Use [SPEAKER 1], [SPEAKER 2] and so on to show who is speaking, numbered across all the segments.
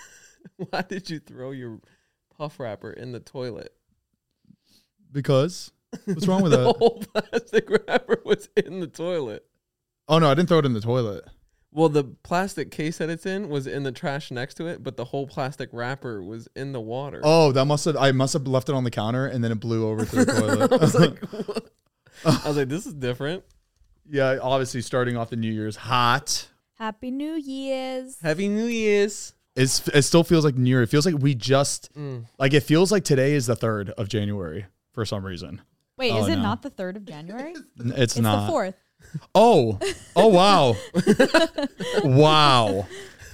[SPEAKER 1] Why did you throw your puff wrapper in the toilet?
[SPEAKER 2] Because what's wrong with
[SPEAKER 1] the
[SPEAKER 2] that?
[SPEAKER 1] whole plastic wrapper was in the toilet.
[SPEAKER 2] Oh no, I didn't throw it in the toilet.
[SPEAKER 1] Well, the plastic case that it's in was in the trash next to it, but the whole plastic wrapper was in the water.
[SPEAKER 2] Oh, that must have I must have left it on the counter and then it blew over to the toilet.
[SPEAKER 1] I was like, what? I was like, this is different.
[SPEAKER 2] yeah, obviously starting off the New Year's hot.
[SPEAKER 3] Happy New Year's.
[SPEAKER 1] Happy New Year's.
[SPEAKER 2] It's, it still feels like New Year. It feels like we just like it feels like today is the third of January for some reason.
[SPEAKER 3] Wait,
[SPEAKER 2] Oh,
[SPEAKER 3] is it
[SPEAKER 2] no.
[SPEAKER 3] not the 3rd of January?
[SPEAKER 2] N- It's,
[SPEAKER 3] it's
[SPEAKER 2] not.
[SPEAKER 3] the 4th.
[SPEAKER 2] Oh, oh wow, wow!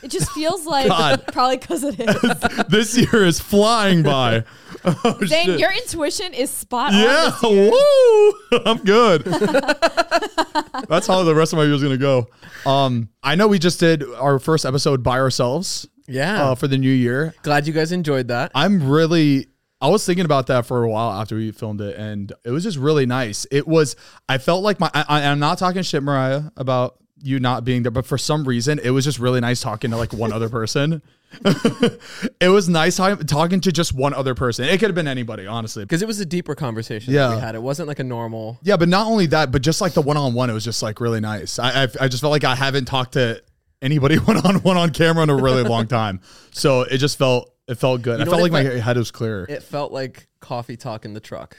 [SPEAKER 3] It just feels like
[SPEAKER 2] God.
[SPEAKER 3] probably because it is.
[SPEAKER 2] This year is flying by. Oh,
[SPEAKER 3] Dang,
[SPEAKER 2] shit.
[SPEAKER 3] your intuition is spot on.
[SPEAKER 2] yeah,
[SPEAKER 3] this year.
[SPEAKER 2] woo! I'm good. That's how the rest of my year's gonna go. Um, I know we just did our first episode by ourselves
[SPEAKER 1] Yeah.
[SPEAKER 2] uh, for the new year.
[SPEAKER 1] Oh, Glad you guys enjoyed that.
[SPEAKER 2] I'm really I was thinking about that for a while after we filmed it and it was just really nice. It was I felt like my I, I- I'm not talking shit Mariah about you not being there, but for some reason it was just really nice talking to like one other person. it was nice talking talking to just one other person. It could have been anybody, honestly.
[SPEAKER 1] Because it was a deeper conversation that
[SPEAKER 2] Yeah.
[SPEAKER 1] we had. It wasn't like a normal.
[SPEAKER 2] Yeah, but not only that, but just like the one on one, it was just like really nice. I, I I just felt like I haven't talked to anybody one on one on camera in a really long time, so it just felt it felt good.
[SPEAKER 1] You
[SPEAKER 2] I
[SPEAKER 1] know
[SPEAKER 2] felt
[SPEAKER 1] what
[SPEAKER 2] like
[SPEAKER 1] it
[SPEAKER 2] my
[SPEAKER 1] felt-
[SPEAKER 2] head was clear.
[SPEAKER 1] It felt like coffee talk in the truck.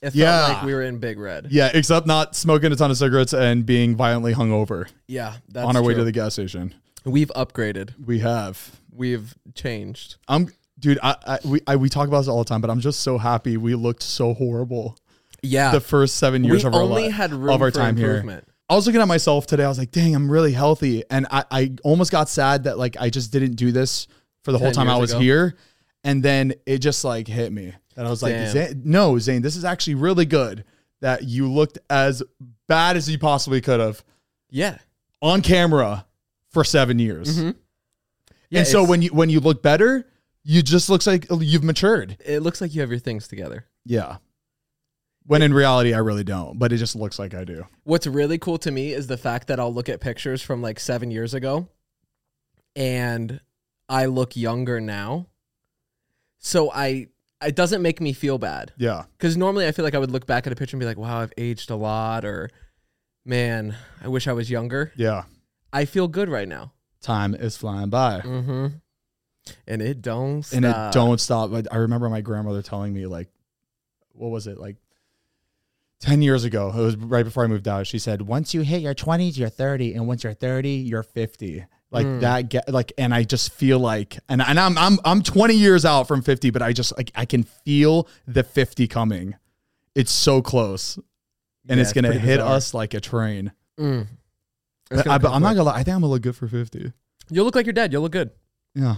[SPEAKER 1] It felt
[SPEAKER 2] Yeah.
[SPEAKER 1] like we were in Big Red.
[SPEAKER 2] Yeah, except not smoking a ton of cigarettes and being violently hungover
[SPEAKER 1] Yeah, that's
[SPEAKER 2] on our way to
[SPEAKER 1] true.
[SPEAKER 2] the gas station.
[SPEAKER 1] We've upgraded.
[SPEAKER 2] We have.
[SPEAKER 1] We've changed.
[SPEAKER 2] I'm, dude. I, I we I, we talk about this all the time, but I'm just so happy we looked so horrible
[SPEAKER 1] Yeah.
[SPEAKER 2] the first seven years
[SPEAKER 1] we
[SPEAKER 2] of our
[SPEAKER 1] only
[SPEAKER 2] li-
[SPEAKER 1] had room
[SPEAKER 2] of our
[SPEAKER 1] for
[SPEAKER 2] time here.
[SPEAKER 1] improvement.
[SPEAKER 2] I was looking at myself today. I was like, dang, I'm really healthy, and I I almost got sad that like I just didn't do this for the whole
[SPEAKER 1] 10
[SPEAKER 2] time I
[SPEAKER 1] years
[SPEAKER 2] was
[SPEAKER 1] ago.
[SPEAKER 2] here, and then it just like hit me, and I was like,
[SPEAKER 1] Damn.
[SPEAKER 2] Zane, no, Zane, this is actually really good that you looked as bad as you possibly could have.
[SPEAKER 1] Yeah.
[SPEAKER 2] on camera for seven years.
[SPEAKER 1] Mhm.
[SPEAKER 2] and so
[SPEAKER 1] it's-
[SPEAKER 2] when you when you look better, you just looks like you've matured.
[SPEAKER 1] it looks like you have your things together.
[SPEAKER 2] Yeah. When in reality, I really don't, but it just looks like I do.
[SPEAKER 1] What's really cool to me is the fact that I'll look at pictures from like seven years ago and I look younger now. So I, it doesn't make me feel bad.
[SPEAKER 2] Yeah.
[SPEAKER 1] Because normally I feel like I would look back at a picture and be like, wow, I've aged a lot or man, I wish I was younger.
[SPEAKER 2] Yeah.
[SPEAKER 1] I feel good right now.
[SPEAKER 2] Time is flying by.
[SPEAKER 1] Mm-hmm. And it don't stop.
[SPEAKER 2] And it don't stop. But I remember my grandmother telling me like what was it? Like 10 years ago, it was right before I moved out. She said, once you hit your 20s, you're 30. And once you're 30, you're 50. Like
[SPEAKER 1] Hmm.
[SPEAKER 2] that, get, like, and I just feel like, and, and I'm, I'm, I'm 20 years out from 50, but I just like, I can feel the 50 coming. It's so close
[SPEAKER 1] Yeah,
[SPEAKER 2] and it's going to
[SPEAKER 1] pretty
[SPEAKER 2] hit
[SPEAKER 1] bizarre.
[SPEAKER 2] us like a train.
[SPEAKER 1] Mm. It's
[SPEAKER 2] But,
[SPEAKER 1] gonna
[SPEAKER 2] I, but
[SPEAKER 1] come
[SPEAKER 2] I'm not
[SPEAKER 1] quick.
[SPEAKER 2] gonna lie. I think I'm gonna look good for 50.
[SPEAKER 1] You'll look like your dad. You'll look good.
[SPEAKER 2] Yeah.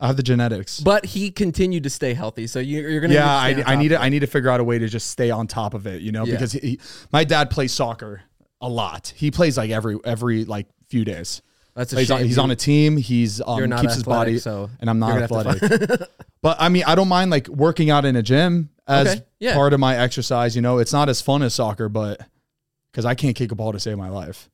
[SPEAKER 2] I have the genetics.
[SPEAKER 1] But he continued to stay healthy, so you, you're gonna.
[SPEAKER 2] yeah, I,
[SPEAKER 1] need to
[SPEAKER 2] I need to, I need to figure out a way to just stay on top of it, you know,
[SPEAKER 1] Yeah.
[SPEAKER 2] because he, he- my dad plays soccer a lot. He plays like every every like few days.
[SPEAKER 1] That's a
[SPEAKER 2] He's on,
[SPEAKER 1] shame.
[SPEAKER 2] he's on a team. He's um,
[SPEAKER 1] You're not
[SPEAKER 2] keeps his body,
[SPEAKER 1] athletic, so
[SPEAKER 2] and I'm not
[SPEAKER 1] you're gonna have to
[SPEAKER 2] athletic. but I mean, I don't mind like working out in a gym as
[SPEAKER 1] Okay, yeah.
[SPEAKER 2] part of my exercise. You know, it's not as fun as soccer, but because I can't kick a ball to save my life.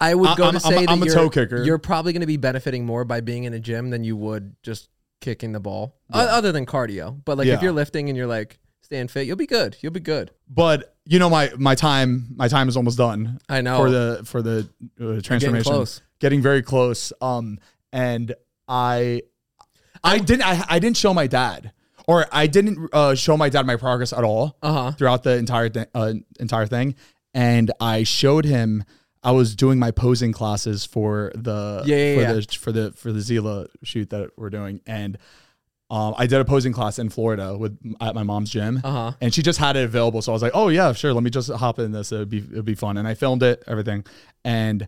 [SPEAKER 1] I would go
[SPEAKER 2] I'm-
[SPEAKER 1] to
[SPEAKER 2] I'm-
[SPEAKER 1] say that
[SPEAKER 2] I'm a
[SPEAKER 1] you're,
[SPEAKER 2] toe kicker.
[SPEAKER 1] You're probably gonna be benefiting more by being in a gym than you would just kicking the ball, O- other than cardio. But like
[SPEAKER 2] Yeah.
[SPEAKER 1] if you're lifting and you're like staying fit, you'll be good. You'll be good.
[SPEAKER 2] But you know, my my time my time is almost done.
[SPEAKER 1] I know.
[SPEAKER 2] for the for the uh, transformation.
[SPEAKER 1] Oh. close.
[SPEAKER 2] Getting very close. Um, and I, I didn't I, I didn't show my dad, or I didn't uh, show my dad my progress at all
[SPEAKER 1] uh huh.
[SPEAKER 2] throughout the entire thi- uh, entire thing. And I showed him I was doing my posing classes for the
[SPEAKER 1] Yeah, yeah,
[SPEAKER 2] for
[SPEAKER 1] yeah.
[SPEAKER 2] the for the for the Zila shoot that we're doing, and um, I did a posing class in Florida with at my mom's gym
[SPEAKER 1] Uh huh.
[SPEAKER 2] and she just had it available. So I was like, oh yeah, sure. Let me just hop in this. It'd be it'd be fun. And I filmed it, everything, and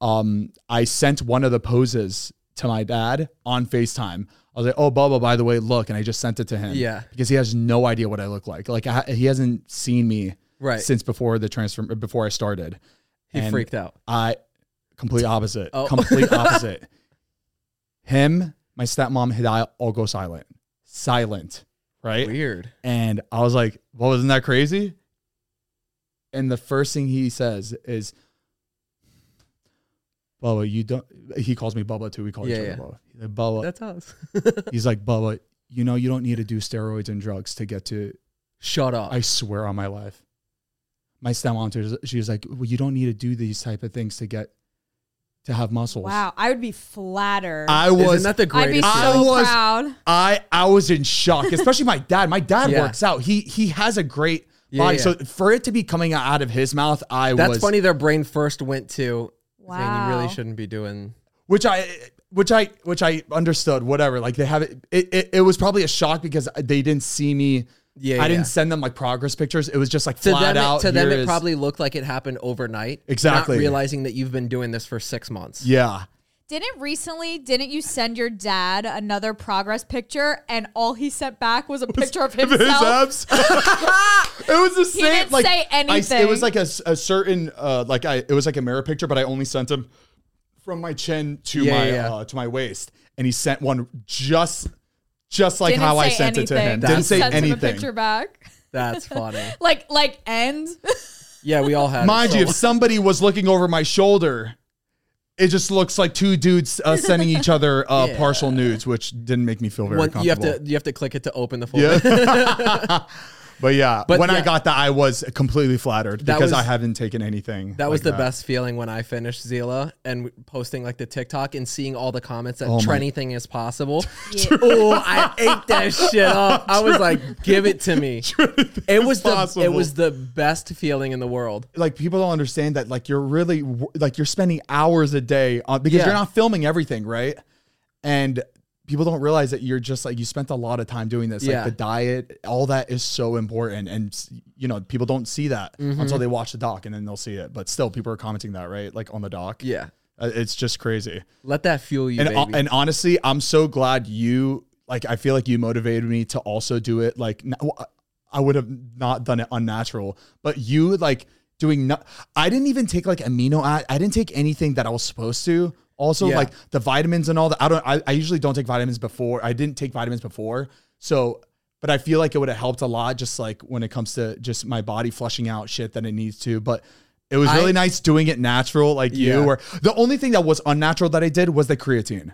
[SPEAKER 2] um, I sent one of the poses to my dad on FaceTime. I was like, "Oh, Bubba, by the way, look," and I just sent it to him.
[SPEAKER 1] Yeah.
[SPEAKER 2] because he has no idea what I look like. Like I, he hasn't seen me
[SPEAKER 1] Right.
[SPEAKER 2] since before the transfer before I started.
[SPEAKER 1] He
[SPEAKER 2] And
[SPEAKER 1] freaked out.
[SPEAKER 2] I complete opposite.
[SPEAKER 1] Oh.
[SPEAKER 2] Complete opposite. Him, my stepmom, and I all go silent. Silent. Right.
[SPEAKER 1] Weird.
[SPEAKER 2] And I was like, well, wasn't that crazy? And the first thing he says is, Bubba, you don't. He calls me Bubba too. We call
[SPEAKER 1] Yeah,
[SPEAKER 2] each other
[SPEAKER 1] yeah.
[SPEAKER 2] Bubba. He's like, Bubba.
[SPEAKER 1] That's us.
[SPEAKER 2] He's like, Bubba, you know, you don't need to do steroids and drugs to get to
[SPEAKER 1] Shut up.
[SPEAKER 2] I swear on my life. My stepmom, was- she was like, well, you don't need to do these type of things to get to have muscles.
[SPEAKER 3] Wow, I would be flattered.
[SPEAKER 2] I
[SPEAKER 1] Isn't
[SPEAKER 2] was,
[SPEAKER 1] that the
[SPEAKER 3] I'd be
[SPEAKER 1] greatest?
[SPEAKER 3] so
[SPEAKER 2] I
[SPEAKER 1] feeling?
[SPEAKER 2] was-
[SPEAKER 3] proud.
[SPEAKER 2] I, I was in shock, especially my dad. My dad
[SPEAKER 1] Yeah.
[SPEAKER 2] works out. He, he has a great
[SPEAKER 1] Yeah,
[SPEAKER 2] body.
[SPEAKER 1] yeah.
[SPEAKER 2] So for it to be coming out of his mouth, I
[SPEAKER 1] That's
[SPEAKER 2] was,
[SPEAKER 1] funny. Their brain first went to
[SPEAKER 3] Wow.
[SPEAKER 1] saying you really shouldn't be doing.
[SPEAKER 2] which I, which I, which I understood, whatever. Like they have it, it, it, it was probably a shock because they didn't see me.
[SPEAKER 1] Yeah,
[SPEAKER 2] I
[SPEAKER 1] yeah.
[SPEAKER 2] didn't send them like progress pictures. It was just like
[SPEAKER 1] To
[SPEAKER 2] flat
[SPEAKER 1] them,
[SPEAKER 2] out.
[SPEAKER 1] it, to them,
[SPEAKER 2] here
[SPEAKER 1] it
[SPEAKER 2] is-
[SPEAKER 1] probably looked like it happened overnight.
[SPEAKER 2] Exactly.
[SPEAKER 1] Not realizing that you've been doing this for six months.
[SPEAKER 2] yeah.
[SPEAKER 3] Didn't recently, didn't you send your dad another progress picture and all he sent back was a picture of
[SPEAKER 2] His
[SPEAKER 3] himself?
[SPEAKER 2] abs. it was the same.
[SPEAKER 3] didn't
[SPEAKER 2] like,
[SPEAKER 3] say
[SPEAKER 2] I s- it
[SPEAKER 3] anything.
[SPEAKER 2] was like a, s- a certain uh, like I it was like a mirror picture, but I only sent him from my chin to
[SPEAKER 1] Yeah,
[SPEAKER 2] my
[SPEAKER 1] yeah, yeah.
[SPEAKER 2] Uh, to my waist, and he sent one just just like
[SPEAKER 3] Didn't
[SPEAKER 2] how I
[SPEAKER 3] say
[SPEAKER 2] sent it to
[SPEAKER 3] anything.
[SPEAKER 2] him.
[SPEAKER 1] That's-
[SPEAKER 2] Didn't say
[SPEAKER 3] Sends him a picture
[SPEAKER 2] anything.
[SPEAKER 3] back.
[SPEAKER 1] That's funny.
[SPEAKER 3] Like, like, end.
[SPEAKER 1] Yeah, we all had. it,
[SPEAKER 2] Mind
[SPEAKER 1] so-
[SPEAKER 2] you, if somebody was looking over my shoulder. It just looks like two dudes uh, sending each other uh, partial nudes, which didn't make me feel very
[SPEAKER 1] One-
[SPEAKER 2] comfortable.
[SPEAKER 1] you have to you have to click it to open the folder.
[SPEAKER 2] Yeah. but yeah,
[SPEAKER 1] But
[SPEAKER 2] when I
[SPEAKER 1] yeah.
[SPEAKER 2] got that, I was completely flattered
[SPEAKER 1] That
[SPEAKER 2] because
[SPEAKER 1] was-
[SPEAKER 2] I haven't taken anything.
[SPEAKER 1] That was
[SPEAKER 2] like
[SPEAKER 1] the best feeling when I finished Zila and w- posting like the TikTok and seeing all the comments that
[SPEAKER 2] Oh my-
[SPEAKER 1] anything is possible. oh, I ate that shit up. I was like, give it to me. It was the it
[SPEAKER 2] possible.
[SPEAKER 1] was the best feeling in the world.
[SPEAKER 2] Like people don't understand that. Like you're really w- like you're spending hours a day on because
[SPEAKER 1] Yeah.
[SPEAKER 2] you're not filming everything, right? And people don't realize that you're just like you spent a lot of time doing this.
[SPEAKER 1] Yeah.
[SPEAKER 2] Like the diet, all that is so important, and s- you know people don't see that
[SPEAKER 1] Mm-hmm.
[SPEAKER 2] until they watch the doc, and then they'll see it. But still, people are commenting that, right? Like on the doc,
[SPEAKER 1] Yeah.
[SPEAKER 2] Uh, it's just crazy.
[SPEAKER 1] Let that fuel you,
[SPEAKER 2] and
[SPEAKER 1] baby.
[SPEAKER 2] and honestly, I'm so glad you like. I feel like you motivated me to also do it. Like n- w- I would have not done it unnatural, but you like doing. No, I didn't even take like amino. I, I didn't take anything that I was supposed to. Also,
[SPEAKER 1] Yeah.
[SPEAKER 2] like the vitamins and all that. I don't. I, I usually don't take vitamins before. I didn't take vitamins before, so. But I feel like it would have helped a lot, just like when it comes to just my body flushing out shit that it needs to. But it was
[SPEAKER 1] I-
[SPEAKER 2] really nice doing it natural, like
[SPEAKER 1] Yeah.
[SPEAKER 2] you. Or the only thing that was unnatural that I did was the creatine.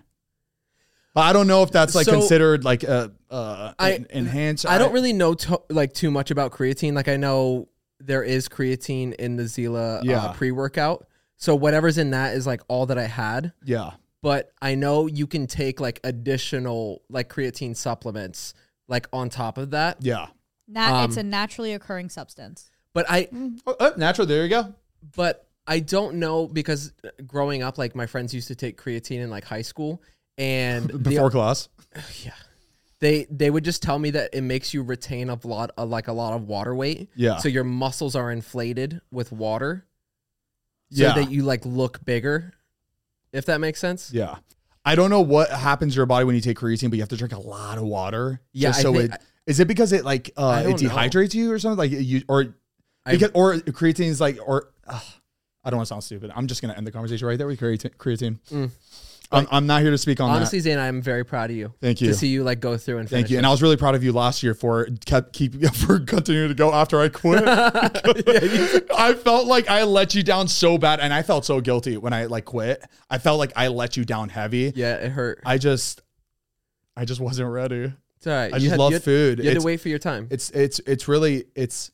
[SPEAKER 2] But I don't know if that's like
[SPEAKER 1] So-
[SPEAKER 2] considered like a uh,
[SPEAKER 1] I-
[SPEAKER 2] en- enhanced.
[SPEAKER 1] I don't really know to, like too much about creatine. Like I know there is creatine in the Zila
[SPEAKER 2] Yeah.
[SPEAKER 1] uh, pre-workout. So whatever's in that is like all that I had.
[SPEAKER 2] Yeah,
[SPEAKER 1] but I know you can take like additional like creatine supplements like on top of that.
[SPEAKER 2] yeah.
[SPEAKER 3] Nat, it's
[SPEAKER 1] Um,
[SPEAKER 3] a naturally occurring substance.
[SPEAKER 1] But I
[SPEAKER 2] Oh, oh, natural. There you go.
[SPEAKER 1] but I don't know because growing up like my friends used to take creatine in like high school and the-
[SPEAKER 2] Before class.
[SPEAKER 1] they they would just tell me that it makes you retain a lot of like a lot of water weight.
[SPEAKER 2] Yeah.
[SPEAKER 1] So your muscles are inflated with water so
[SPEAKER 2] yeah.
[SPEAKER 1] that you like look bigger. If that makes sense.
[SPEAKER 2] yeah. I don't know what happens to your body when you take creatine, but you have to drink a lot of water.
[SPEAKER 1] Yeah,
[SPEAKER 2] just
[SPEAKER 1] I
[SPEAKER 2] so
[SPEAKER 1] think-
[SPEAKER 2] it is it because it like uh, it
[SPEAKER 1] don't know.
[SPEAKER 2] dehydrates you or something like you or
[SPEAKER 1] I-
[SPEAKER 2] because or creatine is like or ugh, I don't want to sound stupid. I'm just gonna end the conversation right there with creatine. creatine.
[SPEAKER 1] Mm.
[SPEAKER 2] I'm, I'm not here to speak on that.
[SPEAKER 1] Honestly, Zane, I'm very proud of you.
[SPEAKER 2] Thank you.
[SPEAKER 1] To see you like go through and
[SPEAKER 2] Thank
[SPEAKER 1] finish
[SPEAKER 2] you. And I was really proud of you last year for kept keep for continuing to go after I quit. I felt like I let you down so bad and I felt so guilty when I like quit. I felt like I let you down heavy.
[SPEAKER 1] Yeah, it hurt.
[SPEAKER 2] I just I just wasn't ready.
[SPEAKER 1] It's all right.
[SPEAKER 2] I
[SPEAKER 1] You
[SPEAKER 2] just
[SPEAKER 1] had-
[SPEAKER 2] love
[SPEAKER 1] you had-
[SPEAKER 2] food.
[SPEAKER 1] You had
[SPEAKER 2] It's-
[SPEAKER 1] to wait for your time.
[SPEAKER 2] It's it's it's really it's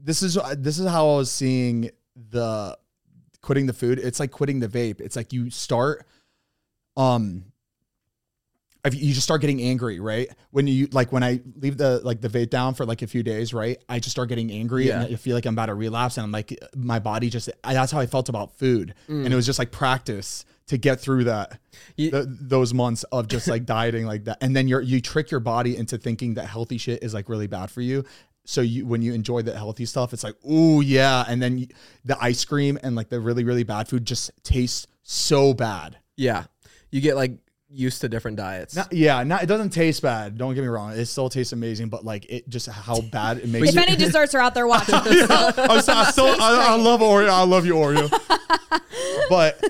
[SPEAKER 2] this is this is how I was seeing the quitting the food. It's like quitting the vape. It's like you start um if you just start getting angry, right? When you like when I leave the like the vape down for like a few days, right? I just start getting angry and
[SPEAKER 1] Yeah.
[SPEAKER 2] I feel like I'm about to relapse and I'm like my body just I, that's how I felt about food. And it was just like practice to get through that
[SPEAKER 1] You-
[SPEAKER 2] th- those months of just like dieting like that and then you're you trick your body into thinking that healthy shit is like really bad for you so you when you enjoy the healthy stuff it's like oh yeah and then you, the ice cream and like the really really bad food just tastes so bad
[SPEAKER 1] Yeah. You get like used to different diets.
[SPEAKER 2] Not- yeah, not, it doesn't taste bad. Don't get me wrong. It still tastes amazing, but like it just how bad it makes
[SPEAKER 3] If
[SPEAKER 2] you.
[SPEAKER 3] any desserts are out there watching, this,
[SPEAKER 2] I, still, I, still, I, I love Oreo. I love you, Oreo. but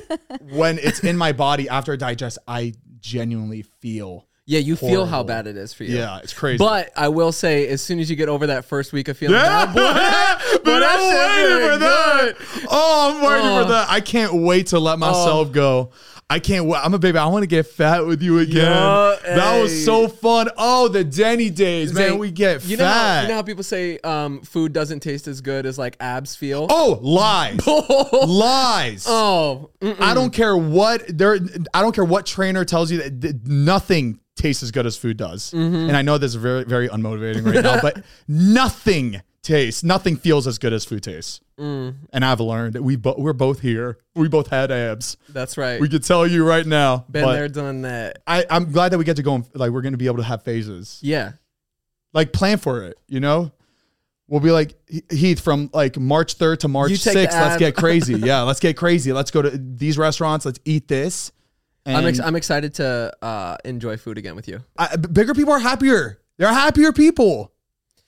[SPEAKER 2] when it's in my body after I digest, I genuinely feel.
[SPEAKER 1] yeah, you feel how
[SPEAKER 2] Horrible.
[SPEAKER 1] bad it is for you.
[SPEAKER 2] Yeah, it's crazy.
[SPEAKER 1] But I will say, as soon as you get over that first week of feeling
[SPEAKER 2] Yeah,
[SPEAKER 1] bad, boy,
[SPEAKER 2] but, I'm waiting for that. Oh, I'm waiting
[SPEAKER 1] Oh.
[SPEAKER 2] for that. I can't wait to let myself go. I can't wait. I'm a baby. I want to get fat with you again.
[SPEAKER 1] Yeah,
[SPEAKER 2] that was
[SPEAKER 1] hey.
[SPEAKER 2] so fun. Oh, the Denny days, man. We get
[SPEAKER 1] you know
[SPEAKER 2] fat.
[SPEAKER 1] How, you know how people say um, food doesn't taste as good as like abs feel?
[SPEAKER 2] oh, lies, lies.
[SPEAKER 1] Oh, mm,
[SPEAKER 2] I don't care what there. I don't care what trainer tells you that th- nothing tastes as good as food does.
[SPEAKER 1] Mm-hmm.
[SPEAKER 2] And I know this is very very unmotivating right now, but nothing tastes, nothing feels as good as food tastes. And I've learned that we bo- we're both here. We both had abs.
[SPEAKER 1] that's right.
[SPEAKER 2] We could tell you right now.
[SPEAKER 1] Been
[SPEAKER 2] but
[SPEAKER 1] there, done that.
[SPEAKER 2] I, I'm glad that we get to go. And, like we're going to be able to have phases.
[SPEAKER 1] Yeah.
[SPEAKER 2] Like plan for it. You know. We'll be like "He- Heath from like March 3rd to March
[SPEAKER 1] You take the
[SPEAKER 2] 6th. Let's
[SPEAKER 1] ab-
[SPEAKER 2] get crazy. Yeah, let's get crazy. Let's go to these restaurants. Let's eat this. And
[SPEAKER 1] I'm, ex- I'm excited to uh, enjoy food again with you.
[SPEAKER 2] I, b- bigger people are happier. They're happier people.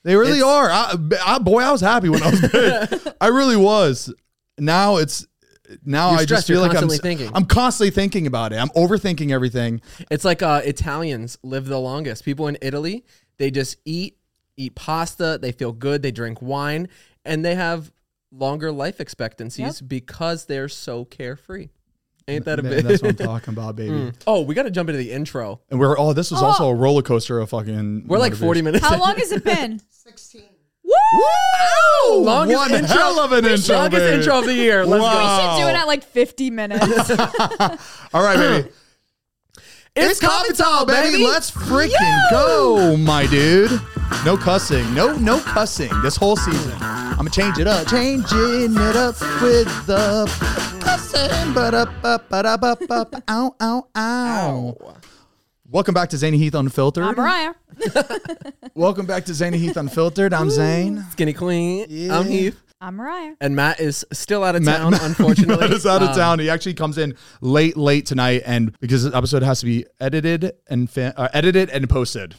[SPEAKER 2] They really
[SPEAKER 1] It's-
[SPEAKER 2] are. I, b- I- boy, I was happy when I was big. I really was. Now it's now
[SPEAKER 1] You're
[SPEAKER 2] I just
[SPEAKER 1] stressed. You're
[SPEAKER 2] feel like I'm
[SPEAKER 1] constantly
[SPEAKER 2] s-
[SPEAKER 1] thinking.
[SPEAKER 2] I'm constantly thinking about it. I'm overthinking everything.
[SPEAKER 1] It's like uh, Italians live the longest. People in Italy, they just eat, eat pasta, they feel good, they drink wine, and they have longer life expectancies because they're so carefree. Ain't that a
[SPEAKER 2] Man, that's what I'm
[SPEAKER 1] bit?
[SPEAKER 2] talking about, baby.
[SPEAKER 1] oh, we got to jump into the intro.
[SPEAKER 2] And we're oh, this was
[SPEAKER 3] Oh.
[SPEAKER 2] also a roller coaster of fucking.
[SPEAKER 1] We're like 40 minutes.
[SPEAKER 3] how
[SPEAKER 1] in.
[SPEAKER 3] long has it been?
[SPEAKER 2] Woo!
[SPEAKER 1] Longest
[SPEAKER 2] One
[SPEAKER 1] intro-
[SPEAKER 2] hell of an intro,
[SPEAKER 1] Longest
[SPEAKER 2] baby.
[SPEAKER 1] intro of the year. Let's
[SPEAKER 3] We
[SPEAKER 1] go.
[SPEAKER 2] Wow.
[SPEAKER 3] should do it at like 50 minutes.
[SPEAKER 2] All right, baby. It's coffee time, baby. Let's freaking go, my dude. No cussing. No, no cussing this whole season. I'm gonna change it up. Changing it up with the cussing. Ba-da-ba-ba-da-ba-ba-ba. Ow, ow, ow. Welcome back to Zane Heath Unfiltered.
[SPEAKER 3] I'm Mariah.
[SPEAKER 2] Welcome back to Zane Heath Unfiltered. I'm Zane.
[SPEAKER 1] Skinny clean.
[SPEAKER 2] Yeah.
[SPEAKER 1] I'm Heath.
[SPEAKER 3] I'm Mariah.
[SPEAKER 1] And Matt is still out of
[SPEAKER 2] Matt-
[SPEAKER 1] town,
[SPEAKER 2] Matt-
[SPEAKER 1] unfortunately.
[SPEAKER 2] Matt is out of
[SPEAKER 1] Um,
[SPEAKER 2] town. He actually comes in late, late tonight, and because this episode has to be edited and fa- uh, edited and posted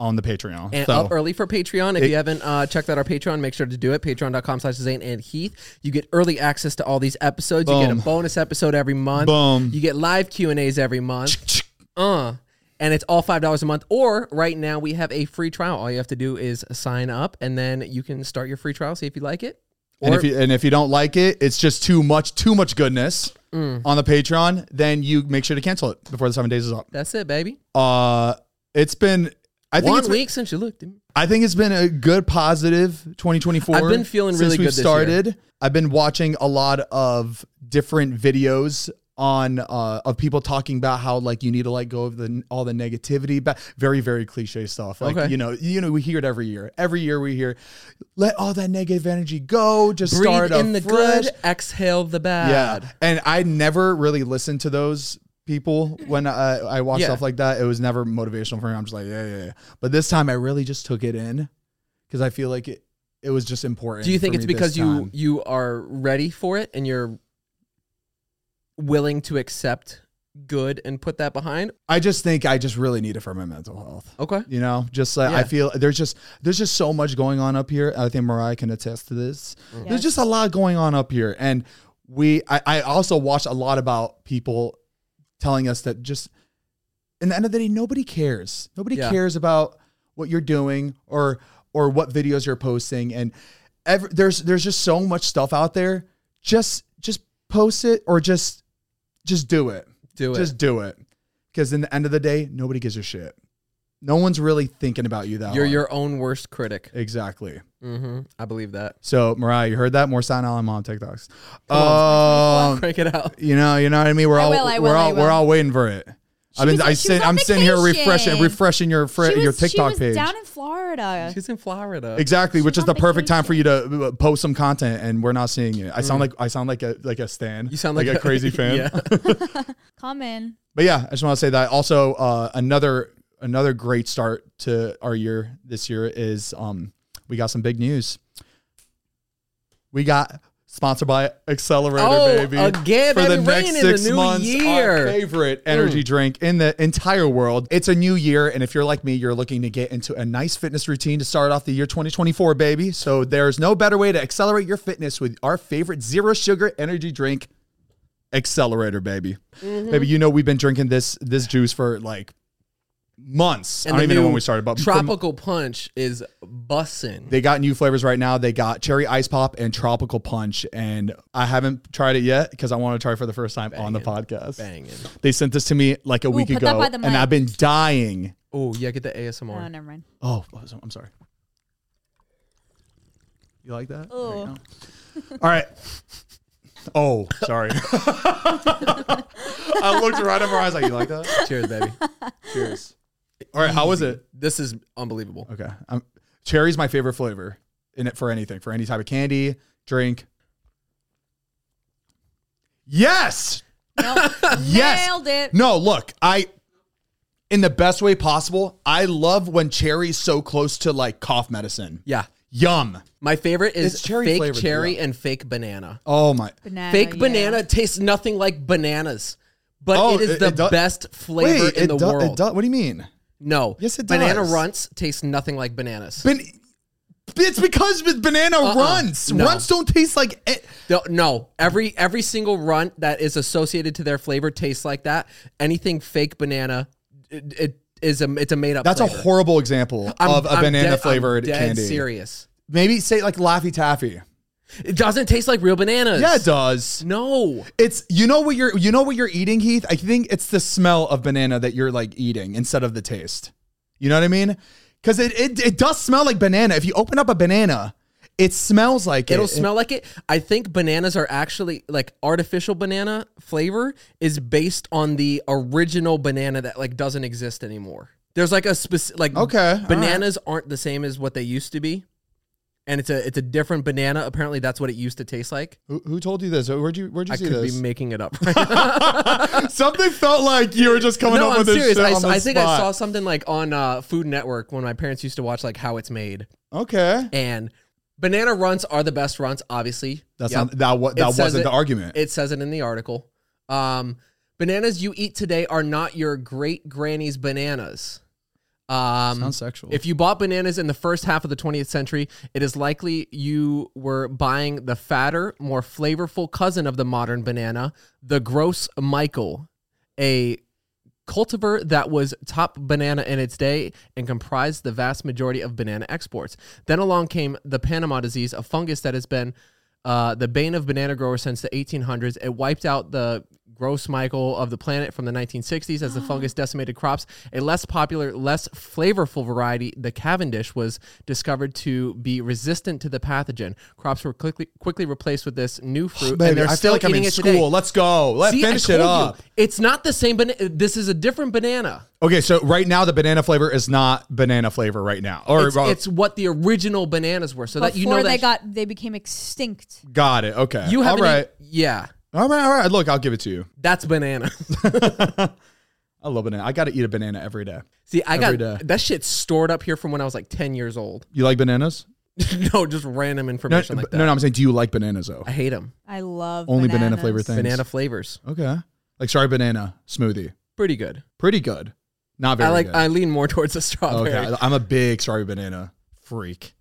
[SPEAKER 2] on the Patreon.
[SPEAKER 1] and
[SPEAKER 2] so
[SPEAKER 1] up early for Patreon. If you haven't uh, checked out our Patreon, make sure to do it. Patreon.com slash Zane and Heath. You get early access to all these episodes. You get
[SPEAKER 2] Boom.
[SPEAKER 1] a bonus episode every month.
[SPEAKER 2] Boom.
[SPEAKER 1] You get live Q&As every month. uh, and it's all $5 a month. Or right now we have a free trial. All you have to do is sign up and then you can start your free trial, see if you like it.
[SPEAKER 2] and
[SPEAKER 1] Or-
[SPEAKER 2] if you and if you don't like it, it's just too much, too much goodness
[SPEAKER 1] Mm.
[SPEAKER 2] on the Patreon. Then you make sure to cancel it before the seven days is up.
[SPEAKER 1] That's it, baby.
[SPEAKER 2] Uh, it's been. I think
[SPEAKER 1] One
[SPEAKER 2] it's been,
[SPEAKER 1] week since you looked at me.
[SPEAKER 2] I think it's been a good positive 2024.
[SPEAKER 1] I've been feeling
[SPEAKER 2] since
[SPEAKER 1] really
[SPEAKER 2] we've
[SPEAKER 1] good this year.
[SPEAKER 2] started. I've been watching a lot of different videos on uh, of people talking about how like you need to like go of the all the negativity, but very very cliche stuff. Like
[SPEAKER 1] Okay.
[SPEAKER 2] you know you know we hear it every year. Every year we hear, let all that negative energy go. Just start
[SPEAKER 1] Breathe in the
[SPEAKER 2] afresh."
[SPEAKER 1] good, exhale the bad.
[SPEAKER 2] Yeah, and I never really listened to those people when I, I watch
[SPEAKER 1] Yeah.
[SPEAKER 2] stuff like that. It was never motivational for me. I'm just like, yeah, yeah, yeah. But this time, I really just took it in because I feel like it, it was just important.
[SPEAKER 1] Do you think
[SPEAKER 2] for
[SPEAKER 1] it's
[SPEAKER 2] me this
[SPEAKER 1] because you
[SPEAKER 2] time.
[SPEAKER 1] you are ready for it and you're willing to accept good and put that behind?
[SPEAKER 2] I just think I just really need it for my mental health.
[SPEAKER 1] Okay.
[SPEAKER 2] You know, just like I
[SPEAKER 1] Yeah.
[SPEAKER 2] feel there's just there's just so much going on up here. I think Mariah can attest to this. There's
[SPEAKER 3] Yes.
[SPEAKER 2] just a lot going on up here, and we. I, I also watch a lot about people telling us that just in the end of the day, nobody cares. Nobody
[SPEAKER 1] Yeah.
[SPEAKER 2] cares about what you're doing or or what videos you're posting, and ev- there's there's just so much stuff out there. Just just post it or just just do it.
[SPEAKER 1] Do it.
[SPEAKER 2] Just do it. Because in the end of the day, nobody gives a shit. No one's really thinking about you that
[SPEAKER 1] you're
[SPEAKER 2] hard.
[SPEAKER 1] your own worst critic.
[SPEAKER 2] exactly.
[SPEAKER 1] hmm I believe that.
[SPEAKER 2] So Mariah, you heard that? More sign on mom TikToks. Um,
[SPEAKER 1] Crank it out.
[SPEAKER 2] you know, you know what I mean. We're
[SPEAKER 3] I
[SPEAKER 2] all
[SPEAKER 3] will, I will,
[SPEAKER 2] we're
[SPEAKER 3] I
[SPEAKER 2] all we're
[SPEAKER 3] will.
[SPEAKER 2] all waiting for it. I
[SPEAKER 3] She
[SPEAKER 2] mean,
[SPEAKER 3] was-
[SPEAKER 2] I
[SPEAKER 3] she
[SPEAKER 2] sit,
[SPEAKER 3] was on
[SPEAKER 2] I'm sitting here refreshing
[SPEAKER 3] vacation.
[SPEAKER 2] refreshing your fr-
[SPEAKER 3] She
[SPEAKER 2] your
[SPEAKER 3] was-
[SPEAKER 2] TikTok
[SPEAKER 3] She
[SPEAKER 2] page.
[SPEAKER 3] was down in Florida.
[SPEAKER 1] She's in Florida.
[SPEAKER 2] Exactly, which
[SPEAKER 3] She's
[SPEAKER 2] is the
[SPEAKER 3] on
[SPEAKER 2] perfect time for you to uh, post some content, and we're not seeing it. I sound like I sound like a like a stan.
[SPEAKER 1] Mm. You sound like,
[SPEAKER 2] a, crazy fan.
[SPEAKER 1] yeah.
[SPEAKER 3] Come in.
[SPEAKER 2] But yeah, I just want to say that. Also, uh, another another great start to our year this year is um, we got some big news. We got Sponsored by Accelerator
[SPEAKER 1] Oh,
[SPEAKER 2] Baby.
[SPEAKER 1] again,
[SPEAKER 2] for the
[SPEAKER 1] baby,
[SPEAKER 2] next
[SPEAKER 1] rain in the
[SPEAKER 2] six
[SPEAKER 1] new
[SPEAKER 2] months, our
[SPEAKER 1] year. Mm.
[SPEAKER 2] favorite energy drink in the entire world. It's a new year, and if you're like me, you're looking to get into a nice fitness routine to start off the year 2024, baby. So there's no better way to accelerate your fitness with our favorite zero sugar energy drink, Accelerator Baby.
[SPEAKER 3] Mm-hmm.
[SPEAKER 2] Baby, you know we've been drinking this this juice for like months. I
[SPEAKER 1] the
[SPEAKER 2] don't even know
[SPEAKER 1] new
[SPEAKER 2] when we started, but for m-
[SPEAKER 1] tropical punch is bussin.
[SPEAKER 2] they got new flavors right now. They got cherry ice pop and tropical punch, and I haven't tried it yet because I want to try it for the first time on the podcast.
[SPEAKER 1] Banging.
[SPEAKER 2] They sent this to me like a week
[SPEAKER 3] put that
[SPEAKER 2] ago,
[SPEAKER 3] by the
[SPEAKER 2] and
[SPEAKER 3] mic.
[SPEAKER 2] I've been dying.
[SPEAKER 1] Oh yeah, get the
[SPEAKER 3] Oh,
[SPEAKER 1] ASMR.
[SPEAKER 3] never mind.
[SPEAKER 2] Oh, I'm sorry. You like that? There you
[SPEAKER 3] Oh.
[SPEAKER 2] go. All right. Oh, sorry. I looked right at her eyes like, you like that?
[SPEAKER 1] Cheers, baby.
[SPEAKER 2] Cheers. All right, how was it?
[SPEAKER 1] This is unbelievable.
[SPEAKER 2] Okay. Um, cherry's my favorite flavor in it for anything, for any type of candy, drink. Yes.
[SPEAKER 3] Nope.
[SPEAKER 2] Yes.
[SPEAKER 3] Nailed it.
[SPEAKER 2] No, look, I in the best way possible, I love when cherry's so close to like cough medicine.
[SPEAKER 1] Yeah,
[SPEAKER 2] Yum.
[SPEAKER 1] my favorite is
[SPEAKER 2] It's cherry
[SPEAKER 1] fake
[SPEAKER 2] flavored,
[SPEAKER 1] cherry
[SPEAKER 2] yeah.
[SPEAKER 1] and fake banana.
[SPEAKER 2] Oh my.
[SPEAKER 3] Banana,
[SPEAKER 1] fake
[SPEAKER 3] yeah.
[SPEAKER 1] banana tastes nothing like bananas, but
[SPEAKER 2] Oh,
[SPEAKER 1] it is
[SPEAKER 2] it-
[SPEAKER 1] the
[SPEAKER 2] it do-
[SPEAKER 1] best flavor in
[SPEAKER 2] it
[SPEAKER 1] the
[SPEAKER 2] do- it
[SPEAKER 1] world.
[SPEAKER 2] do- what do you mean?
[SPEAKER 1] No.
[SPEAKER 2] Yes, it
[SPEAKER 1] Banana
[SPEAKER 2] does.
[SPEAKER 1] runts taste nothing like bananas.
[SPEAKER 2] Ban- it's because with banana runs.
[SPEAKER 1] Uh-uh. No.
[SPEAKER 2] Runs don't taste like it.
[SPEAKER 1] No, no, every every single runt that is associated to their flavor tastes like that. Anything fake banana, it, it is a it's a made up.
[SPEAKER 2] That's a
[SPEAKER 1] flavor.
[SPEAKER 2] horrible example
[SPEAKER 1] I'm-
[SPEAKER 2] of a
[SPEAKER 1] I'm
[SPEAKER 2] banana
[SPEAKER 1] dead- I'm
[SPEAKER 2] flavored
[SPEAKER 1] dead
[SPEAKER 2] candy.
[SPEAKER 1] Serious.
[SPEAKER 2] Maybe say like Laffy Taffy.
[SPEAKER 1] It doesn't taste like real bananas.
[SPEAKER 2] Yeah, it does.
[SPEAKER 1] No.
[SPEAKER 2] It's you know what you're you know what you're eating, Heath. I think it's the smell of banana that you're like eating instead of the taste. You know what I mean? Because it, it it does smell like banana. If you open up a banana, it smells like
[SPEAKER 1] It'll
[SPEAKER 2] it.
[SPEAKER 1] smell like it. I think bananas are actually like artificial banana flavor is based on the original banana that like doesn't exist anymore. There's like a specific like
[SPEAKER 2] Okay, all right.
[SPEAKER 1] bananas aren't the same as what they used to be. And it's a it's a different banana. Apparently that's what it used to taste like.
[SPEAKER 2] Who, who told you this? Where'd you where'd you
[SPEAKER 1] I
[SPEAKER 2] see
[SPEAKER 1] could
[SPEAKER 2] this?
[SPEAKER 1] be making it up. Right now.
[SPEAKER 2] Something felt like you were just coming
[SPEAKER 1] no,
[SPEAKER 2] up
[SPEAKER 1] I'm
[SPEAKER 2] with
[SPEAKER 1] serious.
[SPEAKER 2] this. Shit
[SPEAKER 1] I,
[SPEAKER 2] on the
[SPEAKER 1] I think I
[SPEAKER 2] spot.
[SPEAKER 1] saw something like on uh, Food Network when my parents used to watch like How It's Made.
[SPEAKER 2] Okay,
[SPEAKER 1] And banana runts are the best runts, obviously.
[SPEAKER 2] that's
[SPEAKER 1] Yep.
[SPEAKER 2] not that. wa-
[SPEAKER 1] It
[SPEAKER 2] That
[SPEAKER 1] says
[SPEAKER 2] wasn't
[SPEAKER 1] it-
[SPEAKER 2] the argument.
[SPEAKER 1] It says it in the article. Um, bananas you eat today are not your great granny's bananas. Um,
[SPEAKER 2] Sounds sexual.
[SPEAKER 1] If you bought bananas in the first half of the 20th century, it is likely you were buying the fatter, more flavorful cousin of the modern banana, the gross Michael, a cultivar that was top banana in its day and comprised the vast majority of banana exports. Then along came the Panama disease, a fungus that has been uh, the bane of banana growers since the 1800s. It wiped out the gross Michael of the planet from the 1960s
[SPEAKER 2] Oh.
[SPEAKER 1] as the fungus decimated crops. A less popular, less flavorful variety, the Cavendish, was discovered to be resistant to the pathogen. Crops were quickly quickly replaced with this new fruit,
[SPEAKER 2] Baby,
[SPEAKER 1] and they're
[SPEAKER 2] I feel
[SPEAKER 1] still
[SPEAKER 2] like I'm
[SPEAKER 1] eating
[SPEAKER 2] in
[SPEAKER 1] it
[SPEAKER 2] school.
[SPEAKER 1] today.
[SPEAKER 2] Let's go. Let's
[SPEAKER 1] See, I
[SPEAKER 2] finish it
[SPEAKER 1] told you,
[SPEAKER 2] up.
[SPEAKER 1] It's not the same banana. This is a different banana.
[SPEAKER 2] Okay, so right now the banana flavor is not banana flavor right now. Or
[SPEAKER 1] It's,
[SPEAKER 2] well,
[SPEAKER 1] it's what the original bananas were, so
[SPEAKER 3] Before
[SPEAKER 1] that you know that
[SPEAKER 3] they got, they became extinct.
[SPEAKER 2] got it. Okay,
[SPEAKER 1] you e-
[SPEAKER 2] all
[SPEAKER 1] haven't.
[SPEAKER 2] right.
[SPEAKER 1] eat- yeah,
[SPEAKER 2] All right, all right. Look, I'll give it to you.
[SPEAKER 1] that's banana.
[SPEAKER 2] I love banana. I got to eat a banana every day.
[SPEAKER 1] See, I
[SPEAKER 2] Every
[SPEAKER 1] got
[SPEAKER 2] day.
[SPEAKER 1] that shit stored up here from when I was like ten years old.
[SPEAKER 2] You like bananas?
[SPEAKER 1] no, just random
[SPEAKER 2] No,
[SPEAKER 1] information like that.
[SPEAKER 2] no, no. I'm saying, do you like bananas though?
[SPEAKER 1] I hate them.
[SPEAKER 3] I love
[SPEAKER 2] Only
[SPEAKER 3] bananas.
[SPEAKER 2] banana flavored thing. Thanks.
[SPEAKER 1] Banana flavors,
[SPEAKER 2] Okay, like sorry, banana smoothie,
[SPEAKER 1] pretty good.
[SPEAKER 2] pretty good. Not very.
[SPEAKER 1] I like.
[SPEAKER 2] Good.
[SPEAKER 1] I lean more towards the
[SPEAKER 2] okay,
[SPEAKER 1] strawberry.
[SPEAKER 2] I- I'm a big sorry banana freak.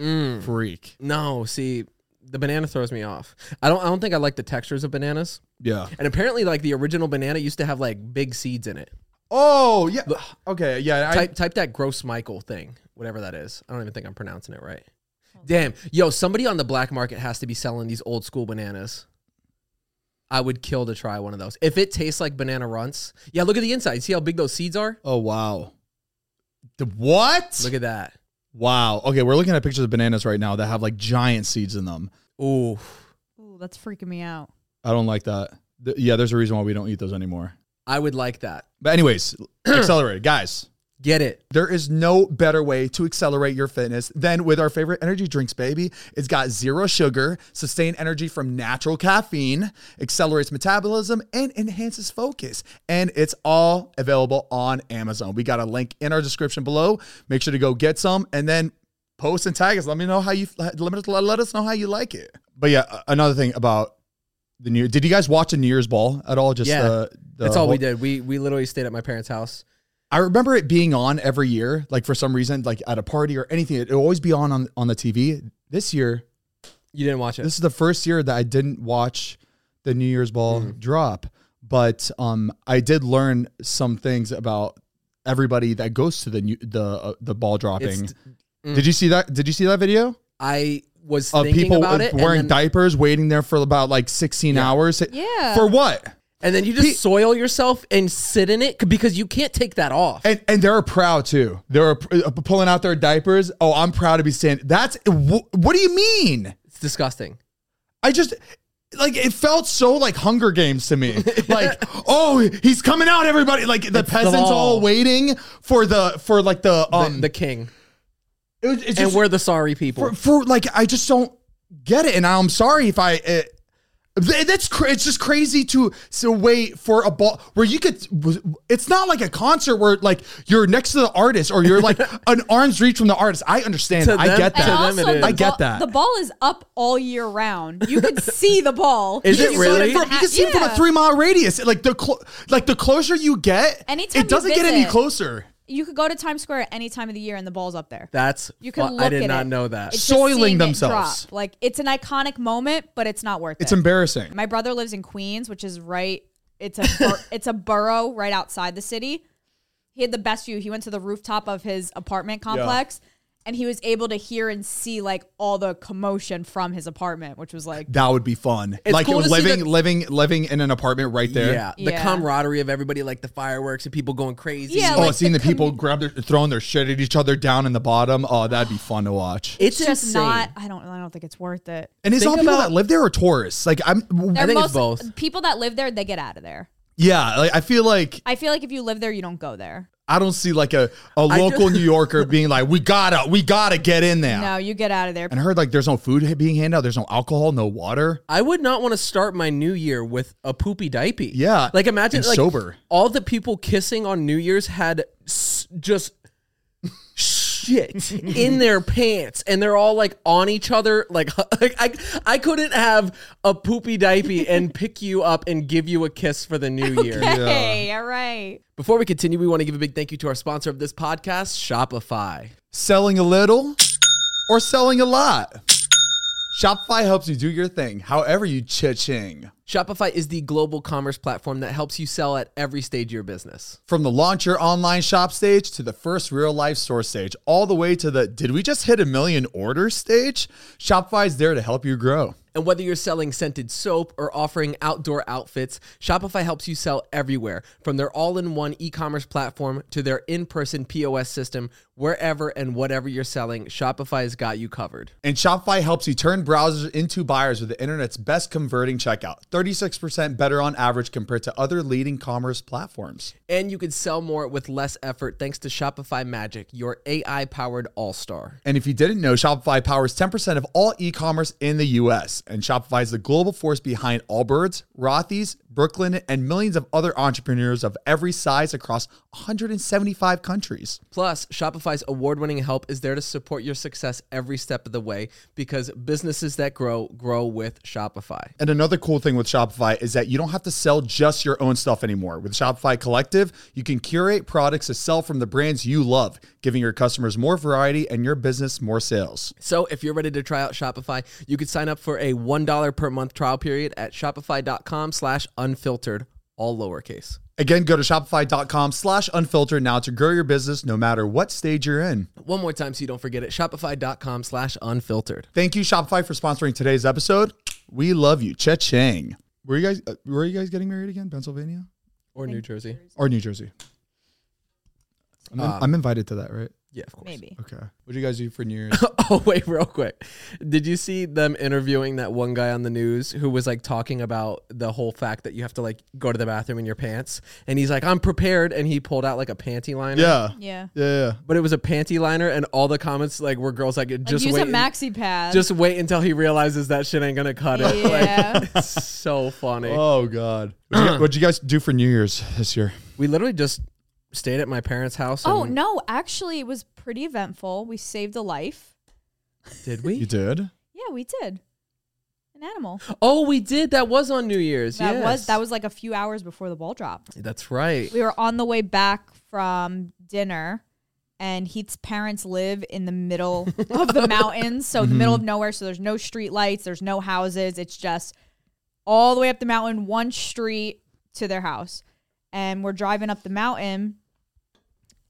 [SPEAKER 1] Mm.
[SPEAKER 2] Freak.
[SPEAKER 1] No, see, the banana throws me off. I don't. I don't think I like the textures of bananas.
[SPEAKER 2] Yeah.
[SPEAKER 1] And apparently, like the original banana used to have like big seeds in it.
[SPEAKER 2] Oh yeah. Okay. Yeah. I,
[SPEAKER 1] type type that gross Michael thing, whatever that is. I don't even think I'm pronouncing it right. Damn, yo, somebody on the black market has to be selling these old school bananas. I would kill to try one of those. If it tastes like banana runts, yeah. Look at the inside. See how big those seeds are.
[SPEAKER 2] oh wow. The what?
[SPEAKER 1] Look at that.
[SPEAKER 2] wow. Okay, we're looking at pictures of bananas right now that have like giant seeds in them.
[SPEAKER 1] Ooh,
[SPEAKER 3] Ooh, that's freaking me out.
[SPEAKER 2] I don't like that. Th- yeah, there's a reason why we don't eat those anymore.
[SPEAKER 1] I would like that.
[SPEAKER 2] But anyways, accelerate, guys.
[SPEAKER 1] Get it.
[SPEAKER 2] There is no better way to accelerate your fitness than with our favorite energy drinks, baby. It's got zero sugar, sustained energy from natural caffeine, accelerates metabolism, and enhances focus. And it's all available on Amazon. We got a link in our description below. Make sure to go get some and then post and tag us. Let me know how you let, let us know how you like it. but yeah, a- another thing about the New Did you guys watch the New Year's Ball at all? Just
[SPEAKER 1] Yeah.
[SPEAKER 2] the, the
[SPEAKER 1] That's all
[SPEAKER 2] whole-
[SPEAKER 1] we did. We we literally stayed at my parents' house.
[SPEAKER 2] I remember it being on every year, like for some reason, like at a party or anything. It would always be on on, on the TV. This year,
[SPEAKER 1] You didn't watch it.
[SPEAKER 2] this is the first year that I didn't watch the New Year's Ball
[SPEAKER 1] Mm-hmm.
[SPEAKER 2] drop, but um, I did learn some things about everybody that goes to the new, the uh, the ball dropping.
[SPEAKER 1] It's-
[SPEAKER 2] Did you see that? Did you see that video
[SPEAKER 1] I was
[SPEAKER 2] of
[SPEAKER 1] thinking
[SPEAKER 2] people
[SPEAKER 1] about it,
[SPEAKER 2] wearing
[SPEAKER 1] and then,
[SPEAKER 2] diapers, waiting there for about like sixteen hours?
[SPEAKER 3] Yeah.
[SPEAKER 2] For what?
[SPEAKER 1] and then you just soil yourself and sit in it c- because you can't take that off.
[SPEAKER 2] And and they're proud too. They're pr- pulling out their diapers. Oh, I'm proud to be standing. That's wh- what do you mean?
[SPEAKER 1] it's disgusting.
[SPEAKER 2] I just like it felt so like Hunger Games to me. Like, oh, he's coming out, everybody! Like the peasants all
[SPEAKER 1] ball.
[SPEAKER 2] waiting for the for like the um.
[SPEAKER 1] the king,
[SPEAKER 2] it was- it's
[SPEAKER 1] and
[SPEAKER 2] just,
[SPEAKER 1] we're the sorry people.
[SPEAKER 2] for, for like I just don't get it, and I'm sorry if I. It, th- that's cra- it's just crazy to so wait for a ball where you could. It's not like a concert where like you're next to the artist or you're like an arm's reach from the artist. I understand.
[SPEAKER 1] To
[SPEAKER 2] I
[SPEAKER 1] them-
[SPEAKER 2] get
[SPEAKER 1] to
[SPEAKER 3] And
[SPEAKER 1] them
[SPEAKER 2] that.
[SPEAKER 1] it
[SPEAKER 3] also,
[SPEAKER 1] is.
[SPEAKER 3] the
[SPEAKER 2] I get
[SPEAKER 3] ball-
[SPEAKER 2] that.
[SPEAKER 3] The ball is up all year round. You can see the ball.
[SPEAKER 1] Is it
[SPEAKER 3] You can
[SPEAKER 2] You
[SPEAKER 3] see
[SPEAKER 1] really?
[SPEAKER 2] See it from, you can see it from a
[SPEAKER 3] Yeah.
[SPEAKER 2] three mile radius. Like the clo- like the closer you get,
[SPEAKER 3] Anytime
[SPEAKER 2] it doesn't
[SPEAKER 3] you
[SPEAKER 2] get any
[SPEAKER 3] visit.
[SPEAKER 2] closer.
[SPEAKER 3] You could go to Times Square at any time of the year, and the ball's up there.
[SPEAKER 1] That's
[SPEAKER 3] You can
[SPEAKER 1] fu-
[SPEAKER 3] look
[SPEAKER 1] I did
[SPEAKER 3] at
[SPEAKER 1] not
[SPEAKER 3] it.
[SPEAKER 1] know that.
[SPEAKER 3] It's just
[SPEAKER 2] Soiling
[SPEAKER 3] seeing it
[SPEAKER 2] themselves.
[SPEAKER 3] drop. Like it's an iconic moment, but it's not worth
[SPEAKER 2] It's
[SPEAKER 3] it.
[SPEAKER 2] embarrassing.
[SPEAKER 3] My brother lives in Queens, which is right. It's a bur- it's a borough right outside the city. He had the best view. He went to the rooftop of his apartment complex, and he was able to hear and see like all the commotion from his apartment, which was like
[SPEAKER 2] That would be fun.
[SPEAKER 1] It's
[SPEAKER 2] like
[SPEAKER 1] cool to see
[SPEAKER 2] living
[SPEAKER 1] that-
[SPEAKER 2] living living in an apartment right there.
[SPEAKER 1] yeah, the
[SPEAKER 3] Yeah.
[SPEAKER 1] camaraderie of everybody, like the fireworks and people going crazy.
[SPEAKER 3] Yeah,
[SPEAKER 2] Oh,
[SPEAKER 3] like
[SPEAKER 2] seeing the,
[SPEAKER 3] the
[SPEAKER 2] people grab their throwing their shit at each other down in the bottom. Oh, that'd be fun to watch.
[SPEAKER 1] it's,
[SPEAKER 3] just
[SPEAKER 1] insane.
[SPEAKER 3] not. I don't. I don't think it's worth it.
[SPEAKER 2] And it's
[SPEAKER 1] Think
[SPEAKER 2] all people
[SPEAKER 1] about-
[SPEAKER 2] that live there or tourists. Like I'm,
[SPEAKER 1] I think it's
[SPEAKER 3] Most-
[SPEAKER 1] both.
[SPEAKER 3] People that live there, they get out of there.
[SPEAKER 2] yeah. Like I feel like
[SPEAKER 3] I feel like if you live there, you don't go there.
[SPEAKER 2] I don't see like a a local
[SPEAKER 1] just-
[SPEAKER 2] New Yorker being like, we gotta we gotta get in there.
[SPEAKER 3] No, you get out of there.
[SPEAKER 2] And I heard like there's no food being handed out. There's no alcohol, no water.
[SPEAKER 1] I would not want to start my new year with a poopy diaper.
[SPEAKER 2] Yeah,
[SPEAKER 1] Like imagine
[SPEAKER 2] and
[SPEAKER 1] like
[SPEAKER 2] sober.
[SPEAKER 1] all the people kissing on New Year's had s- just shit in their pants and they're all like on each other like, like I I couldn't have a poopy diaper and pick you up and give you a kiss for the new year.
[SPEAKER 3] Hey,
[SPEAKER 1] uh,
[SPEAKER 3] all right.
[SPEAKER 1] Before we continue, we want to give a big thank you to our sponsor of this podcast, Shopify.
[SPEAKER 2] selling a little or selling a lot. Shopify helps you do your thing, however you cha-ching.
[SPEAKER 1] Shopify is the global commerce platform that helps you sell at every stage of your business.
[SPEAKER 2] From the launch your online shop stage to the first real life store stage, all the way to the did we just hit a million orders stage? Shopify's there to help you grow.
[SPEAKER 1] And whether you're selling scented soap or offering outdoor outfits, Shopify helps you sell everywhere from their all in one e commerce platform to their in person POS system. Wherever and whatever you're selling, Shopify has got you covered.
[SPEAKER 2] And Shopify helps you turn browsers into buyers with the internet's best converting checkout, 36% better on average compared to other leading commerce platforms.
[SPEAKER 1] And you can sell more with less effort thanks to Shopify Magic, your AI powered all star.
[SPEAKER 2] And if you didn't know, Shopify powers 10% of all e commerce in the US. And Shopify is the global force behind Allbirds, Rothy's, Brooklyn, and millions of other entrepreneurs of every size across 175 countries.
[SPEAKER 1] Plus, Shopify's award winning help is there to support your success every step of the way because businesses that grow, grow with Shopify.
[SPEAKER 2] And another cool thing with Shopify is that you don't have to sell just your own stuff anymore. With Shopify Collective, you can curate products to sell from the brands you love, giving your customers more variety and your business more sales.
[SPEAKER 1] So if you're ready to try out Shopify, you can sign up for a $1 per month trial period at shopify.com slash unfiltered, all lowercase.
[SPEAKER 2] Again, go to shopify.com slash unfiltered now to grow your business no matter what stage you're in.
[SPEAKER 1] One more time so you don't forget it, shopify.com slash unfiltered.
[SPEAKER 2] Thank you, Shopify, for sponsoring today's episode. We love you. Cha-ching. Were you guys uh, were you guys getting married again? Pennsylvania
[SPEAKER 1] Or New Jersey.
[SPEAKER 2] or New Jersey? I'm, in- I'm invited to that, right?
[SPEAKER 1] Yeah, of course.
[SPEAKER 3] Maybe.
[SPEAKER 2] Okay. Um, What do you guys do for New Year's?
[SPEAKER 1] Oh, wait, real quick. Did you see them interviewing that one guy on the news who was like talking about the whole fact that you have to like go to the bathroom in your pants? And he's like, I'm prepared. And he pulled out like a panty liner.
[SPEAKER 2] yeah.
[SPEAKER 3] Yeah.
[SPEAKER 2] Yeah. Yeah.
[SPEAKER 1] But it was a panty liner, and all the comments like were girls like, just
[SPEAKER 3] use
[SPEAKER 1] wait.
[SPEAKER 3] a maxi pad.
[SPEAKER 1] just wait until he realizes that shit ain't gonna cut it.
[SPEAKER 3] Yeah.
[SPEAKER 1] Like, it's so funny.
[SPEAKER 2] Oh God. What'd you, what'd you guys do for New Year's this year?
[SPEAKER 1] we literally just stayed at my parents' house.
[SPEAKER 3] oh
[SPEAKER 1] and-
[SPEAKER 3] no, actually, it was pretty eventful. We saved a life.
[SPEAKER 1] Did we?
[SPEAKER 2] You did?
[SPEAKER 3] Yeah, we did. an animal.
[SPEAKER 1] Oh, we did. That was on New Year's.
[SPEAKER 3] That
[SPEAKER 1] yes.
[SPEAKER 3] was that was like a few hours before the ball dropped.
[SPEAKER 1] That's right.
[SPEAKER 3] We were on the way back from dinner, and Heat's parents live in the middle of the mountains, so the middle of nowhere. So there's no street lights, there's no houses. It's just all the way up the mountain, one street to their house. And we're driving up the mountain,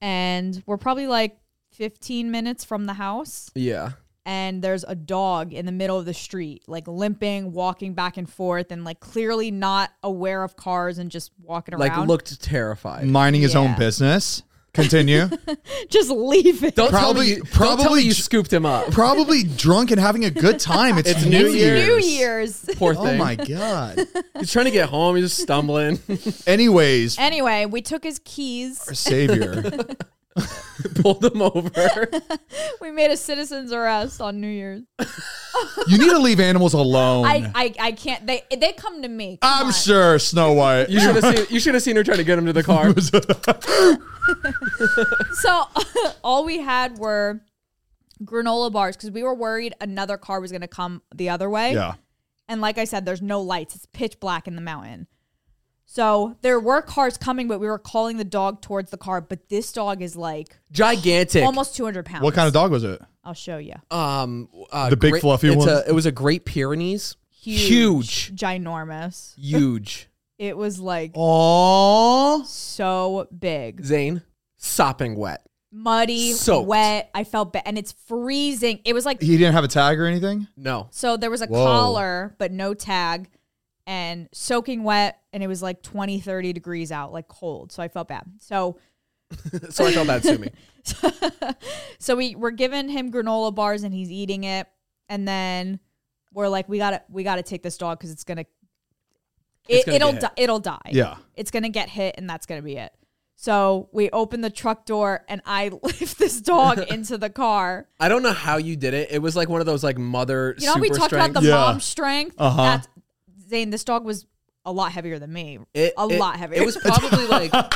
[SPEAKER 3] and we're probably like 15 minutes from the house
[SPEAKER 1] Yeah.
[SPEAKER 3] and there's a dog in the middle of the street, like limping, walking back and forth, and like clearly not aware of cars and just walking
[SPEAKER 1] Like
[SPEAKER 3] around.
[SPEAKER 1] looked terrified.
[SPEAKER 2] Minding his own
[SPEAKER 3] Yeah.
[SPEAKER 2] business. Continue.
[SPEAKER 3] just leave it.
[SPEAKER 1] Don't
[SPEAKER 2] Probably-
[SPEAKER 1] tell me you, don't tell me
[SPEAKER 2] probably
[SPEAKER 1] you
[SPEAKER 2] j-
[SPEAKER 1] scooped him up.
[SPEAKER 2] Probably drunk and having a good time. It's,
[SPEAKER 1] It's
[SPEAKER 2] New
[SPEAKER 1] New
[SPEAKER 2] Year's.
[SPEAKER 3] New Year's.
[SPEAKER 1] Poor
[SPEAKER 2] Oh
[SPEAKER 1] thing.
[SPEAKER 2] my god.
[SPEAKER 1] He's trying to get home. He's just stumbling.
[SPEAKER 2] Anyways,
[SPEAKER 3] Anyway, we took his keys.
[SPEAKER 2] our savior.
[SPEAKER 1] Pulled him over.
[SPEAKER 3] We made a citizen's arrest on New Year's.
[SPEAKER 2] Oh, You need to leave animals alone.
[SPEAKER 3] I, I, I can't. They they come to me. Come
[SPEAKER 2] I'm
[SPEAKER 3] on.
[SPEAKER 2] sure Snow White.
[SPEAKER 1] You should have seen. You should have seen her trying to get him to the car.
[SPEAKER 3] So all we had were granola bars because we were worried another car was going to come the other way.
[SPEAKER 2] yeah.
[SPEAKER 3] And like I said, there's no lights. It's pitch black in the mountain. So there were cars coming, but we were calling the dog towards the car. But this dog is like
[SPEAKER 1] Gigantic.
[SPEAKER 3] almost 200 pounds.
[SPEAKER 2] What kind of dog was it?
[SPEAKER 3] I'll show you.
[SPEAKER 1] Um, uh,
[SPEAKER 2] The big fluffy
[SPEAKER 1] it's
[SPEAKER 2] ones?
[SPEAKER 1] a- it was a Great Pyrenees. Huge.
[SPEAKER 3] Ginormous.
[SPEAKER 1] Huge.
[SPEAKER 3] It was like
[SPEAKER 2] Oh.
[SPEAKER 3] so big.
[SPEAKER 1] Zane, sopping wet.
[SPEAKER 3] Muddy,
[SPEAKER 1] Soaked.
[SPEAKER 3] wet. I felt bad. And it's freezing. It was like,
[SPEAKER 2] He didn't have a tag or anything?
[SPEAKER 1] No.
[SPEAKER 3] so there was a
[SPEAKER 2] Whoa.
[SPEAKER 3] collar, but no tag. And soaking wet, and it was like 20, 30 degrees out, like cold. So I felt bad. So
[SPEAKER 1] So I felt bad to me.
[SPEAKER 3] so we we're giving him granola bars and he's eating it and then we're like we gotta we gotta take this dog because it's gonna
[SPEAKER 1] It's
[SPEAKER 3] it,
[SPEAKER 1] gonna
[SPEAKER 3] it'll
[SPEAKER 1] get
[SPEAKER 3] di- it'll die
[SPEAKER 2] Yeah.
[SPEAKER 3] it's gonna get hit and that's gonna be it so we open the truck door and i lift this dog into the car
[SPEAKER 1] I don't know how you did it. It was like one of those like mother.
[SPEAKER 3] you know how we
[SPEAKER 1] super
[SPEAKER 3] talked
[SPEAKER 1] strength.
[SPEAKER 3] about the
[SPEAKER 2] Yeah.
[SPEAKER 3] mom strength
[SPEAKER 2] Uh-huh.
[SPEAKER 3] that's zane this dog was a lot heavier than me
[SPEAKER 1] It-
[SPEAKER 3] a
[SPEAKER 1] it-
[SPEAKER 3] lot heavier
[SPEAKER 1] It was probably like,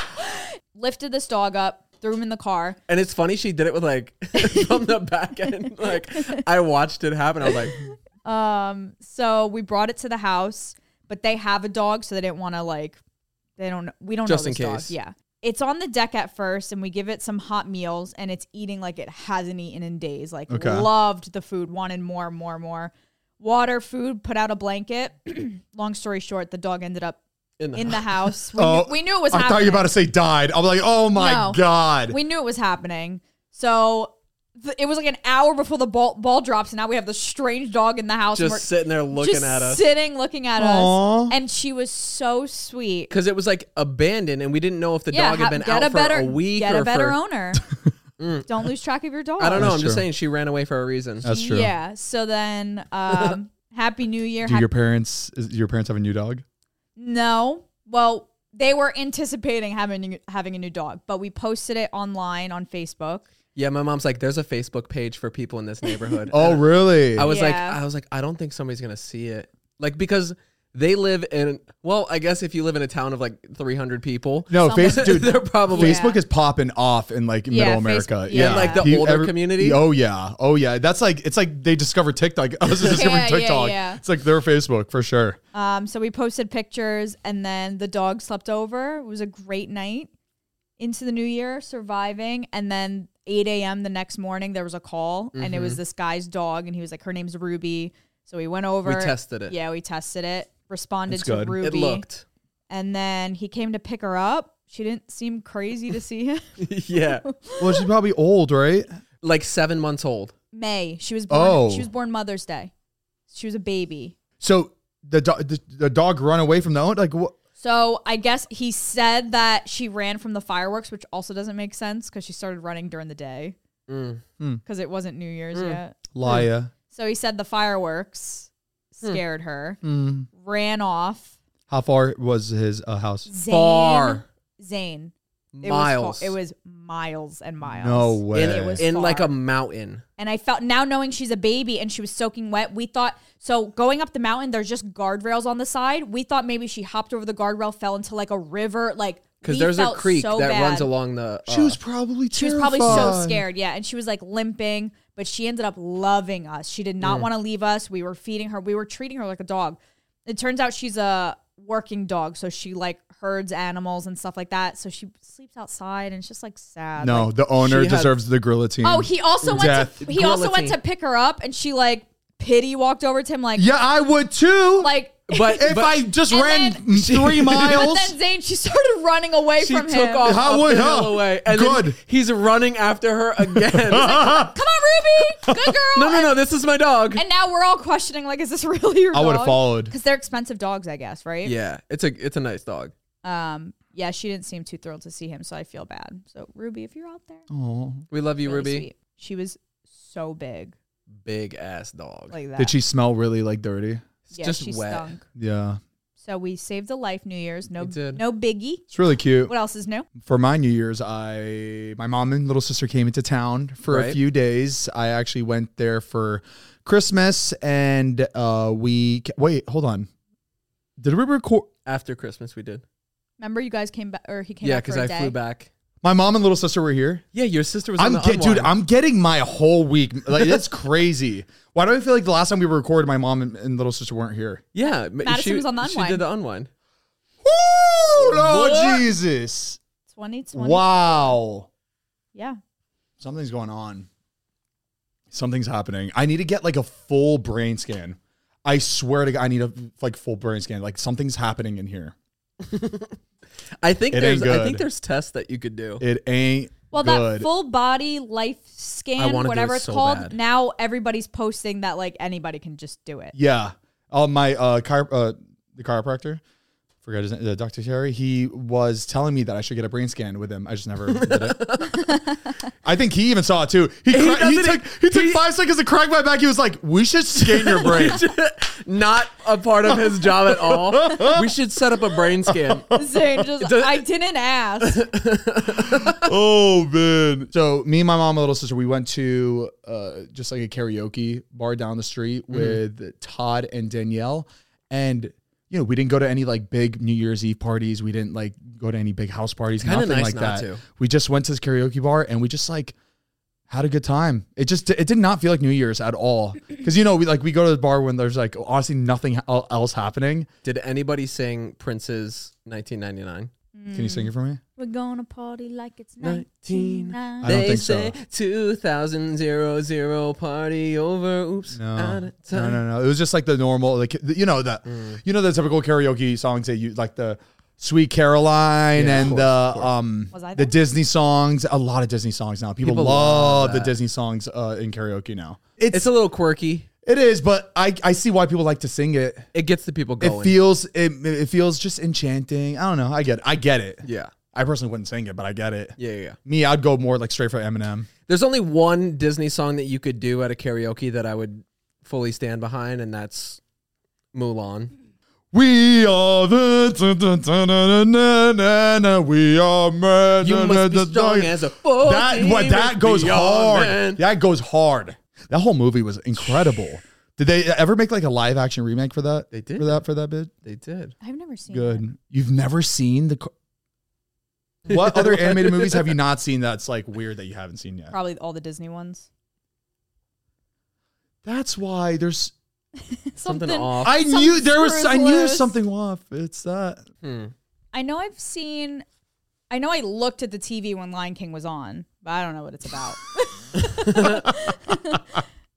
[SPEAKER 3] lifted this dog up threw him in the car
[SPEAKER 1] and it's funny she did it with like from the back end. Like I watched it happen. I was like,
[SPEAKER 3] Um, so we brought it to the house, but they have a dog, so they didn't want to like, they don't. We don't
[SPEAKER 1] Just
[SPEAKER 3] know
[SPEAKER 1] in
[SPEAKER 3] this dog.
[SPEAKER 1] case.
[SPEAKER 3] Yeah, it's on the deck at first, and we give it some hot meals, and it's eating like it hasn't eaten in days. Like
[SPEAKER 2] Okay.
[SPEAKER 3] loved the food, wanted more, more, more. Water, food, put out a blanket. Long story short, the dog ended up
[SPEAKER 1] in the,
[SPEAKER 3] in the house. We, knew, we knew it was.
[SPEAKER 2] Oh, I
[SPEAKER 3] happening.
[SPEAKER 2] thought you were about to say died. I'm like, oh my
[SPEAKER 3] No.
[SPEAKER 2] God.
[SPEAKER 3] We knew it was happening. So th- it was like an hour before the ball, ball drops, and now we have this strange dog in the house. and
[SPEAKER 1] just
[SPEAKER 3] we're-
[SPEAKER 1] sitting there looking
[SPEAKER 3] just
[SPEAKER 1] at us
[SPEAKER 3] sitting looking at
[SPEAKER 2] Aw.
[SPEAKER 3] us, and she was so sweet.
[SPEAKER 1] because it was like abandoned, and we didn't know if the dog
[SPEAKER 3] ha-
[SPEAKER 1] had been out for a week
[SPEAKER 3] get
[SPEAKER 1] or
[SPEAKER 3] a better
[SPEAKER 1] for.
[SPEAKER 3] owner. Don't lose track of your dog.
[SPEAKER 1] I don't know.
[SPEAKER 2] That's
[SPEAKER 1] I'm just
[SPEAKER 2] true.
[SPEAKER 1] saying she ran away for a reason.
[SPEAKER 2] That's true.
[SPEAKER 3] Yeah. So then, um, Happy New Year.
[SPEAKER 2] Do
[SPEAKER 3] hap-
[SPEAKER 2] your parents, is, do your parents have a new dog?
[SPEAKER 3] no. Well, they were anticipating having having a new dog, but we posted it online on Facebook.
[SPEAKER 1] Yeah, my mom's like, there's a Facebook page for people in this neighborhood.
[SPEAKER 2] Oh, really?
[SPEAKER 1] I was like,
[SPEAKER 3] Yeah.
[SPEAKER 1] I was like, I don't think somebody's gonna see it, like because they live in. Well, I guess if you live in a town of like 300 people,
[SPEAKER 2] no,
[SPEAKER 3] Someone-
[SPEAKER 2] Facebook, dude,
[SPEAKER 1] they're probably.
[SPEAKER 3] Yeah.
[SPEAKER 2] Facebook is popping off in like
[SPEAKER 3] Yeah,
[SPEAKER 2] middle
[SPEAKER 3] Facebook-
[SPEAKER 2] America.
[SPEAKER 3] yeah.
[SPEAKER 2] yeah.
[SPEAKER 3] And, like,
[SPEAKER 1] the
[SPEAKER 2] You
[SPEAKER 1] older community?
[SPEAKER 2] Oh, yeah. Oh, yeah. That's like, it's like they discovered TikTok. I was discovering
[SPEAKER 3] yeah,
[SPEAKER 2] TikTok.
[SPEAKER 3] yeah.
[SPEAKER 2] It's like their Facebook for sure.
[SPEAKER 3] Um, so we posted pictures, and then the dog slept over. It was a great night into the new year, surviving. And then 8 a.m. the next morning, there was a call, and it was
[SPEAKER 1] Mm-hmm.
[SPEAKER 3] this guy's dog, and he was like, "Her name's Ruby." So we went over.
[SPEAKER 1] We tested it.
[SPEAKER 3] Yeah, we tested it. Responded
[SPEAKER 2] That's
[SPEAKER 3] to
[SPEAKER 2] good. It
[SPEAKER 3] Ruby,
[SPEAKER 1] It looked.
[SPEAKER 3] and then he came to pick her up. She didn't seem crazy to see him.
[SPEAKER 1] yeah,
[SPEAKER 2] Well, she's probably old, right?
[SPEAKER 1] like seven months old.
[SPEAKER 3] May she was born.
[SPEAKER 2] Oh.
[SPEAKER 3] She was born Mother's Day. She was a baby.
[SPEAKER 2] So the, do- the, the dog run away from the owner? Like, what?
[SPEAKER 3] So I guess he said that she ran from the fireworks, which also doesn't make sense because she started running during the day
[SPEAKER 1] Mm.
[SPEAKER 3] because it wasn't New Year's
[SPEAKER 1] Hmm.
[SPEAKER 3] yet.
[SPEAKER 2] Laya.
[SPEAKER 3] So he said the fireworks
[SPEAKER 1] Hmm.
[SPEAKER 3] scared her,
[SPEAKER 2] Mm.
[SPEAKER 3] ran off.
[SPEAKER 2] How far was his uh, house?
[SPEAKER 3] Zane,
[SPEAKER 1] Far
[SPEAKER 3] Zane, it Was
[SPEAKER 1] miles.
[SPEAKER 3] far, it was miles and miles.
[SPEAKER 2] No way.
[SPEAKER 1] in,
[SPEAKER 3] it was
[SPEAKER 1] in
[SPEAKER 3] far.
[SPEAKER 1] like a mountain.
[SPEAKER 3] And I felt now knowing she's a baby and she was soaking wet, we thought so going up the mountain, there's just guardrails on the side. We thought maybe she hopped over the guardrail, fell into like a river, like
[SPEAKER 1] Because
[SPEAKER 3] we
[SPEAKER 1] there's a
[SPEAKER 3] felt
[SPEAKER 1] creek
[SPEAKER 3] so
[SPEAKER 1] that
[SPEAKER 3] bad.
[SPEAKER 1] runs along the.
[SPEAKER 2] She was
[SPEAKER 1] uh,
[SPEAKER 2] probably
[SPEAKER 3] She was probably so scared, yeah. And she was like limping, but she ended up loving us. She did not want to leave us. We were feeding her. We were treating her like a dog. It turns out she's a working dog, so she like herds animals and stuff like that. So she sleeps outside, and it's just like sad.
[SPEAKER 2] No,
[SPEAKER 3] Like-
[SPEAKER 2] the owner
[SPEAKER 1] She had-
[SPEAKER 2] deserves the guillotine.
[SPEAKER 3] oh, he also went.
[SPEAKER 2] Death.
[SPEAKER 3] To, he also went
[SPEAKER 1] Guillotine.
[SPEAKER 3] to pick her up, and she like pity walked over to him like
[SPEAKER 2] yeah, I would too.
[SPEAKER 3] like.
[SPEAKER 1] But
[SPEAKER 2] if
[SPEAKER 1] but
[SPEAKER 2] I just
[SPEAKER 3] And
[SPEAKER 2] ran
[SPEAKER 3] then-
[SPEAKER 2] three
[SPEAKER 3] But
[SPEAKER 2] miles,
[SPEAKER 3] then Zane, she started running away
[SPEAKER 1] she
[SPEAKER 3] from
[SPEAKER 1] took
[SPEAKER 3] him.
[SPEAKER 1] off
[SPEAKER 2] How
[SPEAKER 1] up
[SPEAKER 2] would-
[SPEAKER 1] the
[SPEAKER 2] huh?
[SPEAKER 1] hill away, and then
[SPEAKER 2] Good.
[SPEAKER 1] he's running after her again. no,
[SPEAKER 3] Come on, Ruby, good girl.
[SPEAKER 1] no, no. This is my dog.
[SPEAKER 3] And now we're all questioning, like, is this really your
[SPEAKER 2] I would have followed.
[SPEAKER 3] Because they're expensive dogs, I guess, right?
[SPEAKER 1] Yeah, it's a it's a nice dog.
[SPEAKER 3] Um, yeah, she didn't seem too thrilled to see him, so I feel bad. So, Ruby, if you're out there,
[SPEAKER 1] We love you,
[SPEAKER 3] really
[SPEAKER 1] Ruby.
[SPEAKER 3] sweet. She was so big,
[SPEAKER 1] Big ass dog.
[SPEAKER 3] like that.
[SPEAKER 2] Did she smell really like dirty?
[SPEAKER 1] it's
[SPEAKER 3] Yeah,
[SPEAKER 1] just
[SPEAKER 3] she
[SPEAKER 1] wet.
[SPEAKER 3] stunk.
[SPEAKER 2] Yeah,
[SPEAKER 3] So we saved a life New Year's. No,
[SPEAKER 1] We did.
[SPEAKER 3] no biggie.
[SPEAKER 2] it's really cute.
[SPEAKER 3] What else is new?
[SPEAKER 2] For my New Year's, I my mom and little sister came into town for a
[SPEAKER 1] Right.
[SPEAKER 2] few days. I actually went there for Christmas, and uh, we ca- wait. Hold on, did we record?
[SPEAKER 1] After Christmas, we did.
[SPEAKER 3] Remember, you guys came back, or he came
[SPEAKER 1] Yeah,
[SPEAKER 3] back for
[SPEAKER 1] because
[SPEAKER 3] a
[SPEAKER 1] I
[SPEAKER 3] day.
[SPEAKER 1] flew back.
[SPEAKER 2] My mom and little sister were here.
[SPEAKER 1] Yeah, your sister was. on
[SPEAKER 2] I'm
[SPEAKER 1] the
[SPEAKER 2] get, dude.
[SPEAKER 1] unwind.
[SPEAKER 2] I'm getting my whole week. Like it's crazy. Why do I feel like the last time we recorded, my mom and, and little sister weren't here?
[SPEAKER 1] Yeah, ma-
[SPEAKER 3] Madison
[SPEAKER 1] she,
[SPEAKER 3] was on the
[SPEAKER 1] She
[SPEAKER 3] unwind.
[SPEAKER 1] did the unwind.
[SPEAKER 2] Woo! Lord
[SPEAKER 1] What?
[SPEAKER 2] Jesus!
[SPEAKER 3] 2020.
[SPEAKER 2] Wow,
[SPEAKER 3] Yeah.
[SPEAKER 2] something's going on. Something's happening. I need to get like a full brain scan. I swear to God, I need a like full brain scan. Like something's happening in here.
[SPEAKER 1] I think
[SPEAKER 2] It ain't
[SPEAKER 1] there's. I
[SPEAKER 2] good.
[SPEAKER 1] think there's tests that you could do.
[SPEAKER 2] It ain't
[SPEAKER 3] Well,
[SPEAKER 2] good.
[SPEAKER 3] that full body life scan,
[SPEAKER 1] wanna do
[SPEAKER 3] whatever
[SPEAKER 1] it
[SPEAKER 3] it's
[SPEAKER 1] so
[SPEAKER 3] called,
[SPEAKER 1] bad.
[SPEAKER 3] now everybody's posting that like anybody can just do it.
[SPEAKER 2] Yeah. Uh, my uh, chiro- uh, the chiropractor, forgot his name, uh, Dr. Terry, he was telling me that I should get a brain scan with him. I just never did it. I think he even saw it too. He,
[SPEAKER 1] He
[SPEAKER 2] cra- he,
[SPEAKER 1] doesn't
[SPEAKER 2] took,
[SPEAKER 1] e-
[SPEAKER 2] he took
[SPEAKER 1] he-
[SPEAKER 2] five seconds to crack my back. He was like, we should scan your brain.
[SPEAKER 1] Not a part of his job at all. We should set up a brain scan.
[SPEAKER 3] Zane just,
[SPEAKER 1] Does-
[SPEAKER 3] I didn't ask.
[SPEAKER 2] oh, man. So me and my mom and little sister, we went to uh, just like a karaoke bar down the street
[SPEAKER 1] Mm-hmm.
[SPEAKER 2] with Todd and Danielle. And, you know, we didn't go to any like big New Year's Eve parties. We didn't like go to any big house parties.
[SPEAKER 1] kinda
[SPEAKER 2] nothing
[SPEAKER 1] nice
[SPEAKER 2] like
[SPEAKER 1] not
[SPEAKER 2] that.
[SPEAKER 1] to.
[SPEAKER 2] We just went to this karaoke bar and we just like had a good time. It just it did not feel like New Year's at all because you know we like we go to the bar when there's like honestly nothing el- else happening.
[SPEAKER 1] Did anybody sing Prince's 1999?
[SPEAKER 2] Can
[SPEAKER 1] Mm.
[SPEAKER 2] you sing it for me?
[SPEAKER 3] We're gonna party like it's
[SPEAKER 1] Nineteen.
[SPEAKER 3] 1999.
[SPEAKER 2] I don't
[SPEAKER 1] they
[SPEAKER 2] think so.
[SPEAKER 1] say 2000 zero, zero, party over. Oops. out
[SPEAKER 2] No,
[SPEAKER 1] of
[SPEAKER 2] no,
[SPEAKER 1] time.
[SPEAKER 2] no, no. It was just like the normal, like the- you know the
[SPEAKER 1] Mm.
[SPEAKER 2] you know the typical karaoke songs that you like the Sweet Caroline
[SPEAKER 1] Yeah, of
[SPEAKER 2] and
[SPEAKER 1] course, of
[SPEAKER 2] the
[SPEAKER 1] course.
[SPEAKER 2] um
[SPEAKER 3] Was I
[SPEAKER 2] the
[SPEAKER 3] there?
[SPEAKER 2] Disney songs. A lot of Disney songs now. People,
[SPEAKER 1] People
[SPEAKER 2] love,
[SPEAKER 1] love
[SPEAKER 2] the
[SPEAKER 1] that.
[SPEAKER 2] Disney songs uh, in karaoke now.
[SPEAKER 1] It's a little quirky.
[SPEAKER 2] It is, but I I see why people like to sing it.
[SPEAKER 1] It gets the people
[SPEAKER 2] It
[SPEAKER 1] going.
[SPEAKER 2] feels it, it feels just enchanting. I don't know. I get it. I get it.
[SPEAKER 1] yeah.
[SPEAKER 2] I personally wouldn't sing it, but I get it.
[SPEAKER 1] Yeah, yeah, yeah.
[SPEAKER 2] Me, I'd go more like straight for Eminem.
[SPEAKER 1] There's only one Disney song that you could do at a karaoke that I would fully stand behind, and that's Mulan.
[SPEAKER 2] We are the da-da-da-da-da-da-da, we are men.
[SPEAKER 1] You must be strong as a four.
[SPEAKER 2] that what that goes hard. That goes hard. That whole movie was incredible. Did they ever make like a live action remake for that?
[SPEAKER 1] They did.
[SPEAKER 2] for that for that bit.
[SPEAKER 1] They did.
[SPEAKER 3] I've never seen it.
[SPEAKER 2] Good. You've never seen the. co- What other animated movies have you not seen that's like weird that you haven't seen yet?
[SPEAKER 3] Probably all the Disney ones.
[SPEAKER 2] That's why there's.
[SPEAKER 1] Something off.
[SPEAKER 2] I
[SPEAKER 3] Some
[SPEAKER 2] knew there was.
[SPEAKER 3] screws
[SPEAKER 2] I knew there's
[SPEAKER 3] loose.
[SPEAKER 2] something off. It's that.
[SPEAKER 1] Hmm.
[SPEAKER 3] I know I've seen. I know I looked at the TV when Lion King was on, but I don't know what it's about.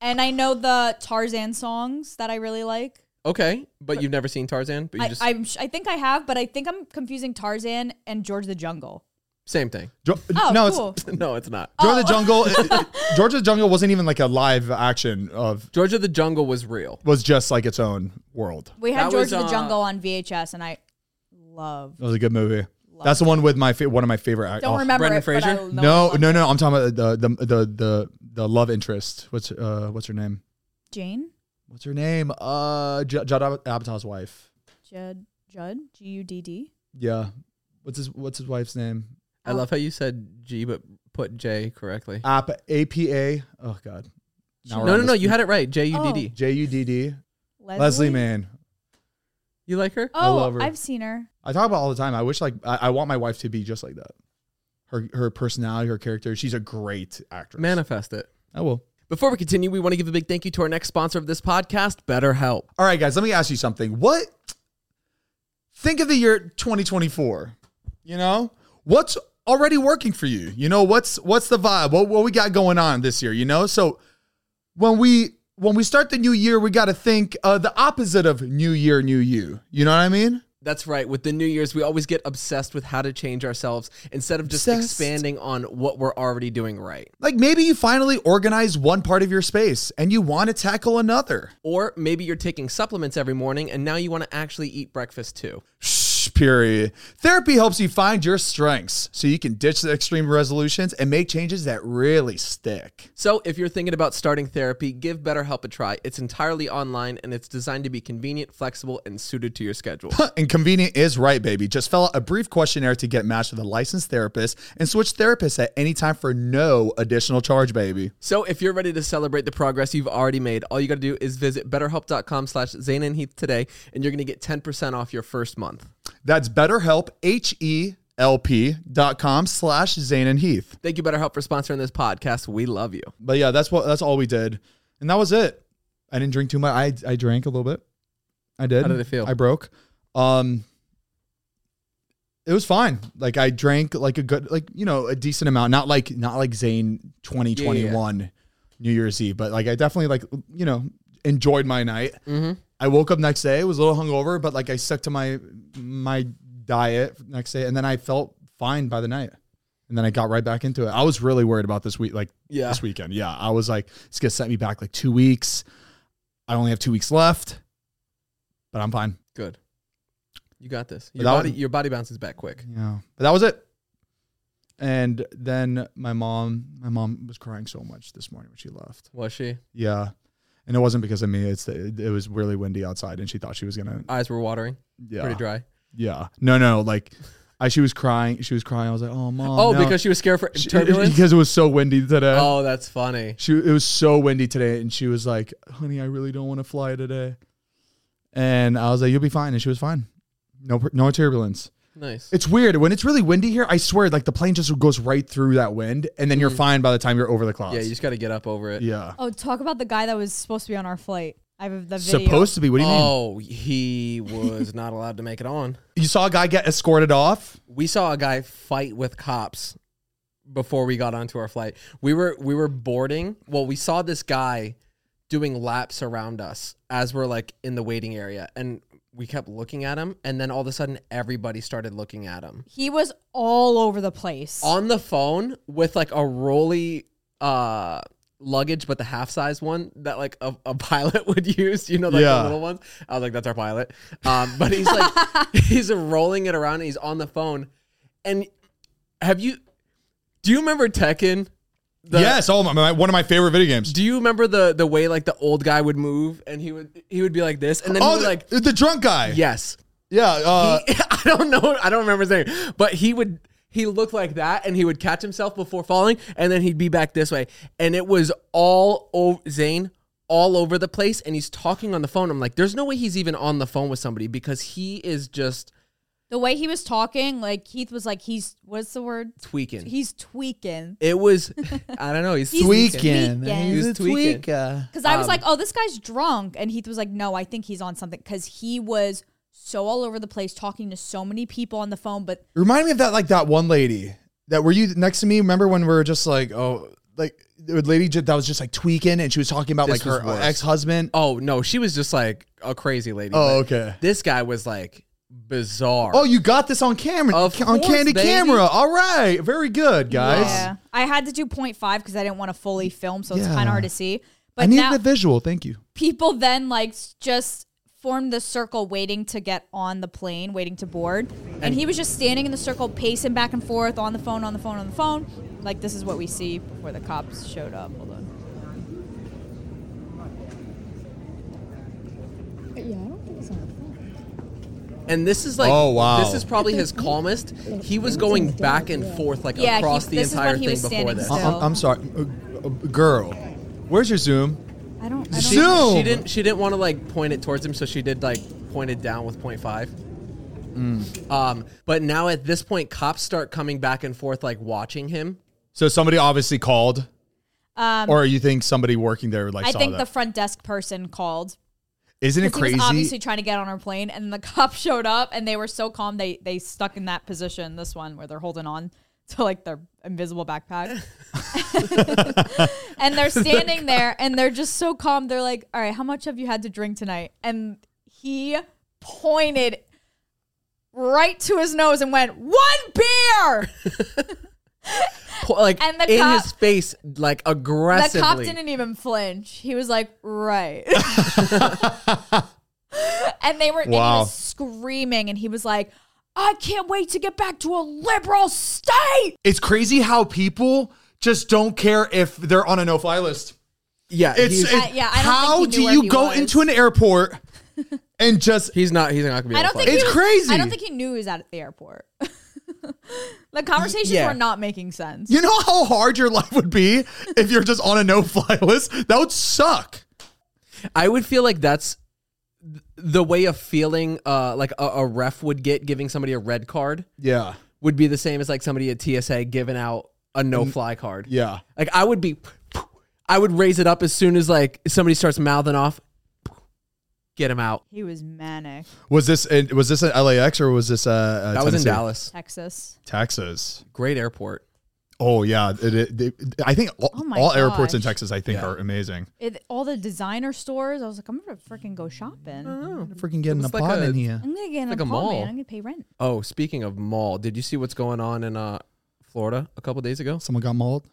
[SPEAKER 3] and I know the Tarzan songs that I really like.
[SPEAKER 1] Okay, but you've never seen Tarzan, but you
[SPEAKER 3] I,
[SPEAKER 1] just
[SPEAKER 3] I'm, sh- I think I have, but I think I'm confusing Tarzan and George the Jungle.
[SPEAKER 1] same thing.
[SPEAKER 2] Jo-
[SPEAKER 3] Oh,
[SPEAKER 2] Mm, no,
[SPEAKER 3] cool.
[SPEAKER 2] it's
[SPEAKER 1] no, it's not.
[SPEAKER 2] George the Jungle. it- it- George the Jungle wasn't even like a live action of.
[SPEAKER 1] George of the Jungle was real.
[SPEAKER 2] Was just like its own world.
[SPEAKER 3] We had
[SPEAKER 1] That
[SPEAKER 3] George
[SPEAKER 1] was,
[SPEAKER 3] the
[SPEAKER 1] uh,
[SPEAKER 3] Jungle on VHS, and I love.
[SPEAKER 2] That was a good movie. That's the one with my fa- one of my favorite. act-
[SPEAKER 3] Don't
[SPEAKER 2] oh,
[SPEAKER 3] remember
[SPEAKER 1] Brendan
[SPEAKER 3] it, but I
[SPEAKER 1] Fraser?
[SPEAKER 3] know
[SPEAKER 2] No,
[SPEAKER 3] I love
[SPEAKER 2] no,
[SPEAKER 3] it.
[SPEAKER 2] no. I'm talking about the the the the the love interest. What's uh what's her name?
[SPEAKER 3] Jane,
[SPEAKER 2] What's her name? Uh, J- Judd Ab- Apatow's wife.
[SPEAKER 3] Judd, Judd, G U D D.
[SPEAKER 2] Yeah. What's his What's his wife's name?
[SPEAKER 3] Oh.
[SPEAKER 1] I love how you said G but put J correctly.
[SPEAKER 2] App A P A. Oh God. Now we're
[SPEAKER 1] No,
[SPEAKER 2] on
[SPEAKER 1] no, no.
[SPEAKER 2] this-
[SPEAKER 1] You had it right. J U D D.
[SPEAKER 2] J U D D. Leslie Mann.
[SPEAKER 1] You like her?
[SPEAKER 2] I
[SPEAKER 3] Oh,
[SPEAKER 2] love her.
[SPEAKER 3] I've seen her.
[SPEAKER 2] I talk about it all the time. I wish like I, I want my wife to be just like that. Her her personality, her character. She's a great actress.
[SPEAKER 1] Manifest it.
[SPEAKER 2] I will.
[SPEAKER 1] Before we continue, we want to give a big thank you to our next sponsor of this podcast, BetterHelp.
[SPEAKER 2] All right, guys, let me ask you something. What think of the year 2024? You know? What's already working for you? You know, what's what's the vibe? What what we got going on this year, you know? So when we when we start the new year, we got to think uh, the opposite of new year, new you. You know what I mean?
[SPEAKER 1] That's right. With the New Year's, we always get obsessed with how to change ourselves instead of just
[SPEAKER 2] Obsessed.
[SPEAKER 1] expanding on what we're already doing right.
[SPEAKER 2] Like maybe you finally organize one part of your space and you want to tackle another.
[SPEAKER 1] Or maybe you're taking supplements every morning and now you want to actually eat breakfast too.
[SPEAKER 2] Shh, period. Therapy helps you find your strengths so you can ditch the extreme resolutions and make changes that really stick.
[SPEAKER 1] So, if you're thinking about starting therapy, give BetterHelp a try. It's entirely online and it's designed to be convenient, flexible, and suited to your schedule.
[SPEAKER 2] and convenient is right, baby. Just fill out a brief questionnaire to get matched with a licensed therapist and switch therapists at any time for no additional charge, baby.
[SPEAKER 1] so, if you're ready to celebrate the progress you've already made, all you got to do is visit betterhelp.com slash Zayn and Heath today, and you're going to get 10% off your first month.
[SPEAKER 2] That's BetterHelp, H E L P dot com slash Zane and Heath.
[SPEAKER 1] Thank you, BetterHelp, for sponsoring this podcast. We love you.
[SPEAKER 2] But yeah, that's what that's all we did, and that was it. I didn't drink too much. I I drank a little bit. I did.
[SPEAKER 1] How did it feel?
[SPEAKER 2] I broke. Um, it was fine. Like I drank like a good like you know a decent amount. Not like not like Zane twenty twenty one New Year's Eve, but like I definitely like you know enjoyed my night. I woke up next day, was a little hungover, but like I stuck to my my diet next day, and then I felt fine by the night. And then I got right back into it. I was really worried about this week, like
[SPEAKER 1] Yeah.
[SPEAKER 2] this weekend. Yeah, I was like, it's gonna set me back like two weeks. I only have two weeks left, but I'm fine.
[SPEAKER 1] Good. You got this.
[SPEAKER 2] But
[SPEAKER 1] Your
[SPEAKER 2] that
[SPEAKER 1] body,
[SPEAKER 2] one-
[SPEAKER 1] your body bounces back quick.
[SPEAKER 2] Yeah, but that was it. And then my mom, my mom was crying so much this morning when she left.
[SPEAKER 1] Was she?
[SPEAKER 2] Yeah, and it wasn't because of me. It's it, it was really windy outside, and she thought she was gonna.
[SPEAKER 1] Eyes were watering,
[SPEAKER 2] Yeah,
[SPEAKER 1] pretty dry.
[SPEAKER 2] Yeah. No, no. Like, I she was crying. She was crying. I was like, oh mom.
[SPEAKER 1] Oh,
[SPEAKER 2] no."
[SPEAKER 1] because she was scared for
[SPEAKER 2] She-
[SPEAKER 1] turbulence.
[SPEAKER 2] because it was so windy today.
[SPEAKER 1] oh, that's funny.
[SPEAKER 2] She it was so windy today, and she was like, honey, I really don't want to fly today. And I was like, you'll be fine, and she was fine. No, pr- no turbulence.
[SPEAKER 1] Nice.
[SPEAKER 2] It's weird when it's really windy here. I swear, like the plane just goes right through that wind, and then you're fine by the time you're over the clouds.
[SPEAKER 1] Mm. Yeah, you just got to get up over it.
[SPEAKER 2] yeah.
[SPEAKER 3] Oh, talk about the guy that was supposed to be on our flight. I have the video.
[SPEAKER 2] Supposed to be. What do you mean?
[SPEAKER 1] Oh, he was not allowed to make it on.
[SPEAKER 2] You saw a guy get escorted off.
[SPEAKER 1] We saw a guy fight with cops before we got onto our flight. We were we were boarding. Well, we saw this guy doing laps around us as we're like in the waiting area and we kept looking at him and then all of a sudden everybody started looking at him.
[SPEAKER 3] He was all over the place.
[SPEAKER 1] on the phone with like a rolly uh luggage but the half size one that like a, a pilot would use you know like
[SPEAKER 2] Yeah.
[SPEAKER 1] the little ones i was like that's our pilot um but he's like he's rolling it around and he's on the phone and have you do you remember tekken The-
[SPEAKER 2] yes. Oh my, my! One of my favorite video games.
[SPEAKER 1] do you remember the the way like the old guy would move and he would he would be like this and then he
[SPEAKER 2] Oh,
[SPEAKER 1] would
[SPEAKER 2] the,
[SPEAKER 1] like
[SPEAKER 2] the drunk guy.
[SPEAKER 1] yes
[SPEAKER 2] Yeah. Uh,
[SPEAKER 1] He- I don't know. I don't remember his name, but he would. He looked like that, and he would catch himself before falling, and then he'd be back this way, and it was all over Zane, all over the place, and he's talking on the phone. I'm like, there's no way he's even on the phone with somebody because he is just
[SPEAKER 3] the way he was talking, like Keith was like, he's what's the word?
[SPEAKER 1] tweaking.
[SPEAKER 3] He's tweaking.
[SPEAKER 1] it was, I don't know, he's,
[SPEAKER 3] He's
[SPEAKER 2] tweaking.
[SPEAKER 3] tweaking.
[SPEAKER 2] He's a
[SPEAKER 1] He's tweaking.
[SPEAKER 2] tweaker.
[SPEAKER 3] Because I was like, oh, this guy's drunk, and Heath was like, no, I think he's on something. Because he was so all over the place, talking to so many people on the phone, but
[SPEAKER 2] Remind me of that, like that one lady that were you next to me. Remember when we were just like, oh, like the lady ju- that was just like tweaking, and she was talking about
[SPEAKER 1] This
[SPEAKER 2] like her
[SPEAKER 1] was worse.
[SPEAKER 2] ex husband.
[SPEAKER 1] Oh no, she was just like a crazy lady.
[SPEAKER 2] Oh,
[SPEAKER 1] but
[SPEAKER 2] okay.
[SPEAKER 1] This guy was like bizarre.
[SPEAKER 2] Oh, you got this on camera,
[SPEAKER 1] Of
[SPEAKER 2] ca- on
[SPEAKER 1] course,
[SPEAKER 2] candy
[SPEAKER 1] baby.
[SPEAKER 2] camera. All right, very good, guys.
[SPEAKER 3] yeah, I had to do 0.5 because I didn't want to fully film, so it's
[SPEAKER 2] Yeah.
[SPEAKER 3] kind of hard to see.
[SPEAKER 2] I
[SPEAKER 3] But
[SPEAKER 2] needed
[SPEAKER 3] now
[SPEAKER 2] a visual. Thank you.
[SPEAKER 3] people then like s- just formed the circle, waiting to get on the plane, waiting to board, and, he was just standing in the circle, pacing back and forth on the phone, on the phone, on the phone. Like this is what we see before the cops showed up. Hold on.
[SPEAKER 1] And this is like,
[SPEAKER 2] Oh, wow.
[SPEAKER 1] this is probably his calmest. He was going back and forth like
[SPEAKER 3] Yeah, he-
[SPEAKER 1] across the
[SPEAKER 3] this is
[SPEAKER 1] entire
[SPEAKER 3] when he
[SPEAKER 1] thing
[SPEAKER 3] was
[SPEAKER 1] before
[SPEAKER 3] standing
[SPEAKER 1] this.
[SPEAKER 3] still.
[SPEAKER 2] I- I'm, I'm sorry, Uh, uh, girl. Where's your Zoom?
[SPEAKER 3] I don't. I don't
[SPEAKER 1] She,
[SPEAKER 2] Zoom.
[SPEAKER 1] she didn't. She didn't want to like point it towards him, so she did like point it down with 0.5.
[SPEAKER 2] Mm.
[SPEAKER 1] Um, but now at this point, cops start coming back and forth, like watching him.
[SPEAKER 2] So somebody obviously called.
[SPEAKER 3] Um,
[SPEAKER 2] or you think somebody working there like
[SPEAKER 3] I
[SPEAKER 2] saw
[SPEAKER 3] think the
[SPEAKER 2] that?
[SPEAKER 3] front desk person called.
[SPEAKER 2] Isn't it
[SPEAKER 3] Because he was obviously
[SPEAKER 2] crazy?
[SPEAKER 3] trying to get on our plane, and the cop showed up, and they were so calm they they stuck in that position. This one where they're holding on to like their invisible backpack, and they're standing there, and they're just so calm. They're like, "All right, how much have you had to drink tonight?" And he pointed right to his nose and went, "One beer."
[SPEAKER 1] Po- like
[SPEAKER 3] And the
[SPEAKER 1] in
[SPEAKER 3] cop-
[SPEAKER 1] his face, like
[SPEAKER 3] The
[SPEAKER 1] aggressively.
[SPEAKER 3] cop didn't even flinch. He was like, right. and they were and he
[SPEAKER 2] Wow.
[SPEAKER 3] was screaming, and he was like, I can't wait to get back to a liberal state.
[SPEAKER 2] It's crazy how people just don't care if they're on a no-fly list.
[SPEAKER 1] yeah,
[SPEAKER 2] It's,
[SPEAKER 1] he's,
[SPEAKER 2] it-
[SPEAKER 3] I- yeah, I don't
[SPEAKER 2] how
[SPEAKER 3] think he
[SPEAKER 2] do
[SPEAKER 3] knew where
[SPEAKER 2] you
[SPEAKER 3] he
[SPEAKER 2] go
[SPEAKER 3] was.
[SPEAKER 2] into an airport and just
[SPEAKER 1] he's not. He's not gonna be.
[SPEAKER 3] I
[SPEAKER 1] able
[SPEAKER 3] don't
[SPEAKER 1] to
[SPEAKER 3] think
[SPEAKER 1] fly.
[SPEAKER 2] It's
[SPEAKER 3] he was-
[SPEAKER 2] crazy.
[SPEAKER 3] I don't think he knew he was at the airport. the conversations
[SPEAKER 1] yeah.
[SPEAKER 3] were not making sense.
[SPEAKER 2] you know how hard your life would be if you're just on a no-fly list? That would suck.
[SPEAKER 1] I would feel like that's th- the way of feeling uh, like a, a ref would get giving somebody a red card
[SPEAKER 2] Yeah.
[SPEAKER 1] would be the same as like somebody at TSA giving out a no fly card.
[SPEAKER 2] Mm-hmm. Yeah.
[SPEAKER 1] Like I would be, I would raise it up as soon as like somebody starts mouthing off, get him out.
[SPEAKER 3] He was manic.
[SPEAKER 2] Was this in, was this at LAX or was this uh, uh
[SPEAKER 1] That was in
[SPEAKER 2] Tennessee?
[SPEAKER 1] Dallas.
[SPEAKER 3] Texas.
[SPEAKER 2] Texas?
[SPEAKER 1] Great airport.
[SPEAKER 2] Oh yeah, it, it, they- I think all,
[SPEAKER 3] Oh my
[SPEAKER 2] all airports in
[SPEAKER 3] gosh.
[SPEAKER 2] Texas I think
[SPEAKER 1] Yeah.
[SPEAKER 2] are amazing.
[SPEAKER 3] It, all the designer stores. I was like, I'm going to freaking go shopping.
[SPEAKER 2] Uh-huh. Freaking getting
[SPEAKER 1] It
[SPEAKER 2] a
[SPEAKER 1] was like
[SPEAKER 2] pot
[SPEAKER 1] a-
[SPEAKER 2] in here.
[SPEAKER 3] I'm going to get an
[SPEAKER 1] like a
[SPEAKER 3] apartment.
[SPEAKER 1] mall.
[SPEAKER 3] I'm going to pay rent.
[SPEAKER 1] Oh, speaking of mall, did you see what's going on in uh, Florida a couple days ago?
[SPEAKER 2] Someone got mauled.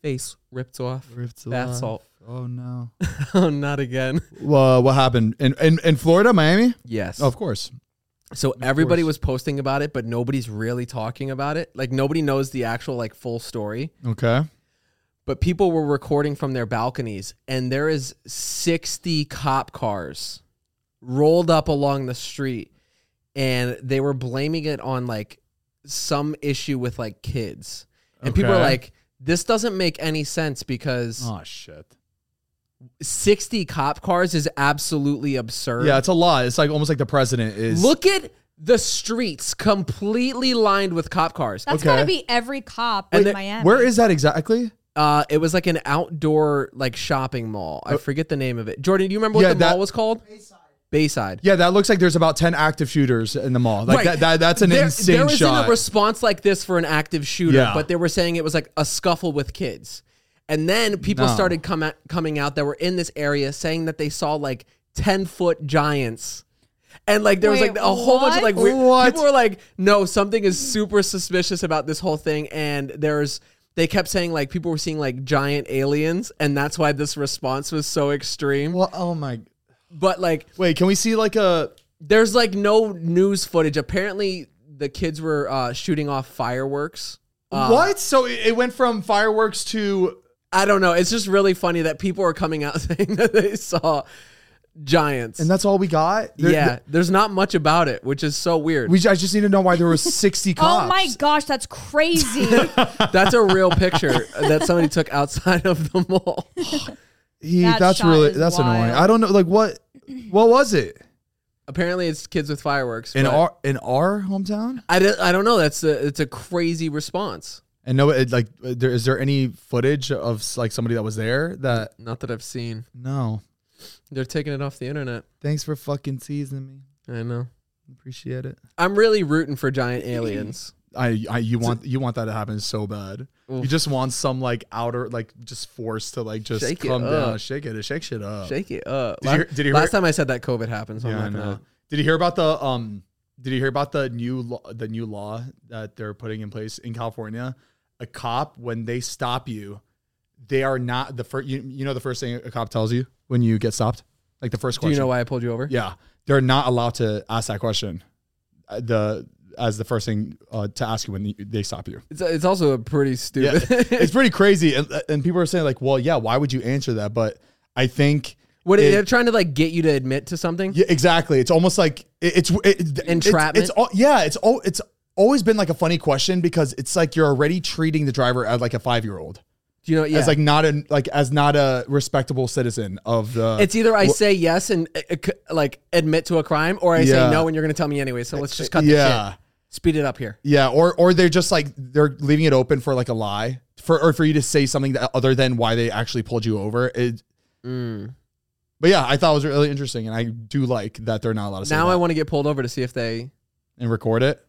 [SPEAKER 1] Face ripped off.
[SPEAKER 2] Ripped
[SPEAKER 1] Bath
[SPEAKER 2] alive.
[SPEAKER 1] salt.
[SPEAKER 2] Oh no.
[SPEAKER 1] oh, not again.
[SPEAKER 2] well, what happened in, in in Florida, Miami?
[SPEAKER 1] Yes.
[SPEAKER 2] Of course.
[SPEAKER 1] So everybody
[SPEAKER 2] course.
[SPEAKER 1] was posting about it, but nobody's really talking about it. Like nobody knows the actual like full story.
[SPEAKER 2] Okay.
[SPEAKER 1] But people were recording from their balconies, and there is sixty cop cars rolled up along the street, and they were blaming it on like some issue with like kids, and people are
[SPEAKER 2] Okay.
[SPEAKER 1] like, "This doesn't make any sense because
[SPEAKER 2] Oh shit.
[SPEAKER 1] sixty cop cars is absolutely absurd."
[SPEAKER 2] Yeah, it's a lot. It's like almost like the president is
[SPEAKER 1] look at the streets completely lined with cop cars.
[SPEAKER 3] That's
[SPEAKER 2] Okay.
[SPEAKER 3] got to be every cop
[SPEAKER 1] And
[SPEAKER 3] in
[SPEAKER 1] the-
[SPEAKER 3] Miami.
[SPEAKER 2] Where is that exactly?
[SPEAKER 1] Uh, it was like an outdoor like shopping mall. I forget the name of it. Jordan, do you remember
[SPEAKER 2] Uh, Yeah,
[SPEAKER 1] what the
[SPEAKER 2] that-
[SPEAKER 1] mall was called? Bayside. Bayside.
[SPEAKER 2] Yeah, that looks like there's about ten active shooters in the mall. Like
[SPEAKER 1] Right.
[SPEAKER 2] that, that that's an
[SPEAKER 1] there,
[SPEAKER 2] insane
[SPEAKER 1] there isn't
[SPEAKER 2] shot.
[SPEAKER 1] a response like this for an active shooter,
[SPEAKER 2] Yeah.
[SPEAKER 1] but they were saying it was like a scuffle with kids. And then people
[SPEAKER 2] No.
[SPEAKER 1] started come at, coming out that were in this area saying that they saw like 10 foot giants. And like there was
[SPEAKER 3] Wait,
[SPEAKER 1] like a whole bunch of like
[SPEAKER 3] what?
[SPEAKER 1] weird,
[SPEAKER 2] What?
[SPEAKER 1] people were like, no, something is super suspicious about this whole thing. And there's they kept saying like people were seeing like giant aliens, and that's why this response was so extreme.
[SPEAKER 2] well, oh my
[SPEAKER 1] But like
[SPEAKER 2] Wait, can we see like a
[SPEAKER 1] there's like no news footage. Apparently, the kids were uh, shooting off fireworks. Uh,
[SPEAKER 2] what? So it, it went from fireworks to
[SPEAKER 1] I don't know. It's just really funny that people are coming out saying that they saw giants.
[SPEAKER 2] and that's all we got. There-
[SPEAKER 1] yeah,
[SPEAKER 2] th-
[SPEAKER 1] there's not much about it, which is so weird.
[SPEAKER 2] we. j- I just need to know why there were sixty cops.
[SPEAKER 3] Oh my gosh, that's crazy.
[SPEAKER 1] That's a real picture that somebody took outside of the mall.
[SPEAKER 2] He,
[SPEAKER 3] That
[SPEAKER 2] that's
[SPEAKER 3] shot
[SPEAKER 2] really
[SPEAKER 3] is
[SPEAKER 2] that's annoying.
[SPEAKER 3] wild.
[SPEAKER 2] I don't know. Like what? What was it
[SPEAKER 1] Apparently, it's kids with fireworks.
[SPEAKER 2] in
[SPEAKER 1] but
[SPEAKER 2] our in our hometown?
[SPEAKER 1] I don't, I don't know. That's a it's a crazy response.
[SPEAKER 2] And no, it, like there is there any footage of like somebody that was there that
[SPEAKER 1] Not that I've seen.
[SPEAKER 2] no.
[SPEAKER 1] They're taking it off the internet.
[SPEAKER 2] Thanks for fucking teasing me.
[SPEAKER 1] I know.
[SPEAKER 2] Appreciate it.
[SPEAKER 1] I'm really rooting for giant aliens.
[SPEAKER 2] I, I you want you want that to happen so bad. You
[SPEAKER 1] Oof.
[SPEAKER 2] just want some like outer like just force to like just
[SPEAKER 1] Shake it
[SPEAKER 2] come down,
[SPEAKER 1] up.
[SPEAKER 2] shake it, shake shit up.
[SPEAKER 1] Shake it up.
[SPEAKER 2] Oh. Did
[SPEAKER 1] La-
[SPEAKER 2] you hear- did you hear-
[SPEAKER 1] last time I said that COVID happened, so
[SPEAKER 2] Yeah, I
[SPEAKER 1] I'm not
[SPEAKER 2] know.
[SPEAKER 1] gonna.
[SPEAKER 2] Did you hear about the um? Did you hear about the new law, the new law that they're putting in place in California? A cop when they stop you, they are not the first. You, you know the first thing a cop tells you when you get stopped, like the first
[SPEAKER 1] Do
[SPEAKER 2] question.
[SPEAKER 1] you know why I pulled you over?
[SPEAKER 2] Yeah, they're not allowed to ask that question. uh, The as the first thing uh, to ask you when they stop you.
[SPEAKER 1] It's, it's also a pretty
[SPEAKER 2] Yeah,
[SPEAKER 1] stupid.
[SPEAKER 2] it's pretty crazy, and uh, and people are saying like, well, yeah, why would you answer that? But I think
[SPEAKER 1] what
[SPEAKER 2] it-
[SPEAKER 1] they're trying to like get you to admit to something.
[SPEAKER 2] Yeah, exactly. It's almost like it, it's it, it's-
[SPEAKER 1] Entrapment?
[SPEAKER 2] It's, all yeah. It's all it's always been like a funny question because it's like you're already treating the driver as like a five year old,
[SPEAKER 1] Do you know? Yeah.
[SPEAKER 2] as like not an like as not a respectable citizen of the.
[SPEAKER 1] it's either I say yes and uh, uh, c- like admit to a crime, or I say
[SPEAKER 2] Yeah.
[SPEAKER 1] no and you're gonna tell me anyway. So let's just cut the
[SPEAKER 2] yeah,
[SPEAKER 1] shit. Speed it up here.
[SPEAKER 2] yeah, or or they're just like they're leaving it open for like a lie for or for you to say something that, other than why they actually pulled you over. It,
[SPEAKER 1] Mm.
[SPEAKER 2] but yeah, I thought it was really interesting, and I do like that they're not allowed to say
[SPEAKER 1] Now
[SPEAKER 2] that
[SPEAKER 1] I want to get pulled over to see if they.
[SPEAKER 2] and record it.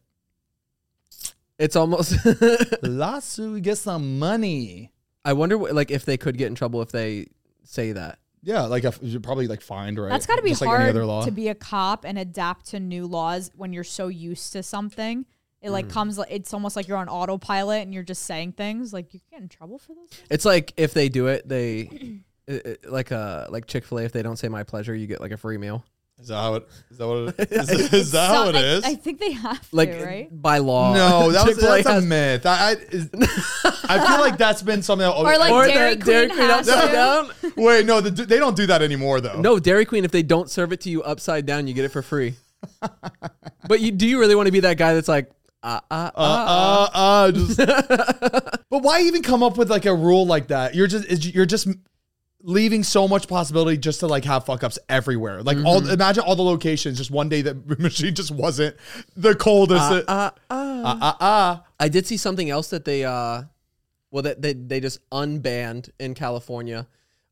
[SPEAKER 1] It's almost.
[SPEAKER 2] Lasso get some money.
[SPEAKER 1] I wonder, wh- like, if they could get in trouble if they say that.
[SPEAKER 2] Yeah, like a, you're probably like fined, right?
[SPEAKER 3] That's got to be
[SPEAKER 2] Just like
[SPEAKER 3] hard
[SPEAKER 2] any other law.
[SPEAKER 3] to be a cop and adapt to new laws when you're so used to something. It
[SPEAKER 2] Mm.
[SPEAKER 3] like comes. li- It's almost like you're on autopilot and you're just saying things. Like you get in trouble for this.
[SPEAKER 1] It's like if they do it, they it, it- like uh like Chick Fil A. If they don't say "my pleasure," you get like a free meal.
[SPEAKER 2] Is that how it is? That what it is? is, is that how it
[SPEAKER 3] I,
[SPEAKER 2] is?
[SPEAKER 3] I think they have
[SPEAKER 1] Like
[SPEAKER 3] to, right?
[SPEAKER 1] by law.
[SPEAKER 2] no, that was,
[SPEAKER 1] Chick-fil-A
[SPEAKER 2] that's a
[SPEAKER 1] has-
[SPEAKER 2] myth. I I, is, I feel like that's been something. That,
[SPEAKER 3] Or like
[SPEAKER 1] Or
[SPEAKER 3] Dairy
[SPEAKER 1] that
[SPEAKER 3] Queen has
[SPEAKER 1] upside
[SPEAKER 3] to.
[SPEAKER 1] down.
[SPEAKER 2] wait, no, the, they don't do that anymore though.
[SPEAKER 1] No, Dairy Queen. If they don't serve it to you upside down, you get it for free. but you do you really want to be that guy that's like uh uh
[SPEAKER 2] Uh, uh, uh, just, but why even come up with like a rule like that? You're just is- you're just leaving so much possibility just to like have fuck ups everywhere. Like
[SPEAKER 1] Mm-hmm.
[SPEAKER 2] all imagine all the locations. Just one day that machine just wasn't the coldest.
[SPEAKER 1] Ah,
[SPEAKER 2] Uh uh uh.
[SPEAKER 1] I did see something else that they uh well that they, they just unbanned in California.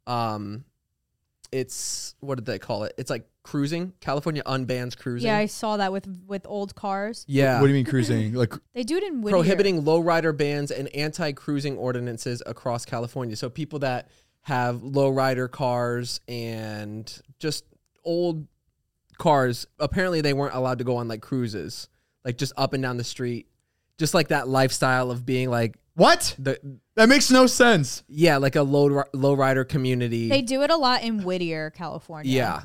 [SPEAKER 1] Um it's what did they call it? It's like cruising. California unbans cruising.
[SPEAKER 3] Yeah, I saw that with with old cars.
[SPEAKER 1] yeah.
[SPEAKER 2] What do you mean cruising? Like
[SPEAKER 3] They do it in Whittier.
[SPEAKER 1] prohibiting lowrider bans and anti-cruising ordinances across California. So people that have lowrider cars and just old cars, apparently they weren't allowed to go on like cruises, like just up and down the street, just like that lifestyle of being like
[SPEAKER 2] what?
[SPEAKER 1] the
[SPEAKER 2] That makes no sense.
[SPEAKER 1] yeah, like a low lowrider community.
[SPEAKER 3] They do it a lot in Whittier, California.
[SPEAKER 1] yeah,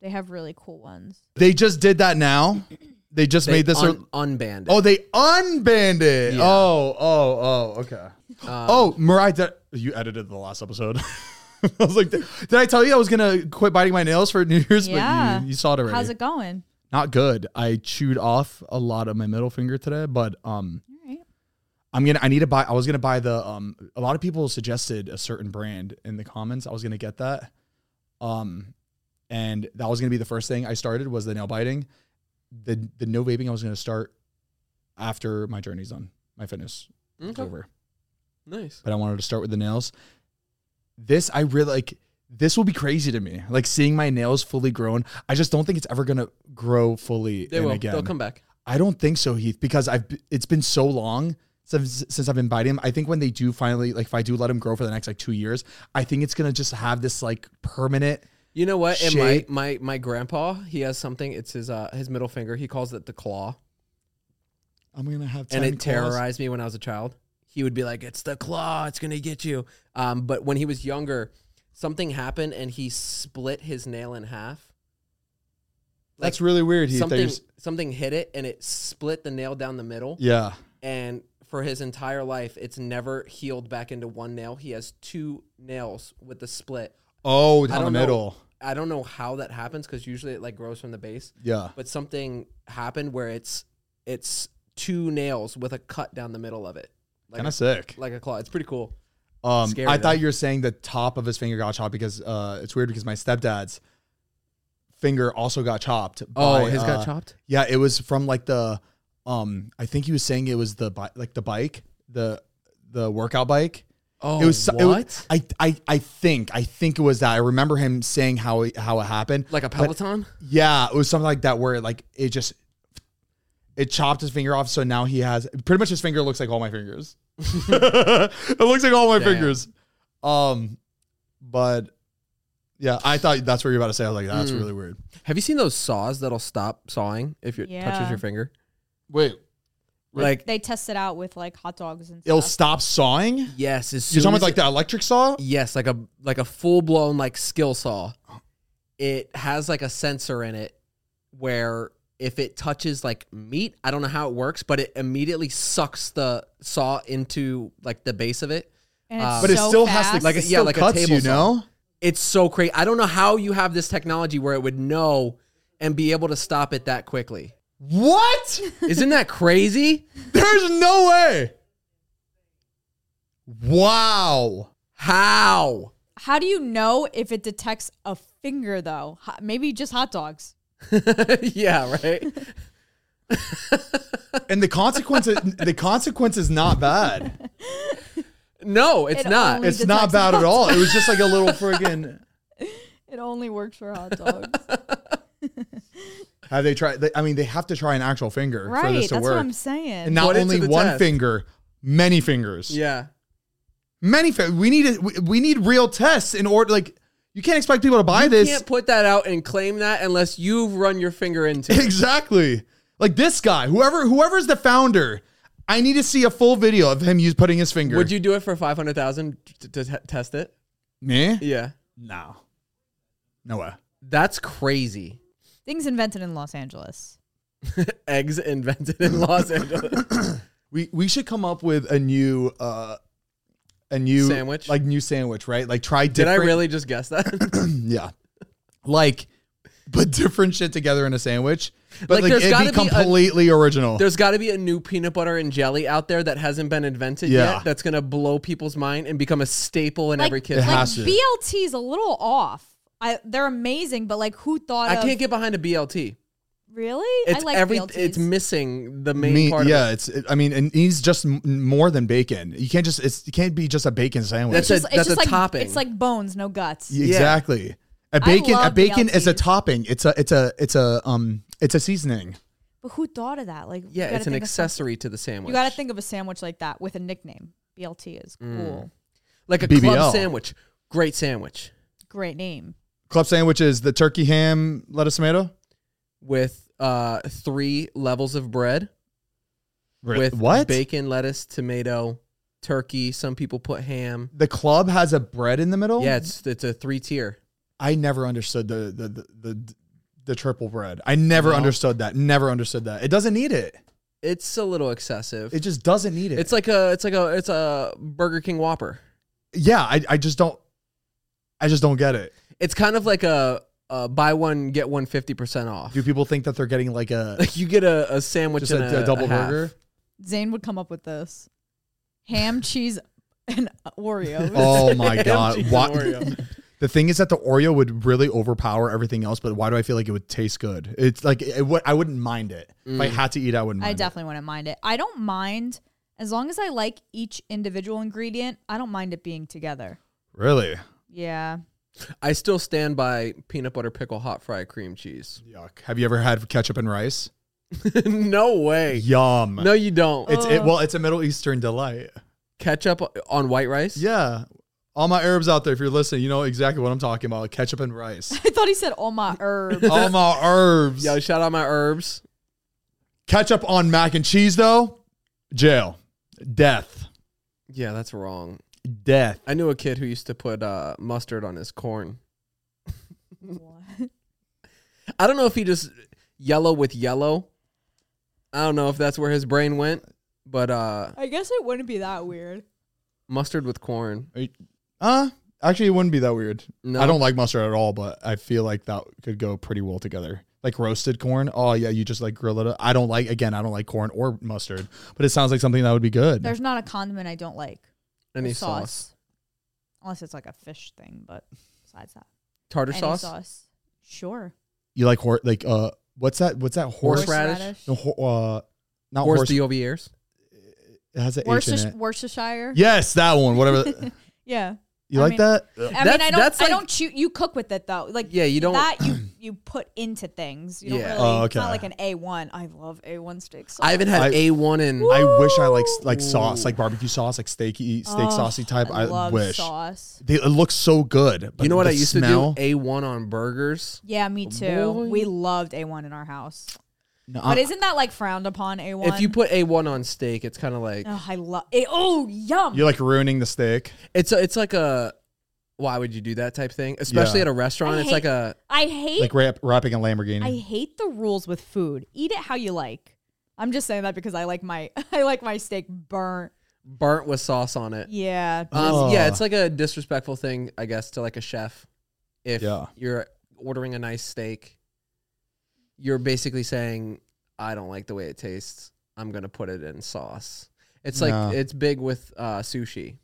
[SPEAKER 3] they have really cool ones.
[SPEAKER 2] They just did that now. They just
[SPEAKER 1] they
[SPEAKER 2] made this.
[SPEAKER 1] un- unbanned. it.
[SPEAKER 2] oh, they unbanned it.
[SPEAKER 1] Yeah. Um,
[SPEAKER 2] Oh, oh, oh. Okay. oh, Mariah, did, you edited the last episode. I was like, did, I tell you I was gonna quit biting my nails for New Year's?
[SPEAKER 3] Yeah.
[SPEAKER 2] But you, you saw it already.
[SPEAKER 3] How's it going?
[SPEAKER 2] Not good. I chewed off a lot of my middle finger today, but um,
[SPEAKER 3] All right.
[SPEAKER 2] I'm gonna. I need to buy. I was gonna buy the. Um, a lot of people suggested a certain brand in the comments. I was gonna get that. Um, and that was gonna be the first thing I started was the nail biting, the the no vaping. I was gonna start after my journey's done, my fitness is
[SPEAKER 1] Okay.
[SPEAKER 2] over.
[SPEAKER 1] nice.
[SPEAKER 2] But I wanted to start with the nails. This I really like. This will be crazy to me. Like seeing my nails fully grown. I just don't think it's ever gonna grow fully.
[SPEAKER 1] They
[SPEAKER 2] in
[SPEAKER 1] will.
[SPEAKER 2] Again.
[SPEAKER 1] They'll come back.
[SPEAKER 2] I don't think so, Heath, because I've b- it's been so long since since I've been biting him. I think when they do finally, like if I do let him grow for the next like two years, I think it's gonna just have this like permanent.
[SPEAKER 1] You know what? And my,
[SPEAKER 2] shape.
[SPEAKER 1] my my grandpa, he has something. It's his uh his middle finger. He calls it the claw.
[SPEAKER 2] I'm gonna have 10
[SPEAKER 1] and it
[SPEAKER 2] claws.
[SPEAKER 1] terrorized me when I was a child. He would be like, "It's the claw, it's gonna get you." Um, but when he was younger, something happened and he split his nail in half.
[SPEAKER 2] That's really weird, Heath. that
[SPEAKER 1] Something
[SPEAKER 2] you're s-
[SPEAKER 1] something hit it and it split the nail down the middle.
[SPEAKER 2] yeah,
[SPEAKER 1] And for his entire life, it's never healed back into one nail. He has two nails with the split.
[SPEAKER 2] oh,
[SPEAKER 1] I
[SPEAKER 2] down the
[SPEAKER 1] don't know.
[SPEAKER 2] middle,
[SPEAKER 1] I don't know how that happens because usually it like grows from the base.
[SPEAKER 2] yeah.
[SPEAKER 1] But something happened where it's it's two nails with a cut down the middle of it. Like
[SPEAKER 2] Kind
[SPEAKER 1] a
[SPEAKER 2] of sick.
[SPEAKER 1] like a claw. It's pretty cool.
[SPEAKER 2] Um,
[SPEAKER 1] Scary,
[SPEAKER 2] I
[SPEAKER 1] though.
[SPEAKER 2] thought you were saying the top of his finger got chopped because uh, it's weird because my stepdad's finger also got chopped.
[SPEAKER 1] Oh,
[SPEAKER 2] by, uh,
[SPEAKER 1] chopped.
[SPEAKER 2] Yeah, it was from like the, um, I think he was saying it was the bi- like the bike, the the workout bike.
[SPEAKER 1] Oh,
[SPEAKER 2] it was so-
[SPEAKER 1] what?
[SPEAKER 2] it was- I I I think I think it was that. I remember him saying how it, how it happened.
[SPEAKER 1] like a
[SPEAKER 2] But
[SPEAKER 1] Peloton?
[SPEAKER 2] yeah, it was something like that where like it just it chopped his finger off. So now he has pretty much his finger looks like all my fingers. it looks like all my
[SPEAKER 1] Damn.
[SPEAKER 2] fingers. Um, but yeah, I thought that's what you're about to say. I was like, that's
[SPEAKER 1] Mm.
[SPEAKER 2] really weird.
[SPEAKER 1] Have you seen those saws that'll stop sawing if it touches
[SPEAKER 3] Yeah.
[SPEAKER 1] your finger?
[SPEAKER 2] Wait, Wait.
[SPEAKER 1] Like
[SPEAKER 3] They test it out with like hot dogs and
[SPEAKER 2] it'll stop
[SPEAKER 3] stuff.
[SPEAKER 2] sawing.
[SPEAKER 1] yes, as soon
[SPEAKER 2] You're talking
[SPEAKER 1] as
[SPEAKER 2] about like
[SPEAKER 1] it-
[SPEAKER 2] the electric saw.
[SPEAKER 1] Yes, like a like a full blown like skill saw. It has like a sensor in it where if it touches like meat, I don't know how it works, but it immediately sucks the saw into like the base of it.
[SPEAKER 3] and it's
[SPEAKER 1] uh,
[SPEAKER 2] But it
[SPEAKER 3] so
[SPEAKER 2] still
[SPEAKER 3] fast.
[SPEAKER 2] has to
[SPEAKER 1] Like a-
[SPEAKER 2] it
[SPEAKER 1] yeah,
[SPEAKER 2] still
[SPEAKER 1] like a
[SPEAKER 2] cuts, you
[SPEAKER 1] table saw.
[SPEAKER 2] know.
[SPEAKER 1] It's so crazy. I don't know how you have this technology where it would know and be able to stop it that quickly.
[SPEAKER 2] What?
[SPEAKER 1] Isn't that crazy?
[SPEAKER 2] There's no way. Wow.
[SPEAKER 1] How?
[SPEAKER 3] How do you know if it detects a finger though? Ho- Maybe just hot dogs.
[SPEAKER 1] yeah, right.
[SPEAKER 2] And the consequences the consequence is not bad.
[SPEAKER 1] No, it's
[SPEAKER 3] It
[SPEAKER 1] not.
[SPEAKER 3] only-
[SPEAKER 2] It's not
[SPEAKER 3] detects
[SPEAKER 2] bad at
[SPEAKER 3] hot
[SPEAKER 2] all. It was just like a little friggin'.
[SPEAKER 3] It only works for hot dogs.
[SPEAKER 2] Have they tried? They, I mean, they have to try an actual finger for
[SPEAKER 3] right.
[SPEAKER 2] this to
[SPEAKER 3] That's
[SPEAKER 2] work.
[SPEAKER 3] what I'm saying.
[SPEAKER 2] and not
[SPEAKER 1] Put it to
[SPEAKER 2] only
[SPEAKER 1] the
[SPEAKER 2] one
[SPEAKER 1] test.
[SPEAKER 2] finger, many fingers.
[SPEAKER 1] yeah.
[SPEAKER 2] many. Fi- we need a, we, we need real tests in order. Like you can't expect people to buy
[SPEAKER 1] You
[SPEAKER 2] this
[SPEAKER 1] can't put that out and claim that unless you've run your finger into it.
[SPEAKER 2] exactly. Like this guy, whoever whoever's the founder, I need to see a full video of him use putting his finger.
[SPEAKER 1] Would you do it for 500,000 to, to te- test it?
[SPEAKER 2] me?
[SPEAKER 1] Yeah.
[SPEAKER 2] No, no way.
[SPEAKER 1] That's crazy.
[SPEAKER 3] Things invented in Los Angeles.
[SPEAKER 1] Eggs invented in Los Angeles.
[SPEAKER 2] We we should come up with a new uh a new
[SPEAKER 1] Sandwich?
[SPEAKER 2] like new sandwich, right? Like try
[SPEAKER 1] Did I
[SPEAKER 2] different.
[SPEAKER 1] really just guess that?
[SPEAKER 2] Yeah, like put different shit together in a sandwich,
[SPEAKER 1] Like,
[SPEAKER 2] but like,
[SPEAKER 1] there's
[SPEAKER 2] it'd
[SPEAKER 1] gotta
[SPEAKER 2] be
[SPEAKER 1] be a-
[SPEAKER 2] completely original.
[SPEAKER 1] There's got to be a new peanut butter and jelly out there that hasn't been invented
[SPEAKER 2] Yeah.
[SPEAKER 1] yet that's going to blow people's mind and become a staple in
[SPEAKER 3] like,
[SPEAKER 1] every
[SPEAKER 2] It
[SPEAKER 1] kid's
[SPEAKER 2] has-
[SPEAKER 1] life.
[SPEAKER 3] like
[SPEAKER 2] has to.
[SPEAKER 3] BLT's a little off. I, they're amazing, but like who thought
[SPEAKER 1] I
[SPEAKER 3] of
[SPEAKER 1] can't get behind a BLT.
[SPEAKER 3] really?
[SPEAKER 1] It's
[SPEAKER 3] I like
[SPEAKER 1] every
[SPEAKER 3] BLTs.
[SPEAKER 1] it's missing the main
[SPEAKER 2] Me-
[SPEAKER 1] part of
[SPEAKER 2] yeah,
[SPEAKER 1] it.
[SPEAKER 2] it's. It, I mean, and he's just m- more than bacon. You can't just. It's. It can't be just a bacon sandwich.
[SPEAKER 1] That's
[SPEAKER 3] It's just-
[SPEAKER 1] a-
[SPEAKER 3] it's
[SPEAKER 1] that's
[SPEAKER 3] just
[SPEAKER 1] a
[SPEAKER 3] like
[SPEAKER 1] topping.
[SPEAKER 3] it's like bones, no guts.
[SPEAKER 2] Y- exactly. A bacon. A
[SPEAKER 3] love
[SPEAKER 2] bacon is a
[SPEAKER 3] BLTs.
[SPEAKER 2] topping. It's a. It's a. It's a. Um. It's a seasoning.
[SPEAKER 3] But who thought of that? Like, you
[SPEAKER 1] Yeah,
[SPEAKER 3] gotta
[SPEAKER 1] it's an
[SPEAKER 3] think of some-
[SPEAKER 1] accessory to the sandwich.
[SPEAKER 3] You got to think of a sandwich like that with a nickname. BLT is
[SPEAKER 1] Mm.
[SPEAKER 3] cool.
[SPEAKER 1] like a
[SPEAKER 2] BBL.
[SPEAKER 1] club sandwich. Great sandwich
[SPEAKER 3] Great name.
[SPEAKER 2] Club sandwich is the turkey ham lettuce tomato.
[SPEAKER 1] with uh three levels of bread
[SPEAKER 2] Re-
[SPEAKER 1] with
[SPEAKER 2] what?
[SPEAKER 1] bacon, lettuce, tomato, turkey. Some people put ham.
[SPEAKER 2] The club has a bread in the middle.
[SPEAKER 1] Yeah, it's it's a three tier.
[SPEAKER 2] I never understood the the the. the the triple bread. I never understood that. Never understood that. It doesn't need it.
[SPEAKER 1] It's a little excessive.
[SPEAKER 2] It just doesn't need it.
[SPEAKER 1] It's like a it's like a it's a Burger King Whopper.
[SPEAKER 2] yeah, I, I just don't I just don't get it.
[SPEAKER 1] It's kind of like a, a buy one get one fifty percent off.
[SPEAKER 2] Do people think that they're getting like a
[SPEAKER 1] Like you get a, a sandwich
[SPEAKER 2] just
[SPEAKER 1] and
[SPEAKER 2] a, a double
[SPEAKER 1] half.
[SPEAKER 2] burger?
[SPEAKER 3] Zane would come up with this: ham, cheese, and Oreos.
[SPEAKER 2] Oh my
[SPEAKER 1] Ham,
[SPEAKER 2] god!
[SPEAKER 1] cheese, and
[SPEAKER 2] Why,
[SPEAKER 1] Oreo.
[SPEAKER 2] the thing is that the Oreo would really overpower everything else, but why do I feel like it would taste good? It's like it would, I wouldn't mind it if I
[SPEAKER 1] Mm.
[SPEAKER 2] had to eat. I wouldn't. Mind
[SPEAKER 3] I
[SPEAKER 2] it.
[SPEAKER 3] definitely wouldn't mind it. I don't mind as long as I like each individual ingredient. I don't mind it being together.
[SPEAKER 2] really
[SPEAKER 3] Yeah,
[SPEAKER 1] I still stand by peanut butter pickle hot fry cream cheese.
[SPEAKER 2] yuck. Have you ever had ketchup and rice?
[SPEAKER 1] no way.
[SPEAKER 2] Yum.
[SPEAKER 1] No, you don't.
[SPEAKER 2] it's
[SPEAKER 3] Oh.
[SPEAKER 2] it. Well, it's a Middle Eastern delight.
[SPEAKER 1] Ketchup on white rice.
[SPEAKER 2] Yeah. All my Arabs out there, if you're listening, you know exactly what I'm talking about. Ketchup and rice.
[SPEAKER 3] I thought he said all my herbs.
[SPEAKER 2] All my herbs.
[SPEAKER 1] Yo, shout out my herbs.
[SPEAKER 2] Ketchup on mac and cheese though, jail, death,
[SPEAKER 1] Yeah, that's wrong.
[SPEAKER 2] death.
[SPEAKER 1] I knew a kid who used to put uh, mustard on his corn. I don't know if he just yellow with yellow. I don't know if that's where his brain went, but uh,
[SPEAKER 3] I guess it wouldn't be that weird.
[SPEAKER 1] mustard with corn.
[SPEAKER 2] Uh, actually, it wouldn't be that weird.
[SPEAKER 1] No.
[SPEAKER 2] I don't like mustard at all, but I feel like that could go pretty well together. Like roasted corn. Oh yeah, you just like grill it. Up. I don't like again. I don't like corn or mustard, but it sounds like something that would be good.
[SPEAKER 3] There's not a condiment I don't like.
[SPEAKER 1] Any sauce.
[SPEAKER 3] unless it's like a fish thing. But besides that,
[SPEAKER 1] Tartar
[SPEAKER 3] any
[SPEAKER 1] sauce?
[SPEAKER 3] sauce, sure.
[SPEAKER 2] you like hor- like uh, what's that? What's that horse?
[SPEAKER 1] Horseradish.
[SPEAKER 2] no, ho- uh, not
[SPEAKER 1] Horse,
[SPEAKER 2] horse.
[SPEAKER 1] the over ears.
[SPEAKER 2] it has an H in
[SPEAKER 3] Worcestershire,
[SPEAKER 2] it.
[SPEAKER 3] Worcestershire.
[SPEAKER 2] Yes, that one. Whatever. the-
[SPEAKER 3] Yeah.
[SPEAKER 2] you
[SPEAKER 3] I
[SPEAKER 2] like
[SPEAKER 3] mean-
[SPEAKER 2] that?
[SPEAKER 3] I
[SPEAKER 1] That's-
[SPEAKER 3] mean, I don't.
[SPEAKER 1] that's
[SPEAKER 3] I
[SPEAKER 1] like-
[SPEAKER 3] don't chew. You cook with it though. Like
[SPEAKER 1] Yeah, you don't-
[SPEAKER 3] That you you put into things. You don't
[SPEAKER 1] Yeah.
[SPEAKER 3] really.
[SPEAKER 2] Oh,
[SPEAKER 3] It's not
[SPEAKER 2] okay.
[SPEAKER 3] like an A one. I love A one steak sauce.
[SPEAKER 1] I haven't had
[SPEAKER 2] I-
[SPEAKER 1] a one in.
[SPEAKER 2] I wish I like s- like
[SPEAKER 1] Ooh.
[SPEAKER 2] sauce, like barbecue sauce, like steaky steak
[SPEAKER 3] Oh,
[SPEAKER 2] saucy type. I,
[SPEAKER 3] love
[SPEAKER 2] wish
[SPEAKER 3] sauce.
[SPEAKER 2] they, it looks so good. But
[SPEAKER 1] you know what
[SPEAKER 2] the
[SPEAKER 1] I used
[SPEAKER 2] smell,
[SPEAKER 1] to do? A one on burgers.
[SPEAKER 3] Yeah, me too.
[SPEAKER 1] Boy.
[SPEAKER 3] We loved A one in our house.
[SPEAKER 2] No, uh,
[SPEAKER 3] But
[SPEAKER 2] I-
[SPEAKER 3] isn't that like frowned upon A one?
[SPEAKER 1] If you put a one on steak, it's kind of like
[SPEAKER 3] Oh, I love it. Oh, yum.
[SPEAKER 2] You're like ruining the steak.
[SPEAKER 1] it's a, it's like a why would you do that type thing, especially
[SPEAKER 2] Yeah.
[SPEAKER 1] at a restaurant.
[SPEAKER 3] I
[SPEAKER 1] it's
[SPEAKER 3] hate-
[SPEAKER 1] like a
[SPEAKER 3] I hate.
[SPEAKER 2] Like wrap, wrapping a Lamborghini.
[SPEAKER 3] I hate the rules with food. Eat it how you like. I'm just saying that because I like my I like my steak burnt.
[SPEAKER 1] burnt with sauce on it.
[SPEAKER 3] Yeah.
[SPEAKER 1] Um,
[SPEAKER 2] Oh.
[SPEAKER 1] Yeah, it's like a disrespectful thing, I guess, to like a chef. If
[SPEAKER 2] Yeah.
[SPEAKER 1] you're ordering a nice steak, you're basically saying, "I don't like the way it tastes. I'm gonna put it in sauce." It's like
[SPEAKER 2] No.
[SPEAKER 1] it's big with uh, sushi.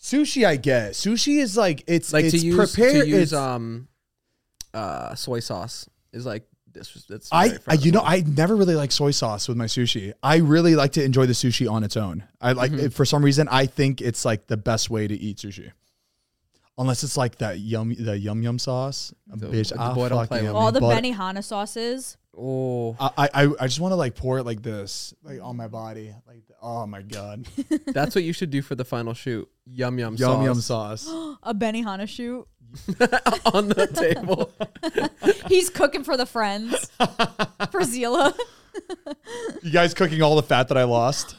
[SPEAKER 2] Sushi, I get. Sushi is like it's
[SPEAKER 1] Like
[SPEAKER 2] it's
[SPEAKER 1] to use uh,
[SPEAKER 2] prepared.
[SPEAKER 1] to use
[SPEAKER 2] it's,
[SPEAKER 1] um, uh, soy sauce is like This was that's
[SPEAKER 2] I,
[SPEAKER 1] very
[SPEAKER 2] I you
[SPEAKER 1] frowned
[SPEAKER 2] know
[SPEAKER 1] upon.
[SPEAKER 2] I never really like soy sauce with my sushi. I really like to enjoy the sushi on its own. I like
[SPEAKER 1] Mm-hmm.
[SPEAKER 2] it, for some reason I think it's like the best way to eat sushi. Unless it's like that yum the yum yum sauce,
[SPEAKER 1] The-
[SPEAKER 2] bitch.
[SPEAKER 1] the
[SPEAKER 2] I
[SPEAKER 1] boy don't
[SPEAKER 2] fucking
[SPEAKER 1] play with
[SPEAKER 3] All the
[SPEAKER 2] but
[SPEAKER 3] Benihana sauces.
[SPEAKER 1] oh
[SPEAKER 2] I, I I just want to like pour it like this, like on my body, like oh my god,
[SPEAKER 1] that's what you should do for the final shoot. Yum yum
[SPEAKER 2] yum yum
[SPEAKER 1] sauce
[SPEAKER 2] sauce.
[SPEAKER 3] A Benihana shoot.
[SPEAKER 1] on the table.
[SPEAKER 3] He's cooking for the friends. for Zila.
[SPEAKER 2] you guys cooking all the fat that I lost?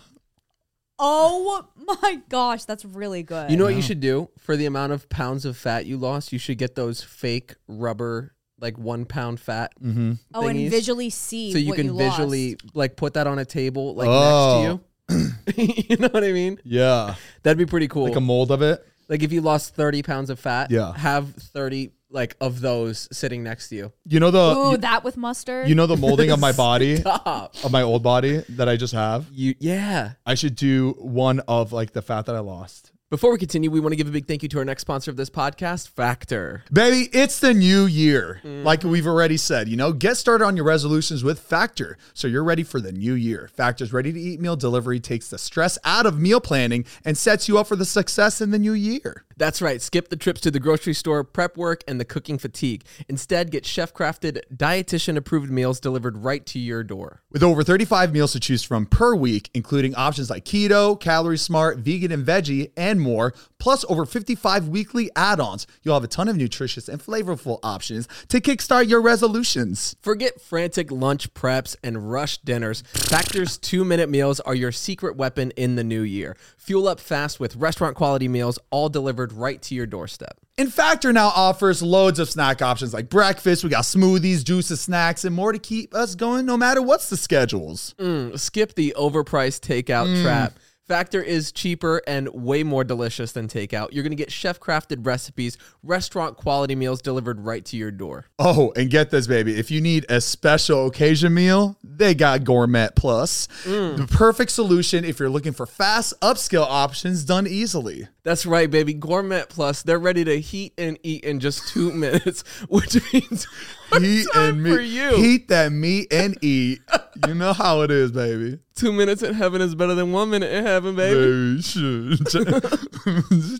[SPEAKER 3] Oh my gosh, that's really good.
[SPEAKER 1] You know what you should do for the amount of pounds of fat you lost? You should get those fake rubber, like one pound fat,
[SPEAKER 2] Mm-hmm.
[SPEAKER 3] oh, and
[SPEAKER 1] thingies,
[SPEAKER 3] visually see
[SPEAKER 1] so you
[SPEAKER 3] what
[SPEAKER 1] can
[SPEAKER 3] you lost.
[SPEAKER 1] visually like put that on a table like
[SPEAKER 2] Oh.
[SPEAKER 1] next to you. you know what I mean?
[SPEAKER 2] Yeah,
[SPEAKER 1] That'd be pretty cool.
[SPEAKER 2] like a
[SPEAKER 1] Like,
[SPEAKER 2] mold of it.
[SPEAKER 1] if you lost thirty pounds of fat,
[SPEAKER 2] Yeah.
[SPEAKER 1] have thirty like of those sitting next to you.
[SPEAKER 2] You know the
[SPEAKER 3] Ooh,
[SPEAKER 2] Uh, you-
[SPEAKER 3] that with mustard.
[SPEAKER 2] you know the molding of my body
[SPEAKER 1] Stop.
[SPEAKER 2] of my old body that I just have.
[SPEAKER 1] You yeah.
[SPEAKER 2] I should do one of like the fat that I lost.
[SPEAKER 1] Before we continue, we want to give a big thank you to our next sponsor of this podcast, Factor.
[SPEAKER 2] Baby, it's the new year. Like we've already said, you know, get started on your resolutions with Factor so you're ready for the new year. Factor's ready to eat meal delivery takes the stress out of meal planning and sets you up for the success in the new year.
[SPEAKER 1] That's right. Skip the trips to the grocery store, prep work, and the cooking fatigue. Instead, get chef crafted, dietitian approved meals delivered right to your door.
[SPEAKER 2] With over 35 meals to choose from per week, including options like keto, calorie smart, vegan and veggie, and more, plus over 55 weekly add ons, you'll have a ton of nutritious and flavorful options to kickstart your resolutions.
[SPEAKER 1] Forget frantic lunch preps and rushed dinners. Factor's two minute meals are your secret weapon in the new year. Fuel up fast with restaurant quality meals, all delivered right to your doorstep.
[SPEAKER 2] And Factor now offers loads of snack options like breakfast, we got smoothies, juices, snacks, and more to keep us going no matter what's the schedules.
[SPEAKER 1] Skip the overpriced takeout trap. Factor is cheaper and way more delicious than takeout. You're going to get chef crafted recipes, restaurant quality meals delivered right to your door.
[SPEAKER 2] Oh, and get this, baby. If you need a special occasion meal, they got Gourmet Plus,
[SPEAKER 1] Mm.
[SPEAKER 2] the perfect solution if you're looking for fast, upscale options done easily.
[SPEAKER 1] That's right, baby. Gourmet Plus, they're ready to heat and eat in just two minutes, which means more time
[SPEAKER 2] meat.
[SPEAKER 1] for you.
[SPEAKER 2] Heat that meat and eat. you know how it is, baby.
[SPEAKER 1] two minutes in heaven is better than one minute in heaven, baby.
[SPEAKER 2] Baby, shit.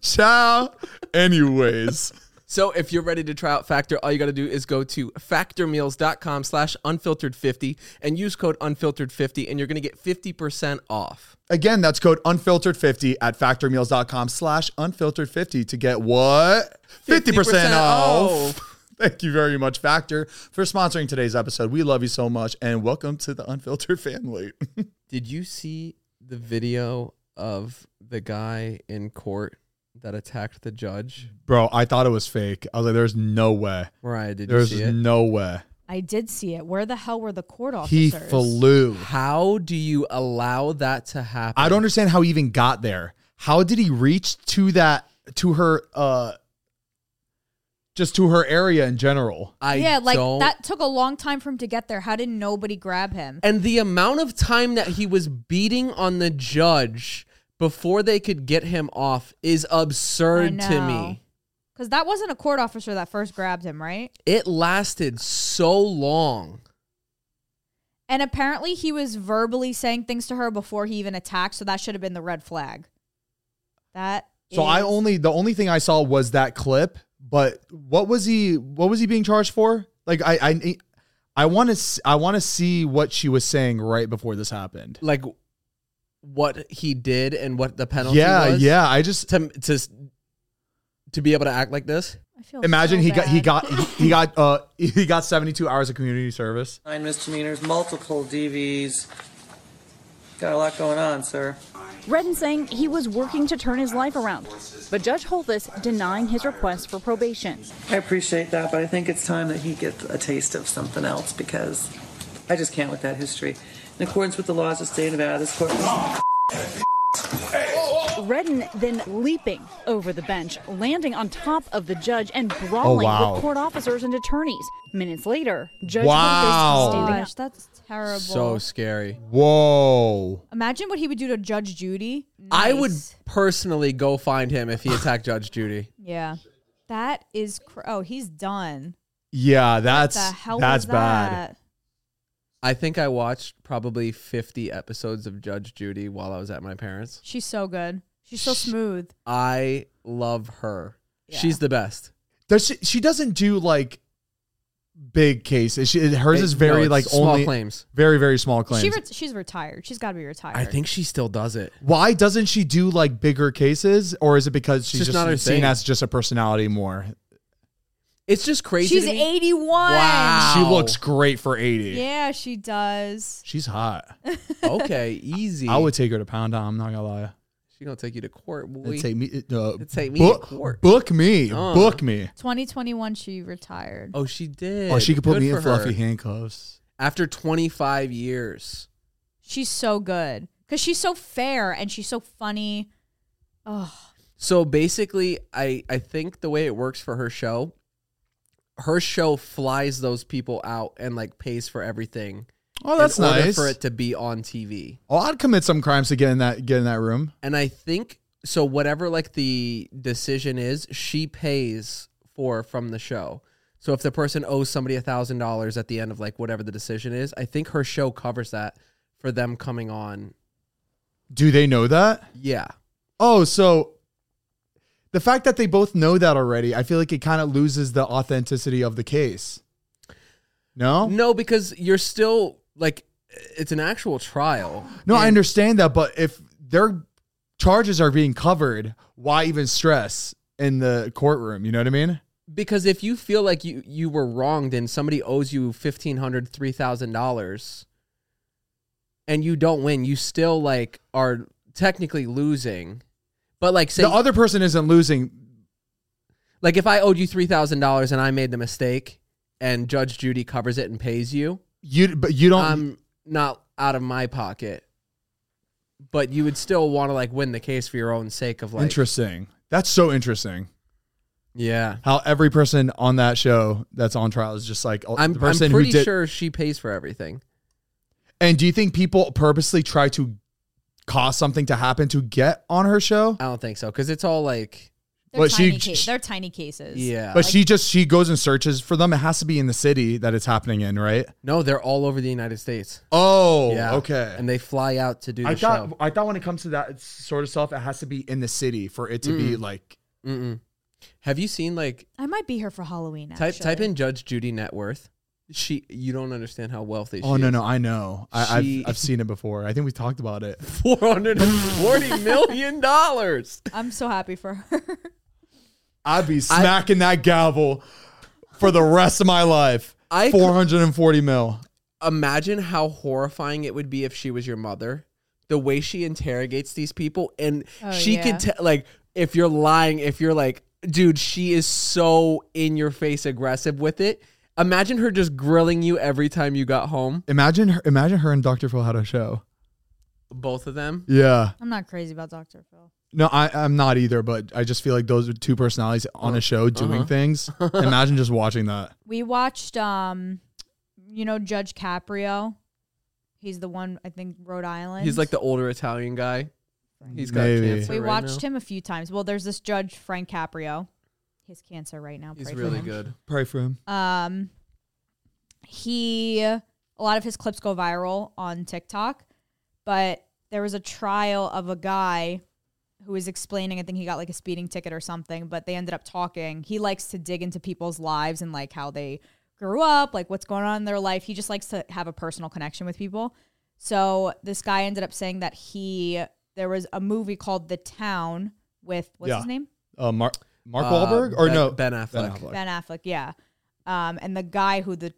[SPEAKER 2] Ciao. Anyways.
[SPEAKER 1] So if you're ready to try out Factor, all you got to do is go to factormeals.com slash unfiltered50 and use code unfiltered50 and you're going to get 50% off.
[SPEAKER 2] Again, that's code unfiltered50 at factormeals.com slash unfiltered50 to get what? 50%,
[SPEAKER 1] 50%
[SPEAKER 2] off.
[SPEAKER 1] off.
[SPEAKER 2] Thank you very much, Factor, for sponsoring today's episode. We love you so much and welcome to the Unfiltered family.
[SPEAKER 1] Did you see the video of the guy in court that attacked the judge?
[SPEAKER 2] Bro, I thought it was fake. I was like, there's no way.
[SPEAKER 1] Mariah, did
[SPEAKER 2] There's
[SPEAKER 1] you see it?
[SPEAKER 2] no way.
[SPEAKER 3] I did see it. Where the hell were the court
[SPEAKER 2] He
[SPEAKER 3] officers?
[SPEAKER 2] flew.
[SPEAKER 1] How do you allow that to happen?
[SPEAKER 2] I don't understand how he even got there. How did he reach to that, to her, uh, just to her area in general?
[SPEAKER 1] I
[SPEAKER 3] yeah, like
[SPEAKER 1] don't-
[SPEAKER 3] that took a long time for him to get there. How did nobody grab him?
[SPEAKER 1] And the amount of time that he was beating on the judge before they could get him off is absurd
[SPEAKER 3] I
[SPEAKER 1] to
[SPEAKER 3] know.
[SPEAKER 1] me.
[SPEAKER 3] Because that wasn't a court officer that first grabbed him, right?
[SPEAKER 1] It lasted so long.
[SPEAKER 3] And apparently he was verbally saying things to her before he even attacked, so that should have been the red flag. That
[SPEAKER 2] So I
[SPEAKER 3] is-
[SPEAKER 2] only the only thing I saw was that clip. But what was he? What was he being charged for? Like I I I want to I want to see what she was saying right before this happened.
[SPEAKER 1] Like what he did and what the penalty
[SPEAKER 2] Yeah,
[SPEAKER 1] was.
[SPEAKER 2] yeah. I just
[SPEAKER 1] To, to, to be able to act like this.
[SPEAKER 3] I feel
[SPEAKER 2] imagine
[SPEAKER 3] so
[SPEAKER 2] he got he
[SPEAKER 3] bad.
[SPEAKER 2] got he got uh he got seventy two hours of community service.
[SPEAKER 4] Nine misdemeanors, multiple DVs. Got a lot going on, sir.
[SPEAKER 5] Redden saying he was working to turn his life around, but Judge Holtis denying his request for probation.
[SPEAKER 4] I appreciate that, but I think it's time that he gets a taste of something else because I just can't with that history. In accordance with the laws of the state of Nevada, this court.
[SPEAKER 5] Redden then leaping over the bench, landing on top of the judge and brawling
[SPEAKER 2] Oh, wow.
[SPEAKER 5] with court officers and attorneys. Minutes later, Judge
[SPEAKER 2] Wow.
[SPEAKER 5] Holtis standing up.
[SPEAKER 3] Oh Gosh, that's terrible.
[SPEAKER 1] So scary.
[SPEAKER 2] Whoa!
[SPEAKER 3] imagine what he would do to Judge Judy.
[SPEAKER 1] I would
[SPEAKER 3] Nice.
[SPEAKER 1] personally go find him if he attacked Judge Judy.
[SPEAKER 3] Yeah. That is cr- oh, he's done.
[SPEAKER 2] Yeah,
[SPEAKER 3] The
[SPEAKER 2] that's
[SPEAKER 3] hell
[SPEAKER 2] that's
[SPEAKER 3] was
[SPEAKER 2] bad.
[SPEAKER 3] that?
[SPEAKER 1] I think I watched probably 50 episodes of Judge Judy while I was at my parents.
[SPEAKER 3] She's so good. She's so smooth.
[SPEAKER 1] I love her.
[SPEAKER 3] Yeah.
[SPEAKER 1] She's the best.
[SPEAKER 2] Does she? She doesn't do like big cases. She, hers
[SPEAKER 1] It-
[SPEAKER 2] is very
[SPEAKER 1] no, it's
[SPEAKER 2] like
[SPEAKER 1] small
[SPEAKER 2] only
[SPEAKER 1] claims.
[SPEAKER 2] very very small claims.
[SPEAKER 3] She re- she's retired. She's got to be retired.
[SPEAKER 1] I think she still does it.
[SPEAKER 2] Why doesn't she do like bigger cases, or is it because she's
[SPEAKER 1] just
[SPEAKER 2] just,
[SPEAKER 1] not her
[SPEAKER 2] seen
[SPEAKER 1] thing.
[SPEAKER 2] as just a personality more?
[SPEAKER 1] It's just crazy.
[SPEAKER 3] she's
[SPEAKER 1] to me.
[SPEAKER 3] 81.
[SPEAKER 1] Wow.
[SPEAKER 2] She looks great for eighty.
[SPEAKER 3] Yeah, she does.
[SPEAKER 2] She's hot.
[SPEAKER 1] okay, easy.
[SPEAKER 2] I would take her to Pound Town. I'm not gonna lie.
[SPEAKER 1] She gonna take you to court.
[SPEAKER 2] It'd
[SPEAKER 1] boy.
[SPEAKER 2] take me. it, Uh,
[SPEAKER 1] It'd take me to
[SPEAKER 2] book,
[SPEAKER 1] court.
[SPEAKER 2] book me.
[SPEAKER 1] Uh.
[SPEAKER 2] Book me.
[SPEAKER 3] 2021 she retired.
[SPEAKER 1] oh, she did.
[SPEAKER 2] Oh, she could put
[SPEAKER 1] Good
[SPEAKER 2] me
[SPEAKER 1] for
[SPEAKER 2] in
[SPEAKER 1] her.
[SPEAKER 2] fluffy handcuffs.
[SPEAKER 1] After 25 years,
[SPEAKER 3] She's so good cuz she's so fair and she's so funny. Oh,
[SPEAKER 1] so basically, I I think the way it works for her show, her show flies those people out and like pays for everything.
[SPEAKER 2] Oh, that's
[SPEAKER 1] in order
[SPEAKER 2] nice.
[SPEAKER 1] for it to be on TV.
[SPEAKER 2] oh, I'd commit some crimes to get in that get in that room.
[SPEAKER 1] And I think so whatever like the decision is, she pays for from the show. So if the person owes somebody a thousand dollars at the end of like whatever the decision is, I think her show covers that for them coming on.
[SPEAKER 2] Do they know that?
[SPEAKER 1] Yeah.
[SPEAKER 2] Oh, so the fact that they both know that already, I feel like it kind of loses the authenticity of the case. No, no,
[SPEAKER 1] No, because you're still like it's an actual trial.
[SPEAKER 2] I
[SPEAKER 1] And-
[SPEAKER 2] understand that, but if their charges are being covered, why even stress in the courtroom? You know what I mean?
[SPEAKER 1] because if you feel like you you were wronged and somebody owes you fifteen hundred, three thousand dollars, and you don't win, you still like are technically losing. But like say
[SPEAKER 2] the other person isn't losing.
[SPEAKER 1] like if I owed you three thousand dollars and I made the mistake and Judge Judy covers it and pays you,
[SPEAKER 2] You, but you don't.
[SPEAKER 1] I'm not out of my pocket. But you would still want to like win the case for your own sake of like
[SPEAKER 2] interesting. That's so interesting.
[SPEAKER 1] Yeah.
[SPEAKER 2] How every person on that show that's on trial is just like oh,
[SPEAKER 1] I'm,
[SPEAKER 2] the
[SPEAKER 1] I'm
[SPEAKER 2] person
[SPEAKER 1] pretty
[SPEAKER 2] who did.
[SPEAKER 1] sure she pays for everything.
[SPEAKER 2] And do you think people purposely try to cause something to happen to get on her show?
[SPEAKER 1] I don't think so because it's all like
[SPEAKER 3] they're
[SPEAKER 2] Well, she-
[SPEAKER 3] tiny ca-
[SPEAKER 2] she-
[SPEAKER 3] they're tiny cases.
[SPEAKER 1] yeah.
[SPEAKER 2] But she just she goes and searches for them. It has to be in the city that it's happening in, right?
[SPEAKER 1] No, they're all over the United States.
[SPEAKER 2] Oh,
[SPEAKER 1] yeah. And they fly out to do the
[SPEAKER 2] I thought
[SPEAKER 1] show.
[SPEAKER 2] I thought when it comes to that sort of stuff, it has to be in the city for it to
[SPEAKER 1] Mm.
[SPEAKER 2] be like.
[SPEAKER 1] Mm-mm. Have you seen like
[SPEAKER 3] I might be here for Halloween actually.
[SPEAKER 1] type type in Judge Judy net worth? She you don't understand how wealthy.
[SPEAKER 2] Oh
[SPEAKER 1] she
[SPEAKER 2] no no I know I,
[SPEAKER 1] She-
[SPEAKER 2] I've I've seen it before. I think we talked about it.
[SPEAKER 1] four hundred and forty million dollars.
[SPEAKER 3] I'm so happy for her.
[SPEAKER 2] I'd be smacking that gavel for the rest of my life.
[SPEAKER 1] I could-
[SPEAKER 2] four hundred and forty mil.
[SPEAKER 1] Imagine how horrifying it would be if she was your mother. The way she interrogates these people, and
[SPEAKER 3] Oh,
[SPEAKER 1] she
[SPEAKER 3] yeah.
[SPEAKER 1] can tell like if you're lying, if you're like, dude, she is so in your face aggressive with it. Imagine her just grilling you every time you got home.
[SPEAKER 2] Imagine her, imagine her and Dr. Phil had a show.
[SPEAKER 1] Both of them.
[SPEAKER 2] Yeah.
[SPEAKER 3] I'm not crazy about Dr. Phil.
[SPEAKER 2] No, I, I'm not either, but I just feel like those are two personalities on a show doing
[SPEAKER 1] Uh, uh-huh.
[SPEAKER 2] things. Imagine just watching that.
[SPEAKER 3] We watched um you know Judge Caprio. He's the one I think Rhode Island.
[SPEAKER 1] He's like the older Italian guy. He's got
[SPEAKER 2] Maybe.
[SPEAKER 1] cancer.
[SPEAKER 3] We
[SPEAKER 1] right
[SPEAKER 3] watched
[SPEAKER 1] now.
[SPEAKER 3] him a few times. Well, there's this judge Frank Caprio. His cancer right now.
[SPEAKER 1] He's
[SPEAKER 3] pray for
[SPEAKER 1] really
[SPEAKER 3] him.
[SPEAKER 1] good.
[SPEAKER 2] Pray for him.
[SPEAKER 3] Um, he a lot of his clips go viral on TikTok, but there was a trial of a guy who was explaining. I think he got like a speeding ticket or something, but they ended up talking. He likes to dig into people's lives and like how they grew up, like what's going on in their life. He just likes to have a personal connection with people. So this guy ended up saying that he there was a movie called The Town with what's
[SPEAKER 2] Yeah.
[SPEAKER 3] his name
[SPEAKER 2] Uh, Mar- Mark
[SPEAKER 1] Uh,
[SPEAKER 2] Wahlberg or
[SPEAKER 1] Ben-
[SPEAKER 2] no
[SPEAKER 1] Ben Affleck.
[SPEAKER 3] Ben Affleck, yeah. Um, and the guy who the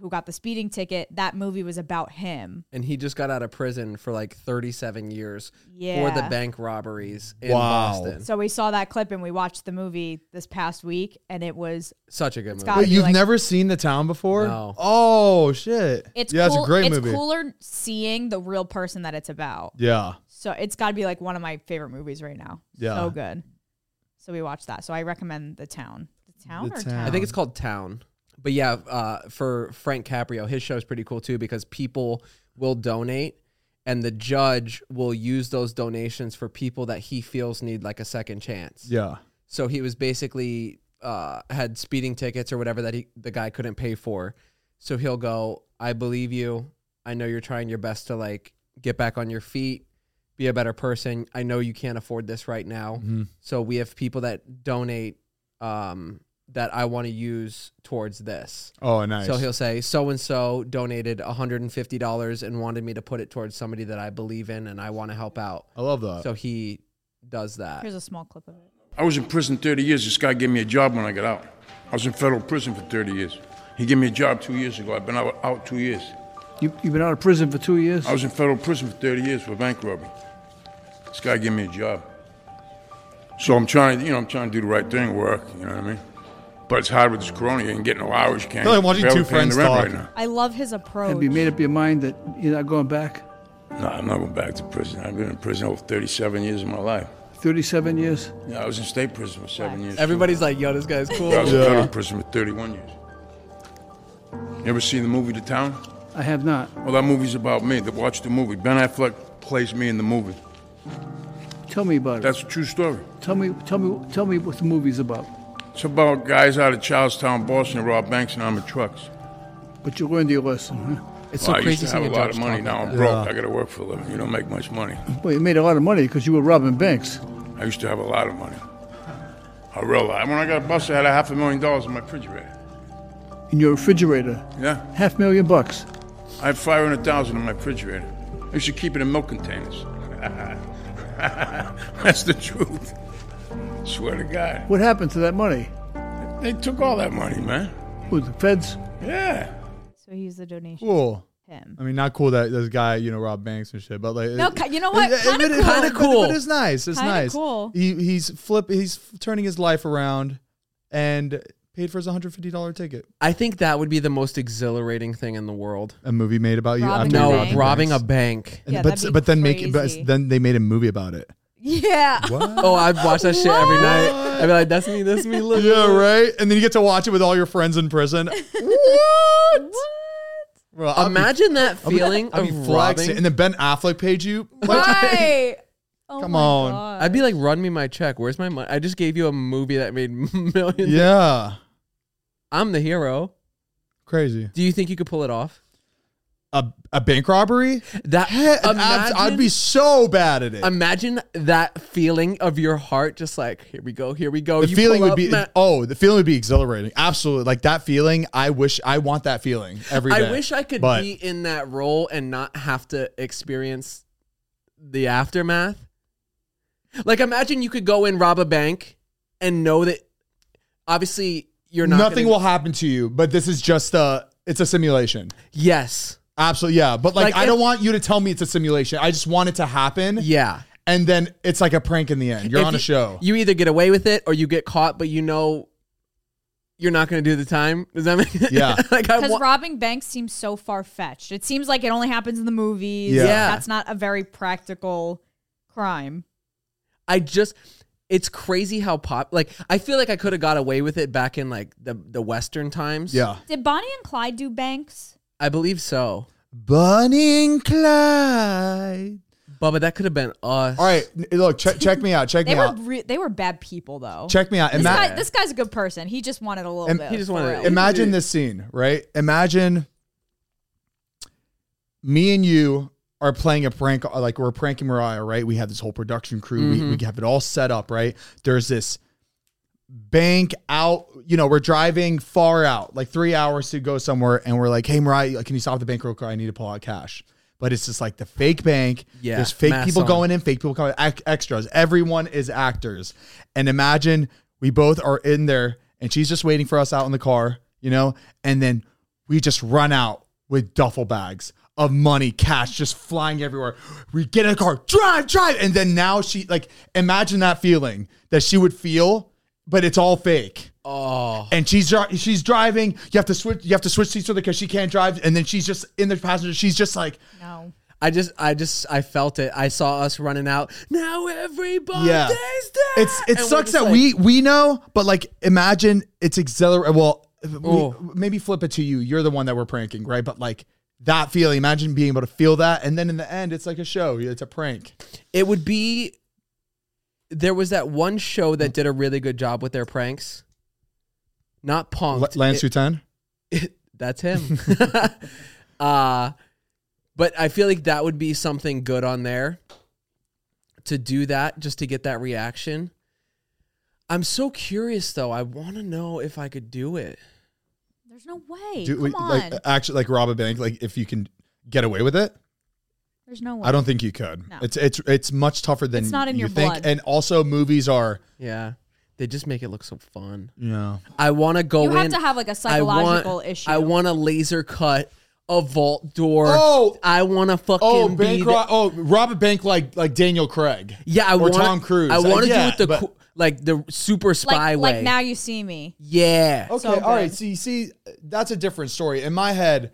[SPEAKER 3] who got the speeding ticket, that movie was about him.
[SPEAKER 1] And he just got out of prison for like 37 years
[SPEAKER 3] Yeah.
[SPEAKER 1] for the bank robberies in
[SPEAKER 2] Wow.
[SPEAKER 1] Boston.
[SPEAKER 3] So we saw that clip and we watched the movie this past week, and it was
[SPEAKER 1] Such a good movie.
[SPEAKER 3] got-
[SPEAKER 2] Wait,
[SPEAKER 3] I'd be
[SPEAKER 2] you've
[SPEAKER 3] like-
[SPEAKER 2] never seen The Town before?
[SPEAKER 1] No.
[SPEAKER 2] Oh shit!
[SPEAKER 3] it's
[SPEAKER 2] yeah,
[SPEAKER 3] cool,
[SPEAKER 2] it's a great
[SPEAKER 3] it's
[SPEAKER 2] movie.
[SPEAKER 3] cooler seeing the real person that it's about.
[SPEAKER 2] Yeah,
[SPEAKER 3] So it's got to be like one of my favorite movies right now.
[SPEAKER 2] Yeah.
[SPEAKER 3] so good. So we watched that. So I recommend The Town. The Town
[SPEAKER 2] The
[SPEAKER 3] or
[SPEAKER 2] Town.
[SPEAKER 3] Town?
[SPEAKER 1] I think it's called Town. But yeah, uh, for Frank Caprio, his show is pretty cool too because people will donate and the judge will use those donations for people that he feels need like a second chance.
[SPEAKER 2] yeah.
[SPEAKER 1] So he was basically uh, had speeding tickets or whatever that he the guy couldn't pay for. So he'll go, I believe you. I know you're trying your best to like get back on your feet, be a better person. I know you can't afford this right now.
[SPEAKER 2] Mm-hmm.
[SPEAKER 1] So we have people that donate um, that I want to use towards this.
[SPEAKER 2] Oh, nice.
[SPEAKER 1] So he'll say, so and so donated $150 and wanted me to put it towards somebody that I believe in and I want to help out.
[SPEAKER 2] I love that.
[SPEAKER 1] So he does that.
[SPEAKER 3] Here's a small clip of it.
[SPEAKER 6] I was in prison 30 years. This guy gave me a job when I got out. I was in federal prison for 30 years. He gave me a job two years ago. I've been out, out two years.
[SPEAKER 7] You, you've been out of prison for two years?
[SPEAKER 6] I was in federal prison for 30 years for bank robbery. This guy gave me a job. So I'm trying, you know, I'm trying to do the right thing, work, you know what I mean? But it's hard with this corona. You ain't getting no hours. You can't.
[SPEAKER 2] Feel like watching
[SPEAKER 6] barely
[SPEAKER 2] two
[SPEAKER 6] paying the
[SPEAKER 2] friends
[SPEAKER 6] rent
[SPEAKER 2] talk.
[SPEAKER 6] right now.
[SPEAKER 3] I love his approach.
[SPEAKER 7] Have you made up your mind that you're not going back?
[SPEAKER 6] No, I'm not going back to prison. I've been in prison over 37 years of my life.
[SPEAKER 7] 37 years?
[SPEAKER 6] Yeah, I was in state prison for seven years.
[SPEAKER 1] Everybody's like, yo, this guy's cool.
[SPEAKER 6] I was in
[SPEAKER 2] Yeah.
[SPEAKER 6] federal prison for 31 years. You ever seen the movie The Town?
[SPEAKER 7] I have not.
[SPEAKER 6] Well, that movie's about me. That watch the movie. Ben Affleck plays me in the movie.
[SPEAKER 7] Tell me about
[SPEAKER 6] That's a true story.
[SPEAKER 7] it. Tell me, tell me, tell me what the movie's about.
[SPEAKER 6] It's about guys out of Charlestown, Boston, who rob banks and armored trucks.
[SPEAKER 7] But you learned your lesson, huh?
[SPEAKER 1] It's so
[SPEAKER 6] Well, I used
[SPEAKER 1] crazy
[SPEAKER 6] to have
[SPEAKER 1] seeing
[SPEAKER 6] a
[SPEAKER 1] a
[SPEAKER 6] lot of
[SPEAKER 1] judge
[SPEAKER 6] money.
[SPEAKER 1] talk
[SPEAKER 6] Now
[SPEAKER 1] like
[SPEAKER 6] I'm
[SPEAKER 1] that.
[SPEAKER 6] broke. I got to work for a living. You don't make much money.
[SPEAKER 7] Well, you made a lot of money because you were robbing banks.
[SPEAKER 6] I used to have a lot of money. I realized when I got busted, I had a half a million dollars in my refrigerator.
[SPEAKER 7] In your refrigerator,
[SPEAKER 6] Yeah,
[SPEAKER 7] half million bucks.
[SPEAKER 6] I had five hundred thousand in my refrigerator. I used to keep it in milk containers. That's the truth. Swear to God,
[SPEAKER 7] What happened to that money?
[SPEAKER 6] they took all that money, man.
[SPEAKER 7] With the feds?
[SPEAKER 6] Yeah.
[SPEAKER 3] so he's the donation.
[SPEAKER 2] Cool.
[SPEAKER 3] Him.
[SPEAKER 2] I mean, not cool that this guy, you know, robbed banks and shit, but like,
[SPEAKER 3] No,
[SPEAKER 2] it-
[SPEAKER 3] ki- you know what?
[SPEAKER 2] it- it-
[SPEAKER 3] Kinda
[SPEAKER 2] it- it-
[SPEAKER 3] cool.
[SPEAKER 2] kinda
[SPEAKER 3] Kinda
[SPEAKER 2] cool,
[SPEAKER 3] cool.
[SPEAKER 2] But it's nice. It's
[SPEAKER 3] Kinda
[SPEAKER 2] nice.
[SPEAKER 3] cool.
[SPEAKER 2] He, he's flip. He's f- turning his life around, and paid for his one hundred fifty dollar ticket.
[SPEAKER 1] I think that would be the most exhilarating thing in the world.
[SPEAKER 2] A movie made about you.
[SPEAKER 3] Robbing
[SPEAKER 2] after
[SPEAKER 3] a
[SPEAKER 2] you
[SPEAKER 1] No,
[SPEAKER 3] bank?
[SPEAKER 1] robbing a
[SPEAKER 2] banks.
[SPEAKER 1] bank.
[SPEAKER 2] And-
[SPEAKER 3] Yeah,
[SPEAKER 2] but
[SPEAKER 3] that'd be
[SPEAKER 2] but then make
[SPEAKER 3] crazy.
[SPEAKER 2] but then they made a movie about it.
[SPEAKER 3] Yeah.
[SPEAKER 2] What?
[SPEAKER 1] Oh, I've watched that shit every night. I'd be like, that's me, that's me. Look.
[SPEAKER 2] yeah, right. And then you get to watch it with all your friends in prison.
[SPEAKER 3] What?
[SPEAKER 2] Bro, I'll be-
[SPEAKER 1] Imagine that
[SPEAKER 2] I'll be-
[SPEAKER 1] feeling
[SPEAKER 2] I'll be
[SPEAKER 1] of
[SPEAKER 2] flexing.
[SPEAKER 1] robbing.
[SPEAKER 2] and then Ben Affleck paid you. Like,
[SPEAKER 3] Right. Oh
[SPEAKER 2] Come
[SPEAKER 3] my
[SPEAKER 2] on.
[SPEAKER 3] God.
[SPEAKER 1] I'd be like, run me my check. Where's my money? I just gave you a movie that made millions.
[SPEAKER 2] yeah,
[SPEAKER 1] I'm the hero.
[SPEAKER 2] crazy.
[SPEAKER 1] Do you think you could pull it off?
[SPEAKER 2] A a bank robbery.
[SPEAKER 1] That
[SPEAKER 2] He- an abs-
[SPEAKER 1] imagine,
[SPEAKER 2] I'd be so bad at it.
[SPEAKER 1] imagine that feeling of your heart, just like here we go, here we go.
[SPEAKER 2] the
[SPEAKER 1] oh, You
[SPEAKER 2] feeling
[SPEAKER 1] pull
[SPEAKER 2] would
[SPEAKER 1] up
[SPEAKER 2] be
[SPEAKER 1] ma-
[SPEAKER 2] oh, the feeling would be exhilarating. Absolutely, like that feeling. I wish I want that feeling every day.
[SPEAKER 1] I wish I could
[SPEAKER 2] But
[SPEAKER 1] be in that role and not have to experience the aftermath. Like, imagine you could go in, rob a bank, and know that obviously you're not.
[SPEAKER 2] nothing
[SPEAKER 1] gonna-
[SPEAKER 2] will happen to you. But this is just a it's a simulation.
[SPEAKER 1] Yes.
[SPEAKER 2] Absolutely, yeah. But like,
[SPEAKER 1] Like,
[SPEAKER 2] I
[SPEAKER 1] if-
[SPEAKER 2] don't want you to tell me it's a simulation. I just want it to happen.
[SPEAKER 1] Yeah.
[SPEAKER 2] and then it's like a prank in the end. You're
[SPEAKER 1] If
[SPEAKER 2] on
[SPEAKER 1] you-
[SPEAKER 2] a show.
[SPEAKER 1] You either get away with it or you get caught, but you know you're not going to do the time. Does that make
[SPEAKER 2] Yeah.
[SPEAKER 1] like, I
[SPEAKER 3] Because
[SPEAKER 1] wa-
[SPEAKER 3] robbing banks seems so far fetched. It seems like it only happens in the movies.
[SPEAKER 2] Yeah.
[SPEAKER 1] Yeah.
[SPEAKER 3] That's not a very practical crime.
[SPEAKER 1] I just it's crazy how pop like I feel like I could have got away with it back in like the the western times.
[SPEAKER 2] yeah,
[SPEAKER 3] Did Bonnie and Clyde do banks?
[SPEAKER 1] I believe so.
[SPEAKER 2] Bonnie and Clyde.
[SPEAKER 1] Bubba, that could have been us.
[SPEAKER 2] All right, n- look, check, check me out. Check
[SPEAKER 3] They
[SPEAKER 2] me
[SPEAKER 3] were
[SPEAKER 2] out.
[SPEAKER 3] re- they were bad people though.
[SPEAKER 2] Check me out.
[SPEAKER 3] this,
[SPEAKER 2] Ima-
[SPEAKER 3] guy, this guy's a good person. He just wanted a little
[SPEAKER 2] Im-
[SPEAKER 3] bit.
[SPEAKER 1] He just
[SPEAKER 3] of
[SPEAKER 1] wanted-
[SPEAKER 3] thrill.
[SPEAKER 2] imagine this scene, right? Imagine me and you are playing a prank, like we're pranking Mariah, right? We have this whole production crew. We, we have it all set up, right? There's this bank out, you know, we're driving far out, like three hours to go somewhere. And we're like, hey, Mariah, can you stop at the bank real quick? I need to pull out cash. But it's just like the fake bank.
[SPEAKER 1] Yeah,
[SPEAKER 2] There's fake
[SPEAKER 1] mass
[SPEAKER 2] people
[SPEAKER 1] on.
[SPEAKER 2] going in, fake people coming, ac- extras. Everyone is actors. And imagine we both are in there and she's just waiting for us out in the car, you know, and then we just run out with duffel bags of money, cash just flying everywhere. We get in the car, drive, drive. And then now she, like, imagine that feeling that she would feel, but it's all fake
[SPEAKER 1] Oh.
[SPEAKER 2] and she's dri- she's driving. You have to switch. You have to switch seats with her because she can't drive. And then she's just in the passenger. She's just like,
[SPEAKER 3] No.
[SPEAKER 1] I just I just I felt it. I saw us running out. Now everybody's
[SPEAKER 2] yeah.
[SPEAKER 1] dead.
[SPEAKER 2] It's it
[SPEAKER 1] And we're just
[SPEAKER 2] sucks that
[SPEAKER 1] like-
[SPEAKER 2] we we know, but like imagine it's exhilarating. Well, we-
[SPEAKER 1] Oh.
[SPEAKER 2] maybe flip it to you. You're the one that we're pranking, right? But like that feeling. Imagine being able to feel that, and then in the end, it's like a show. It's a prank.
[SPEAKER 1] It would be there was that one show that did a really good job with their pranks. Not Punked.
[SPEAKER 2] L- Lance
[SPEAKER 1] It-
[SPEAKER 2] Hutan.
[SPEAKER 1] that's him. uh But I feel like that would be something good on there to do that just to get that reaction. I'm so curious though. I want to know if I could do it.
[SPEAKER 3] There's no way.
[SPEAKER 2] Do,
[SPEAKER 3] Come
[SPEAKER 2] like, uh,
[SPEAKER 3] on.
[SPEAKER 2] like actually like rob a bank like if you can get away with it
[SPEAKER 3] There's no way.
[SPEAKER 2] i don't think you could
[SPEAKER 3] No.
[SPEAKER 2] it's it's it's much tougher than
[SPEAKER 3] It's not in
[SPEAKER 2] you
[SPEAKER 3] your
[SPEAKER 2] think
[SPEAKER 3] blood.
[SPEAKER 2] and also movies are
[SPEAKER 1] Yeah. They just make it look so fun.
[SPEAKER 2] you know
[SPEAKER 1] I want to go
[SPEAKER 3] You have
[SPEAKER 1] in-
[SPEAKER 3] to have, like, a
[SPEAKER 1] I want-
[SPEAKER 3] psychological issue.
[SPEAKER 1] I want a laser cut a vault door.
[SPEAKER 2] Oh!
[SPEAKER 1] I want to fucking
[SPEAKER 2] oh
[SPEAKER 1] be
[SPEAKER 2] bank
[SPEAKER 1] the-
[SPEAKER 2] ro- oh rob a bank like like daniel craig
[SPEAKER 1] Yeah, I
[SPEAKER 2] or
[SPEAKER 1] want
[SPEAKER 2] tom cruise
[SPEAKER 1] I want to
[SPEAKER 2] yeah,
[SPEAKER 1] do it the
[SPEAKER 2] but-
[SPEAKER 1] co- like the super spy
[SPEAKER 3] like,
[SPEAKER 1] way.
[SPEAKER 3] like now you see me.
[SPEAKER 1] yeah.
[SPEAKER 2] Okay,
[SPEAKER 3] So
[SPEAKER 2] all right.
[SPEAKER 3] good.
[SPEAKER 2] See, see, that's a different story. In my head,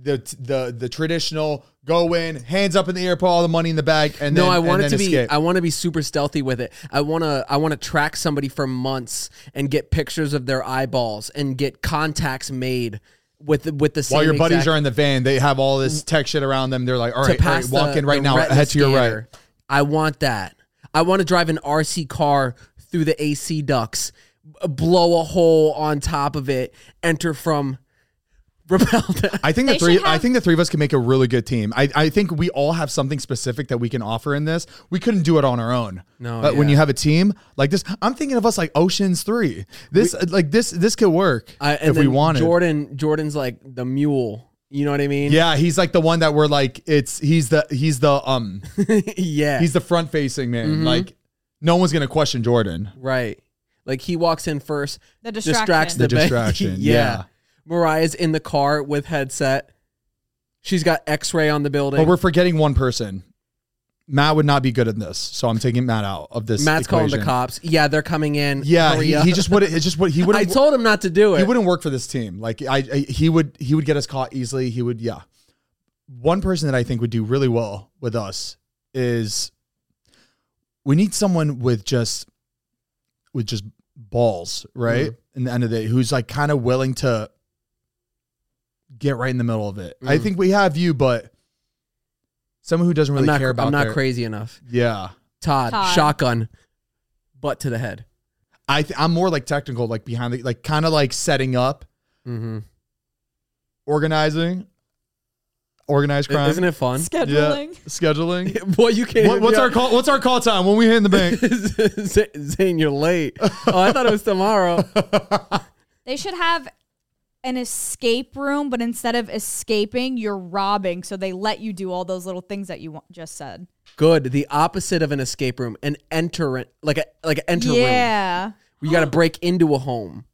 [SPEAKER 2] the the the traditional go in, hands up in the air, put all the money in the bag, and
[SPEAKER 1] No,
[SPEAKER 2] then,
[SPEAKER 1] I want
[SPEAKER 2] and
[SPEAKER 1] it to
[SPEAKER 2] then
[SPEAKER 1] be.
[SPEAKER 2] escape.
[SPEAKER 1] I want to be super stealthy with it. I want to. I want to track somebody for months and get pictures of their eyeballs and get contacts made with the, with the same.
[SPEAKER 2] While your buddies
[SPEAKER 1] exact-
[SPEAKER 2] are in the van, they have all this tech shit around them. They're like, all
[SPEAKER 1] to
[SPEAKER 2] right, all right
[SPEAKER 1] pass
[SPEAKER 2] walk
[SPEAKER 1] the-
[SPEAKER 2] in right
[SPEAKER 1] the
[SPEAKER 2] now,
[SPEAKER 1] retina
[SPEAKER 2] head to your right.
[SPEAKER 1] scanner. I want that. I want to drive an RC car through the AC ducts, b- blow a hole on top of it, enter from, repel. down.
[SPEAKER 2] I think the
[SPEAKER 3] They
[SPEAKER 2] three.
[SPEAKER 3] should
[SPEAKER 2] I
[SPEAKER 3] have-
[SPEAKER 2] think the three of us can make a really good team. I, I think we all have something specific that we can offer in this. We couldn't do it on our own.
[SPEAKER 1] No,
[SPEAKER 2] but when
[SPEAKER 1] yeah.
[SPEAKER 2] you have a team like this, I'm thinking of us like Ocean's Three. This like this this could work
[SPEAKER 1] I, and
[SPEAKER 2] if we
[SPEAKER 1] then
[SPEAKER 2] wanted.
[SPEAKER 1] Jordan, Jordan's like the mule. You know what I mean?
[SPEAKER 2] Yeah, he's like the one that we're like it's he's the he's the um
[SPEAKER 1] yeah.
[SPEAKER 2] he's the front facing man.
[SPEAKER 1] Mm-hmm.
[SPEAKER 2] Like no one's gonna question Jordan.
[SPEAKER 1] Right. Like he walks in first,
[SPEAKER 3] The distraction.
[SPEAKER 1] distracts the,
[SPEAKER 2] The
[SPEAKER 1] ba-
[SPEAKER 2] distraction, yeah.
[SPEAKER 1] Mariah's in the car with headset. She's got X-ray on the building.
[SPEAKER 2] But we're forgetting one person. Matt would not be good at this, so I'm taking Matt out of this.
[SPEAKER 1] Matt's calling the
[SPEAKER 2] equation.
[SPEAKER 1] cops. Yeah, they're coming in.
[SPEAKER 2] Yeah,
[SPEAKER 1] Hurry
[SPEAKER 2] he,
[SPEAKER 1] up.
[SPEAKER 2] he just would. It's just what he would.
[SPEAKER 1] I told him not to do it.
[SPEAKER 2] he wouldn't work for this team. Like I, I, he would, he would get us caught easily. He would, yeah. One person that I think would do really well with us is we need someone with just, with just balls, right?
[SPEAKER 1] Mm-hmm.
[SPEAKER 2] In the end of the day, who's like kind of willing to get right in the middle of it. I
[SPEAKER 1] Mhm.
[SPEAKER 2] think we have you, but someone who doesn't
[SPEAKER 1] I'm
[SPEAKER 2] really
[SPEAKER 1] not,
[SPEAKER 2] care about.
[SPEAKER 1] I'm not
[SPEAKER 2] their-
[SPEAKER 1] crazy enough.
[SPEAKER 2] Yeah,
[SPEAKER 1] Todd,
[SPEAKER 3] Todd.
[SPEAKER 1] shotgun, butt to the head.
[SPEAKER 2] I, th- I'm more like technical, like behind the, like kind of like setting up,
[SPEAKER 1] Mm-hmm.
[SPEAKER 2] organizing, organized crime.
[SPEAKER 1] Isn't it fun?
[SPEAKER 3] Scheduling.
[SPEAKER 2] Yeah, scheduling.
[SPEAKER 1] Boy, you can't.
[SPEAKER 2] What-
[SPEAKER 1] even
[SPEAKER 2] what's
[SPEAKER 1] be
[SPEAKER 2] our call? What's our call time when we hit in the bank?
[SPEAKER 1] Z- Zane, you're late. Oh, I thought it was tomorrow.
[SPEAKER 3] They should have an escape room, but instead of escaping, you're robbing. So they let you do all those little things that you wa- just said.
[SPEAKER 1] Good. The opposite of an escape room, an enter, like a like an enter room.
[SPEAKER 3] yeah.
[SPEAKER 1] You got to break into a home.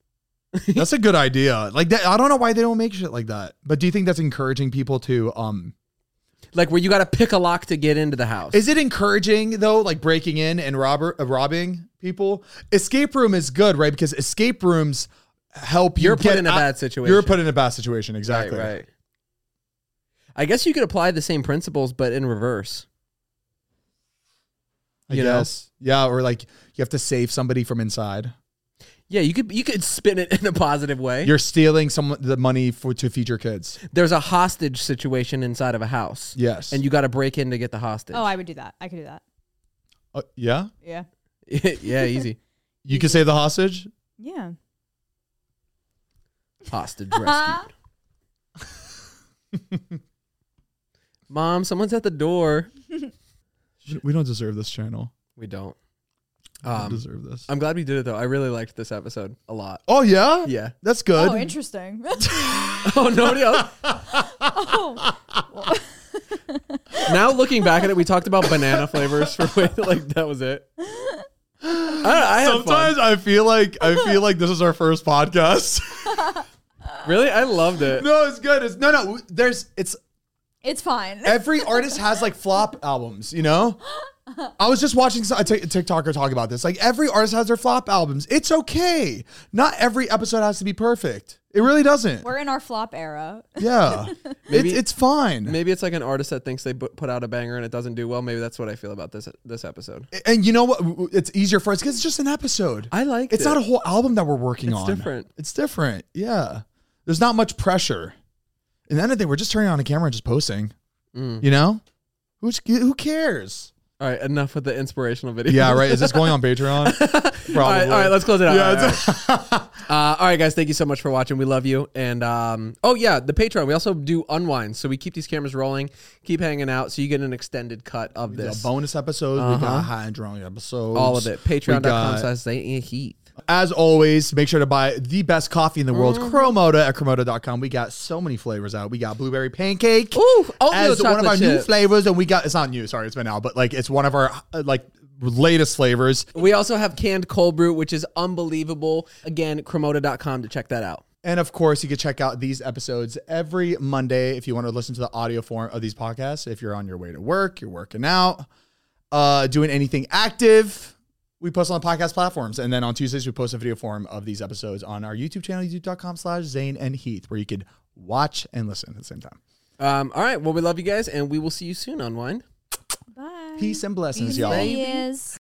[SPEAKER 2] that's a good idea. Like that, I don't know why they don't make shit like that. But do you think that's encouraging people to? Um,
[SPEAKER 1] Like where you got to pick a lock to get into the house.
[SPEAKER 2] is it encouraging though? Like breaking in and robber uh, robbing people. Escape room is good, right? Because escape rooms help you
[SPEAKER 1] You're put
[SPEAKER 2] get
[SPEAKER 1] in a
[SPEAKER 2] out-
[SPEAKER 1] bad situation.
[SPEAKER 2] You're put in a bad situation.
[SPEAKER 1] right,
[SPEAKER 2] Exactly.
[SPEAKER 1] right. I guess you could apply the same principles, but in reverse.
[SPEAKER 2] I
[SPEAKER 1] You know?
[SPEAKER 2] guess. Yeah, or like you have to save somebody from inside.
[SPEAKER 1] Yeah, you could you could spin it in a positive way.
[SPEAKER 2] You're stealing some the money for to feed your kids.
[SPEAKER 1] There's a hostage situation inside of a house.
[SPEAKER 2] Yes.
[SPEAKER 1] And you got to break in to get the hostage.
[SPEAKER 3] Oh, I would do that. I could do that.
[SPEAKER 2] Uh, yeah.
[SPEAKER 3] Yeah.
[SPEAKER 1] yeah, easy.
[SPEAKER 2] You can save the hostage.
[SPEAKER 3] Yeah.
[SPEAKER 1] Hostage rescued. Mom, someone's at the door.
[SPEAKER 2] We don't deserve this channel.
[SPEAKER 1] We don't.
[SPEAKER 2] I
[SPEAKER 1] Um,
[SPEAKER 2] deserve this.
[SPEAKER 1] I'm glad we did it though. I really liked this episode a lot.
[SPEAKER 2] oh yeah,
[SPEAKER 1] Yeah.
[SPEAKER 2] that's good.
[SPEAKER 3] Oh, interesting.
[SPEAKER 1] Oh, nobody else.
[SPEAKER 2] Oh.
[SPEAKER 1] now looking back at it, we talked about banana flavors for way like that was it. I, I had
[SPEAKER 2] Sometimes I feel like I feel like this is our first podcast.
[SPEAKER 1] fun. really, I loved it.
[SPEAKER 2] no, it's good. It's no, no. There's it's
[SPEAKER 3] it's fine.
[SPEAKER 2] every artist has like flop albums, you know. I was just watching some- a Tik- TikToker talk about this. Like every artist has their flop albums. It's okay. Not every episode has to be perfect. It really doesn't.
[SPEAKER 3] We're in our flop era.
[SPEAKER 2] yeah,
[SPEAKER 1] Maybe-
[SPEAKER 2] it's it's fine.
[SPEAKER 1] Maybe it's like an artist that thinks they bu- put out a banger and it doesn't do well. Maybe that's what I feel about this this episode.
[SPEAKER 2] and you know what? W- w- It's easier for us because it's just an episode.
[SPEAKER 1] I liked
[SPEAKER 2] It's
[SPEAKER 1] it.
[SPEAKER 2] not a whole album that we're working
[SPEAKER 1] It's
[SPEAKER 2] on.
[SPEAKER 1] different.
[SPEAKER 2] It's different. Yeah. There's not much pressure. And then the thing, we're just turning on a camera and just posting.
[SPEAKER 1] Mm.
[SPEAKER 2] You know, who's who cares?
[SPEAKER 1] All right, enough with the inspirational video.
[SPEAKER 2] Yeah, right. Is this going on Patreon? Probably.
[SPEAKER 1] All right, all right, let's close it out.
[SPEAKER 2] Yeah,
[SPEAKER 1] All right,
[SPEAKER 2] it's-
[SPEAKER 1] Uh, all right, guys, thank you so much for watching. We love you. And um, oh yeah, the Patreon. We also do unwinds, so we keep these cameras rolling, keep hanging out, so you get an extended cut of
[SPEAKER 2] The
[SPEAKER 1] this, Uh-huh.
[SPEAKER 2] bonus episodes. We got high and drunk episodes.
[SPEAKER 1] all of it.
[SPEAKER 2] We
[SPEAKER 1] Patreon.com
[SPEAKER 2] got-
[SPEAKER 1] slash Zayton Heath.
[SPEAKER 2] As always, make sure to buy the best coffee in the world,
[SPEAKER 1] Uh-huh.
[SPEAKER 2] Cromota at Cromota.com. We got so many flavors out. We got blueberry pancake.
[SPEAKER 1] Ooh, oatmeal
[SPEAKER 2] as one of
[SPEAKER 1] chocolate
[SPEAKER 2] our new
[SPEAKER 1] chip.
[SPEAKER 2] flavors, and we got it's not new, sorry, it's been out, but like it's one of our uh, like latest flavors.
[SPEAKER 1] We also have canned cold brew, which is unbelievable. Again, Cremota.com to check that out.
[SPEAKER 2] And of course, you can check out these episodes every Monday if you want to listen to the audio form of these podcasts. If you're on your way to work, you're working out, uh, doing anything active, we post on podcast platforms. And then on Tuesdays, we post a video form of these episodes on our YouTube channel, youtube.com slash Zane and Heath, where you could watch and listen at the same time.
[SPEAKER 1] Um, all right, well, we love you guys, and we will see you soon on Wine.
[SPEAKER 3] Bye.
[SPEAKER 2] Peace and blessings, y'all.
[SPEAKER 3] Yes.